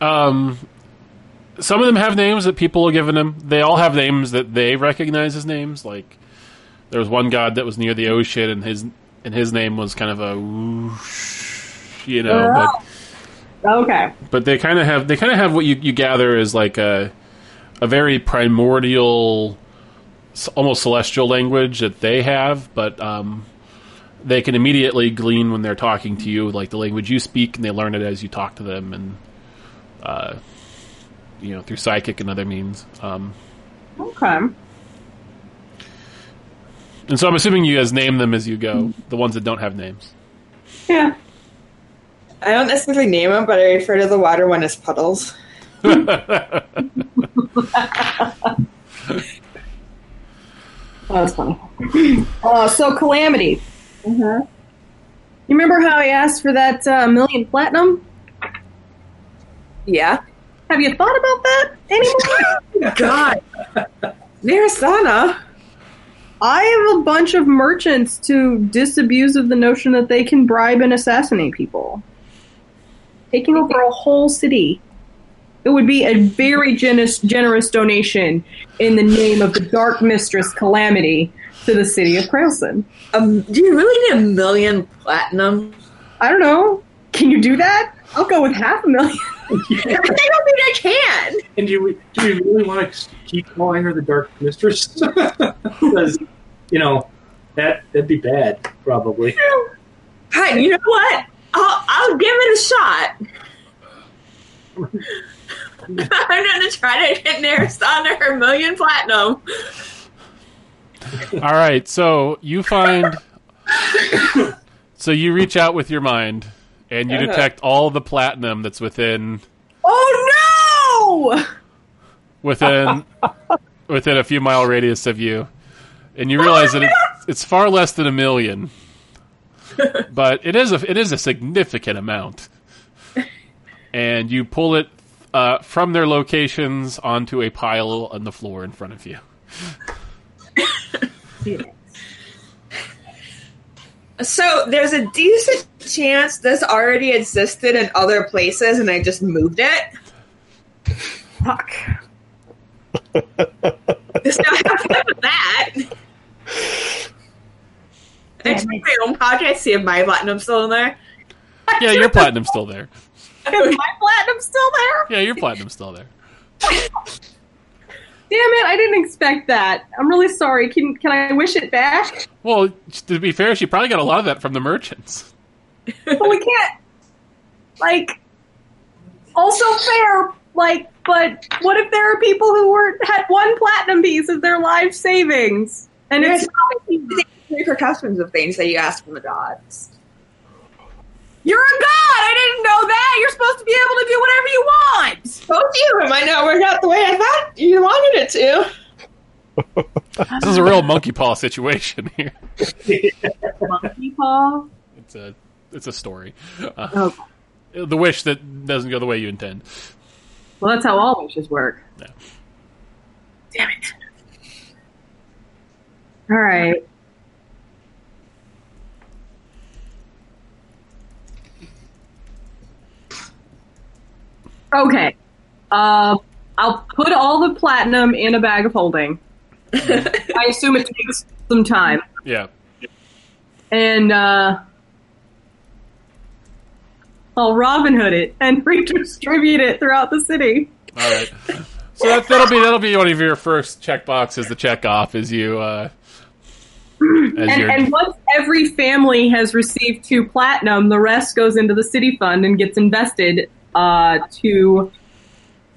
Um, some of them have names that people are giving them. They all have names that they recognize as names. Like there was one god that was near the ocean, and his and his name was kind of a, whoosh, you know. But,
Okay.
but they kind of have they kind of have what you, you gather is like a a very primordial, s- almost celestial language that they have, but um, they can immediately glean when they're talking to you, like the language you speak, and they learn it as you talk to them, and uh, you know through psychic and other means. Um,
Okay.
and so I'm assuming you guys name them as you go, the ones that don't have names.
Yeah.
I don't necessarily name them, but I refer to the water one as puddles.
That was funny. uh, so, Calamity. You remember how I asked for that uh, million platinum?
Yeah.
Have you thought about that anymore?
God. Narasana.
I have a bunch of merchants to disabuse of the notion that they can bribe and assassinate people. Taking over a whole city. It would be a very generous, generous donation in the name of the Dark Mistress Calamity to the city of Krailson.
Um, do you really need a million platinum?
I don't know. Can you do that? I'll go with half a million.
I don't think I can.
And do we, do we really want to keep calling her the Dark Mistress? Because you know that that'd be bad, probably.
Hey, you know what? I'll, I'll give it a shot. I'm gonna try to get Narasana her million platinum.
All right, so you find, so you reach out with your mind and you detect all the platinum that's within
Oh no!
within within a few mile radius of you, and you realize that it's, it's far less than a million, but it is a it is a significant amount, and you pull it uh, from their locations onto a pile on the floor in front of you.
So there's a decent chance this already existed in other places, and I just moved it. Fuck. Just not have fun with that. I just made my own podcast. See if my platinum's still in there.
Yeah, your platinum's still there.
Is my platinum still there?
Yeah, your platinum's still there.
Damn it! I didn't expect that. I'm really sorry. Can can I wish it back?
Well, to be fair, she probably got a lot of that from the merchants.
But we can't. Like, also fair. Like, but what if there are people who were had one platinum piece of their life savings, and it's
Repercussions of things that you ask from the gods.
You're a god! I didn't know that! You're supposed to be able to do whatever you want!
Both you, it might not work out the way I thought you wanted it to.
This is a real monkey paw situation here.
monkey paw?
It's a it's a story. Uh,
Oh,
The wish that doesn't go the way you intend.
Well, that's how all wishes work.
Yeah.
Damn it. All right. Okay. Uh, I'll put all the platinum in a bag of holding. I assume it takes some time.
Yeah.
And uh, I'll Robin Hood it and redistribute it throughout the city.
All right. So that, that'll be that'll be one of your first checkboxes. The check off as you uh, as
And,
you're
and once every family has received two platinum, the rest goes into the city fund and gets invested uh, to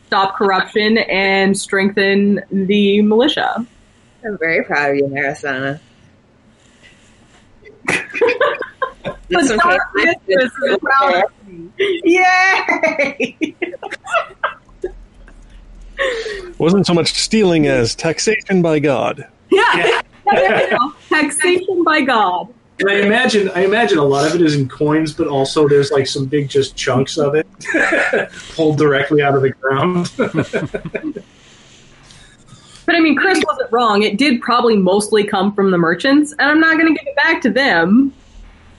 stop corruption and strengthen the militia.
I'm very proud of you, Narasana.
But
Some
Dark
cake.
Mistress is proud of me. Yay!
Wasn't so much stealing as taxation by God.
Yeah. there you go. Taxation by God.
And I imagine, I imagine a lot of it is in coins, but also there's like some big just chunks of it pulled directly out of the ground.
But I mean, Chris wasn't wrong. It did probably mostly come from the merchants, and I'm not going to give it back to them.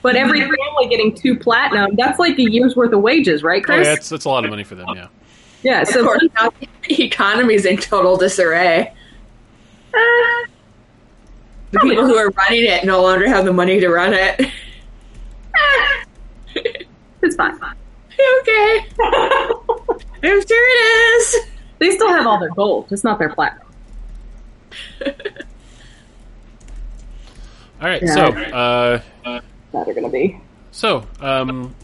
But every
Mm-hmm.
family getting two platinum, that's like a year's worth of wages, right,
oh, yeah,
Chris?
that's that's a lot of money for them. Yeah.
yeah,
Of
so
course, now the economy's in total disarray.
uh,
The people who are running it no longer have the money to run it.
it's fine.
okay. I'm sure it is.
They still have all their gold, just not their platinum.
All right.
Yeah.
So uh,
That are going to be.
so um,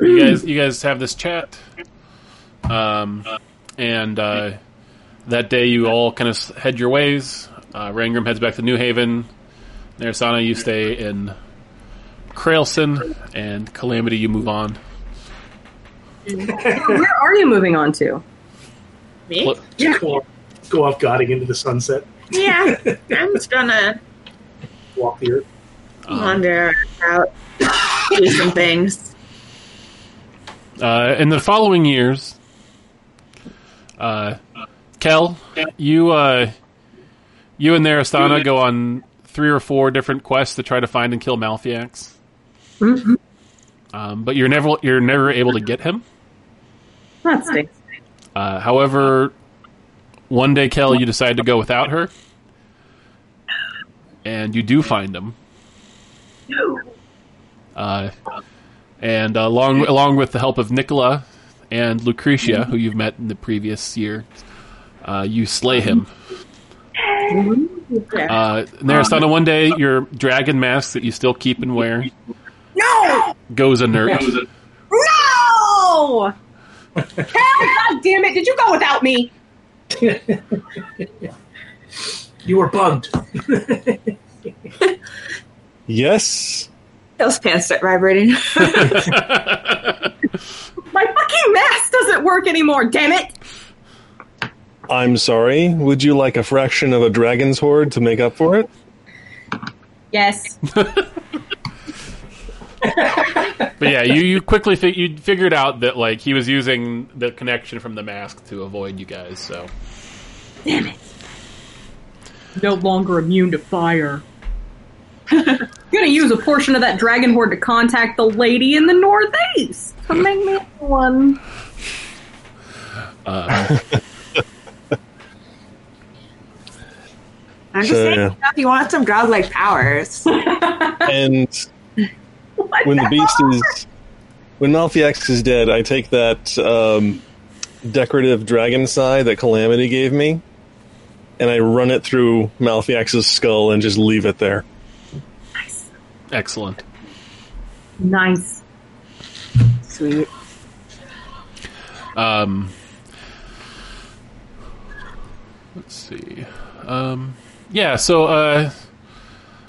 you guys you guys have this chat, um, and uh, that day you all kind of s- head your ways. Uh, Rangram heads back to New Haven. Narasana, you stay in Krailson, and Calamity, you move on.
Where are you moving on to?
Me?
go, off, go off guarding into the sunset,
Yeah. I'm just gonna
walk the earth.
Um.
wander out, do some things.
Uh, in the following years, uh, Kel, you uh, you and Narasana go on three or four different quests to try to find and kill Malfiax. Um, but you're never you're never able to get him.
That stinks.
Uh, however, one day, Kel, you decide to go without her, and you do find him. Uh, and along along with the help of Nicola and Lucretia, who you've met in the previous year, uh, you slay him. Uh, Narasana, one day your dragon mask that you still keep and wear
No!
goes inert.
No! Hell, God damn it! Did you go without me?
You were bugged.
Yes,
Those pants start vibrating.
My fucking mask doesn't work anymore. Damn it!
I'm sorry. Would you like a fraction of a dragon's horde to make up for it?
Yes.
But yeah, you you quickly fi- you figured out that like he was using the connection from the mask to avoid you guys. So
No longer immune to fire. gonna use a portion of that dragon horde to contact the lady in the northeast to make me one.
I'm just
So,
saying,
yeah.
you know, if you want some godlike powers,
And when the beast is when Malfiax is dead, I take that um, decorative dragon sigh that Calamity gave me, and I run it through Malfiax's skull and just leave it there.
excellent.
Nice.
sweet.
Um, let's see. Um, yeah, so uh,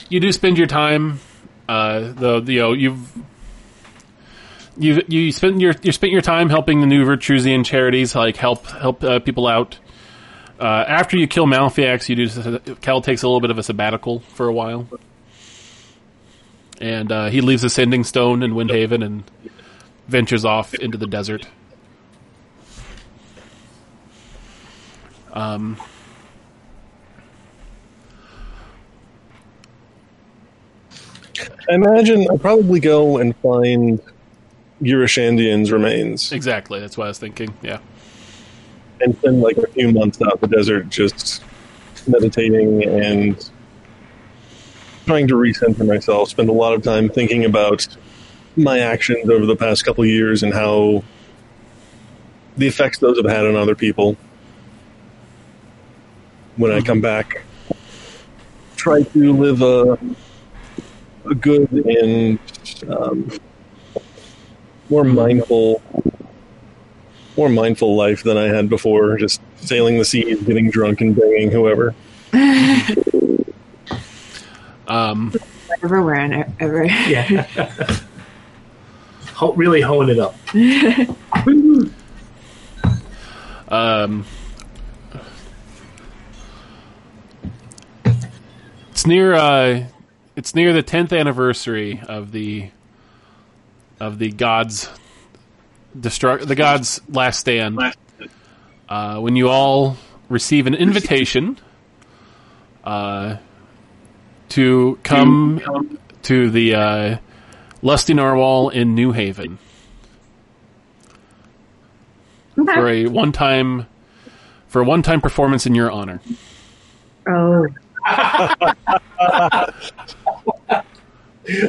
you do spend your time. Uh, the the- you know you've you you spend your you spent your time helping the new Vertrusian charities like help help uh, people out. Uh, after you kill Malfiax, you do. Cal takes a little bit of a sabbatical for a while, and uh, he leaves Ascending Stone in Windhaven and ventures off into the desert.
I imagine I probably go and find Eurashandian's remains
Exactly. That's what I was thinking. Yeah.
and spend like a few months out in the desert just meditating and trying to recenter myself. Spend a lot of time thinking about my actions over the past couple of years and how the effects those have had on other people. When I come back, try to live a, a good and um, more mindful more mindful life than I had before, just sailing the seas, getting drunk and banging whoever.
Um,
Everywhere and e-, ever.
Yeah. Ho- really hone it up.
um, it's near. Uh, it's near the tenth anniversary of the of the gods destruct the gods last stand. Uh, when you all receive an invitation uh, to come to the uh, Lusty Narwhal in New Haven. for a one time for a one time performance in your honor.
Oh.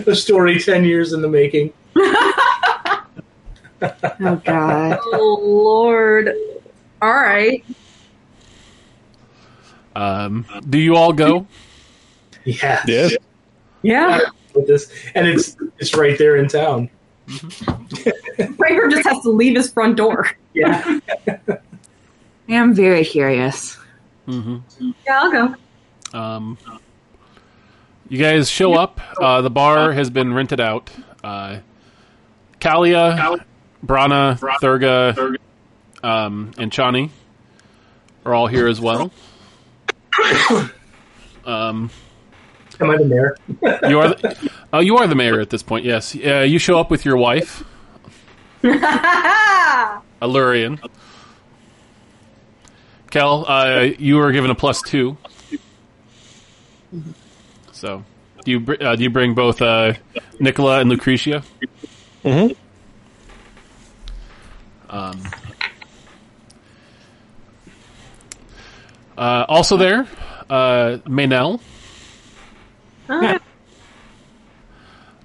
A story 10 years in the making.
Oh god.
Oh Lord. All right.
Um, do you all go?
Yeah.
Yes.
Yeah.
With this. And it's it's right there in town.
Rager just has to leave his front door.
Yeah.
I am very curious.
hmm
Yeah, I'll go.
Um, you guys show up. Uh, the bar has been rented out. Uh, Kalia, Brana, Thurga, um, and Chani are all here as well. Um,
Am I the mayor?
you are the, uh, you are the mayor at this point. Yes, uh, you show up with your wife, Allurian. Kel, uh, you are given a plus two. So, do you br- uh, do you bring both uh, Nicola and Lucretia?
Mhm.
Um, uh, also there, uh, Maynell.
Ah.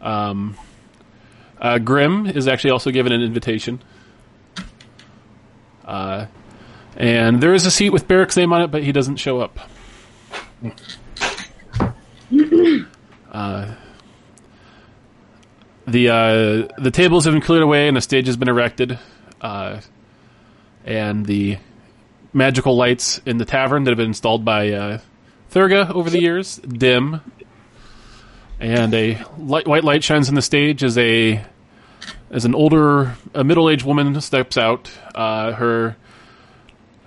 Um, uh, Grim is actually also given an invitation. Uh, and there is a seat with Barrick's name on it, but he doesn't show up. uh, the uh, the tables have been cleared away, and a stage has been erected. Uh, and the magical lights in the tavern that have been installed by uh, Thurga over the years dim and a light, white light shines on the stage as a as an older, a middle-aged woman steps out. Uh, her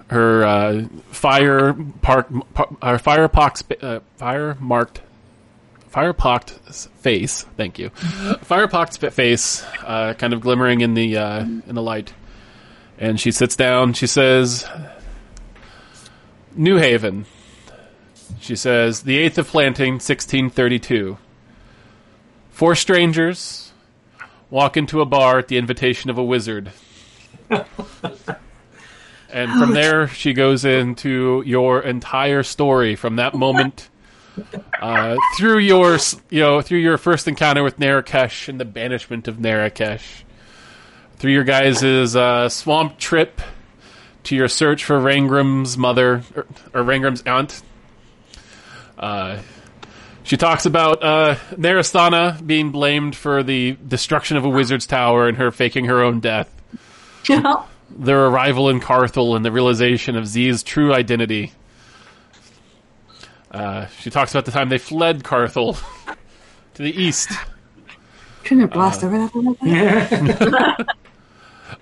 her uh, fire park, par, her fire pox, uh, fire marked, fire pocked face. Thank you, fire pocked face, uh, kind of glimmering in the uh, in the light. And she sits down. She says, "New Haven." She says, "The eighth of planting, sixteen thirty-two. Four strangers walk into a bar at the invitation of a wizard." And from there, she goes into your entire story from that moment uh, through your, s- you know, through your first encounter with Narakesh and the banishment of Narakesh, through your guys' uh, swamp trip to your search for Rangram's mother or, or Rangram's aunt. Uh, she talks about uh, Narasana being blamed for the destruction of a wizard's tower and her faking her own death their arrival in Carthel and the realization of Z's true identity. Uh, she talks about the time they fled Carthel to the east.
Couldn't have glossed over that. one?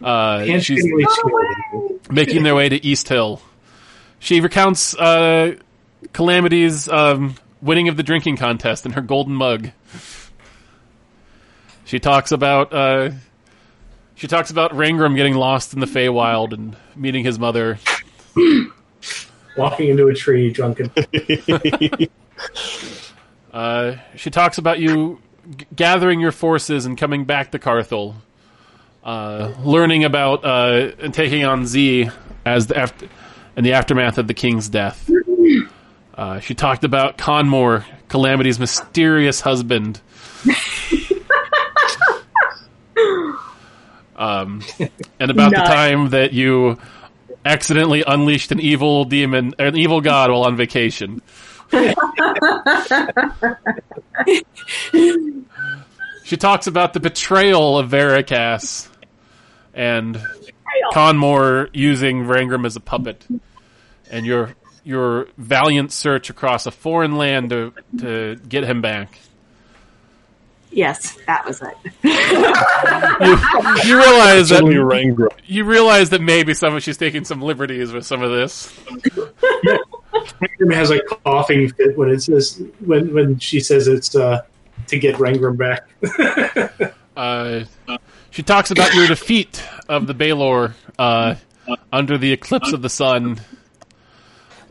Uh, she's
Interestingly scary.
making their way to East Hill. She recounts uh, Calamity's um, winning of the drinking contest and her golden mug. She talks about uh, she talks about Rangram getting lost in the Feywild and meeting his mother.
Walking into a tree, drunken.
Uh, she talks about you g- gathering your forces and coming back to Carthel, uh, learning about uh, and taking on Z as the after- in the aftermath of the king's death. Uh, she talked about Conmore, Calamity's mysterious husband. um, and about the
Nice.
time that you accidentally unleashed an evil demon, an evil god while on vacation. She talks about the betrayal of Veracast and Conmore using Rangram as a puppet, and your your valiant search across a foreign land to to get him back.
Yes, that was it.
You, you realize
Generally,
that
Rangram.
you realize that maybe some of she's taking some liberties with some of this.
Rangram has a coughing fit when it says when when she says it's uh, to get Rangram back.
Uh, she talks about your defeat of the Baylor uh, under the eclipse of the sun,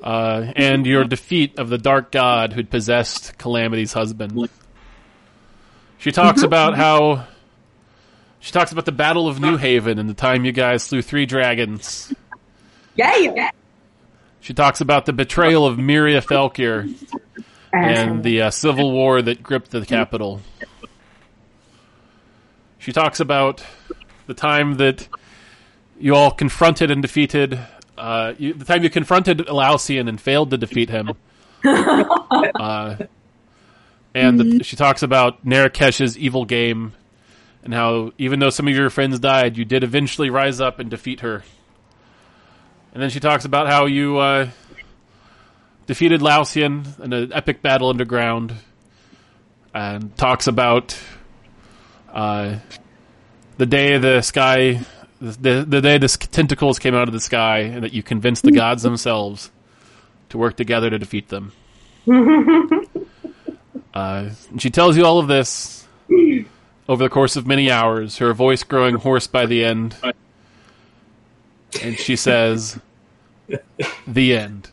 uh, and your defeat of the dark god who'd possessed Calamity's husband. She talks about how she talks about the Battle of New Haven and the time you guys slew three dragons.
Yeah.
She talks about the betrayal of Miria Felkir and the uh, civil war that gripped the capital. She talks about the time that you all confronted and defeated, uh, you, the time you confronted Alausian and failed to defeat him. uh, and the, she talks about Narakesh's evil game and how, even though some of your friends died, you did eventually rise up and defeat her. And then she talks about how you uh, defeated Lausian in an epic battle underground, and talks about uh, the day the sky, the, the day the s- tentacles came out of the sky, and that you convinced the gods themselves to work together to defeat them. uh, and she tells you all of this over the course of many hours, her voice growing hoarse by the end, and she says, "The end."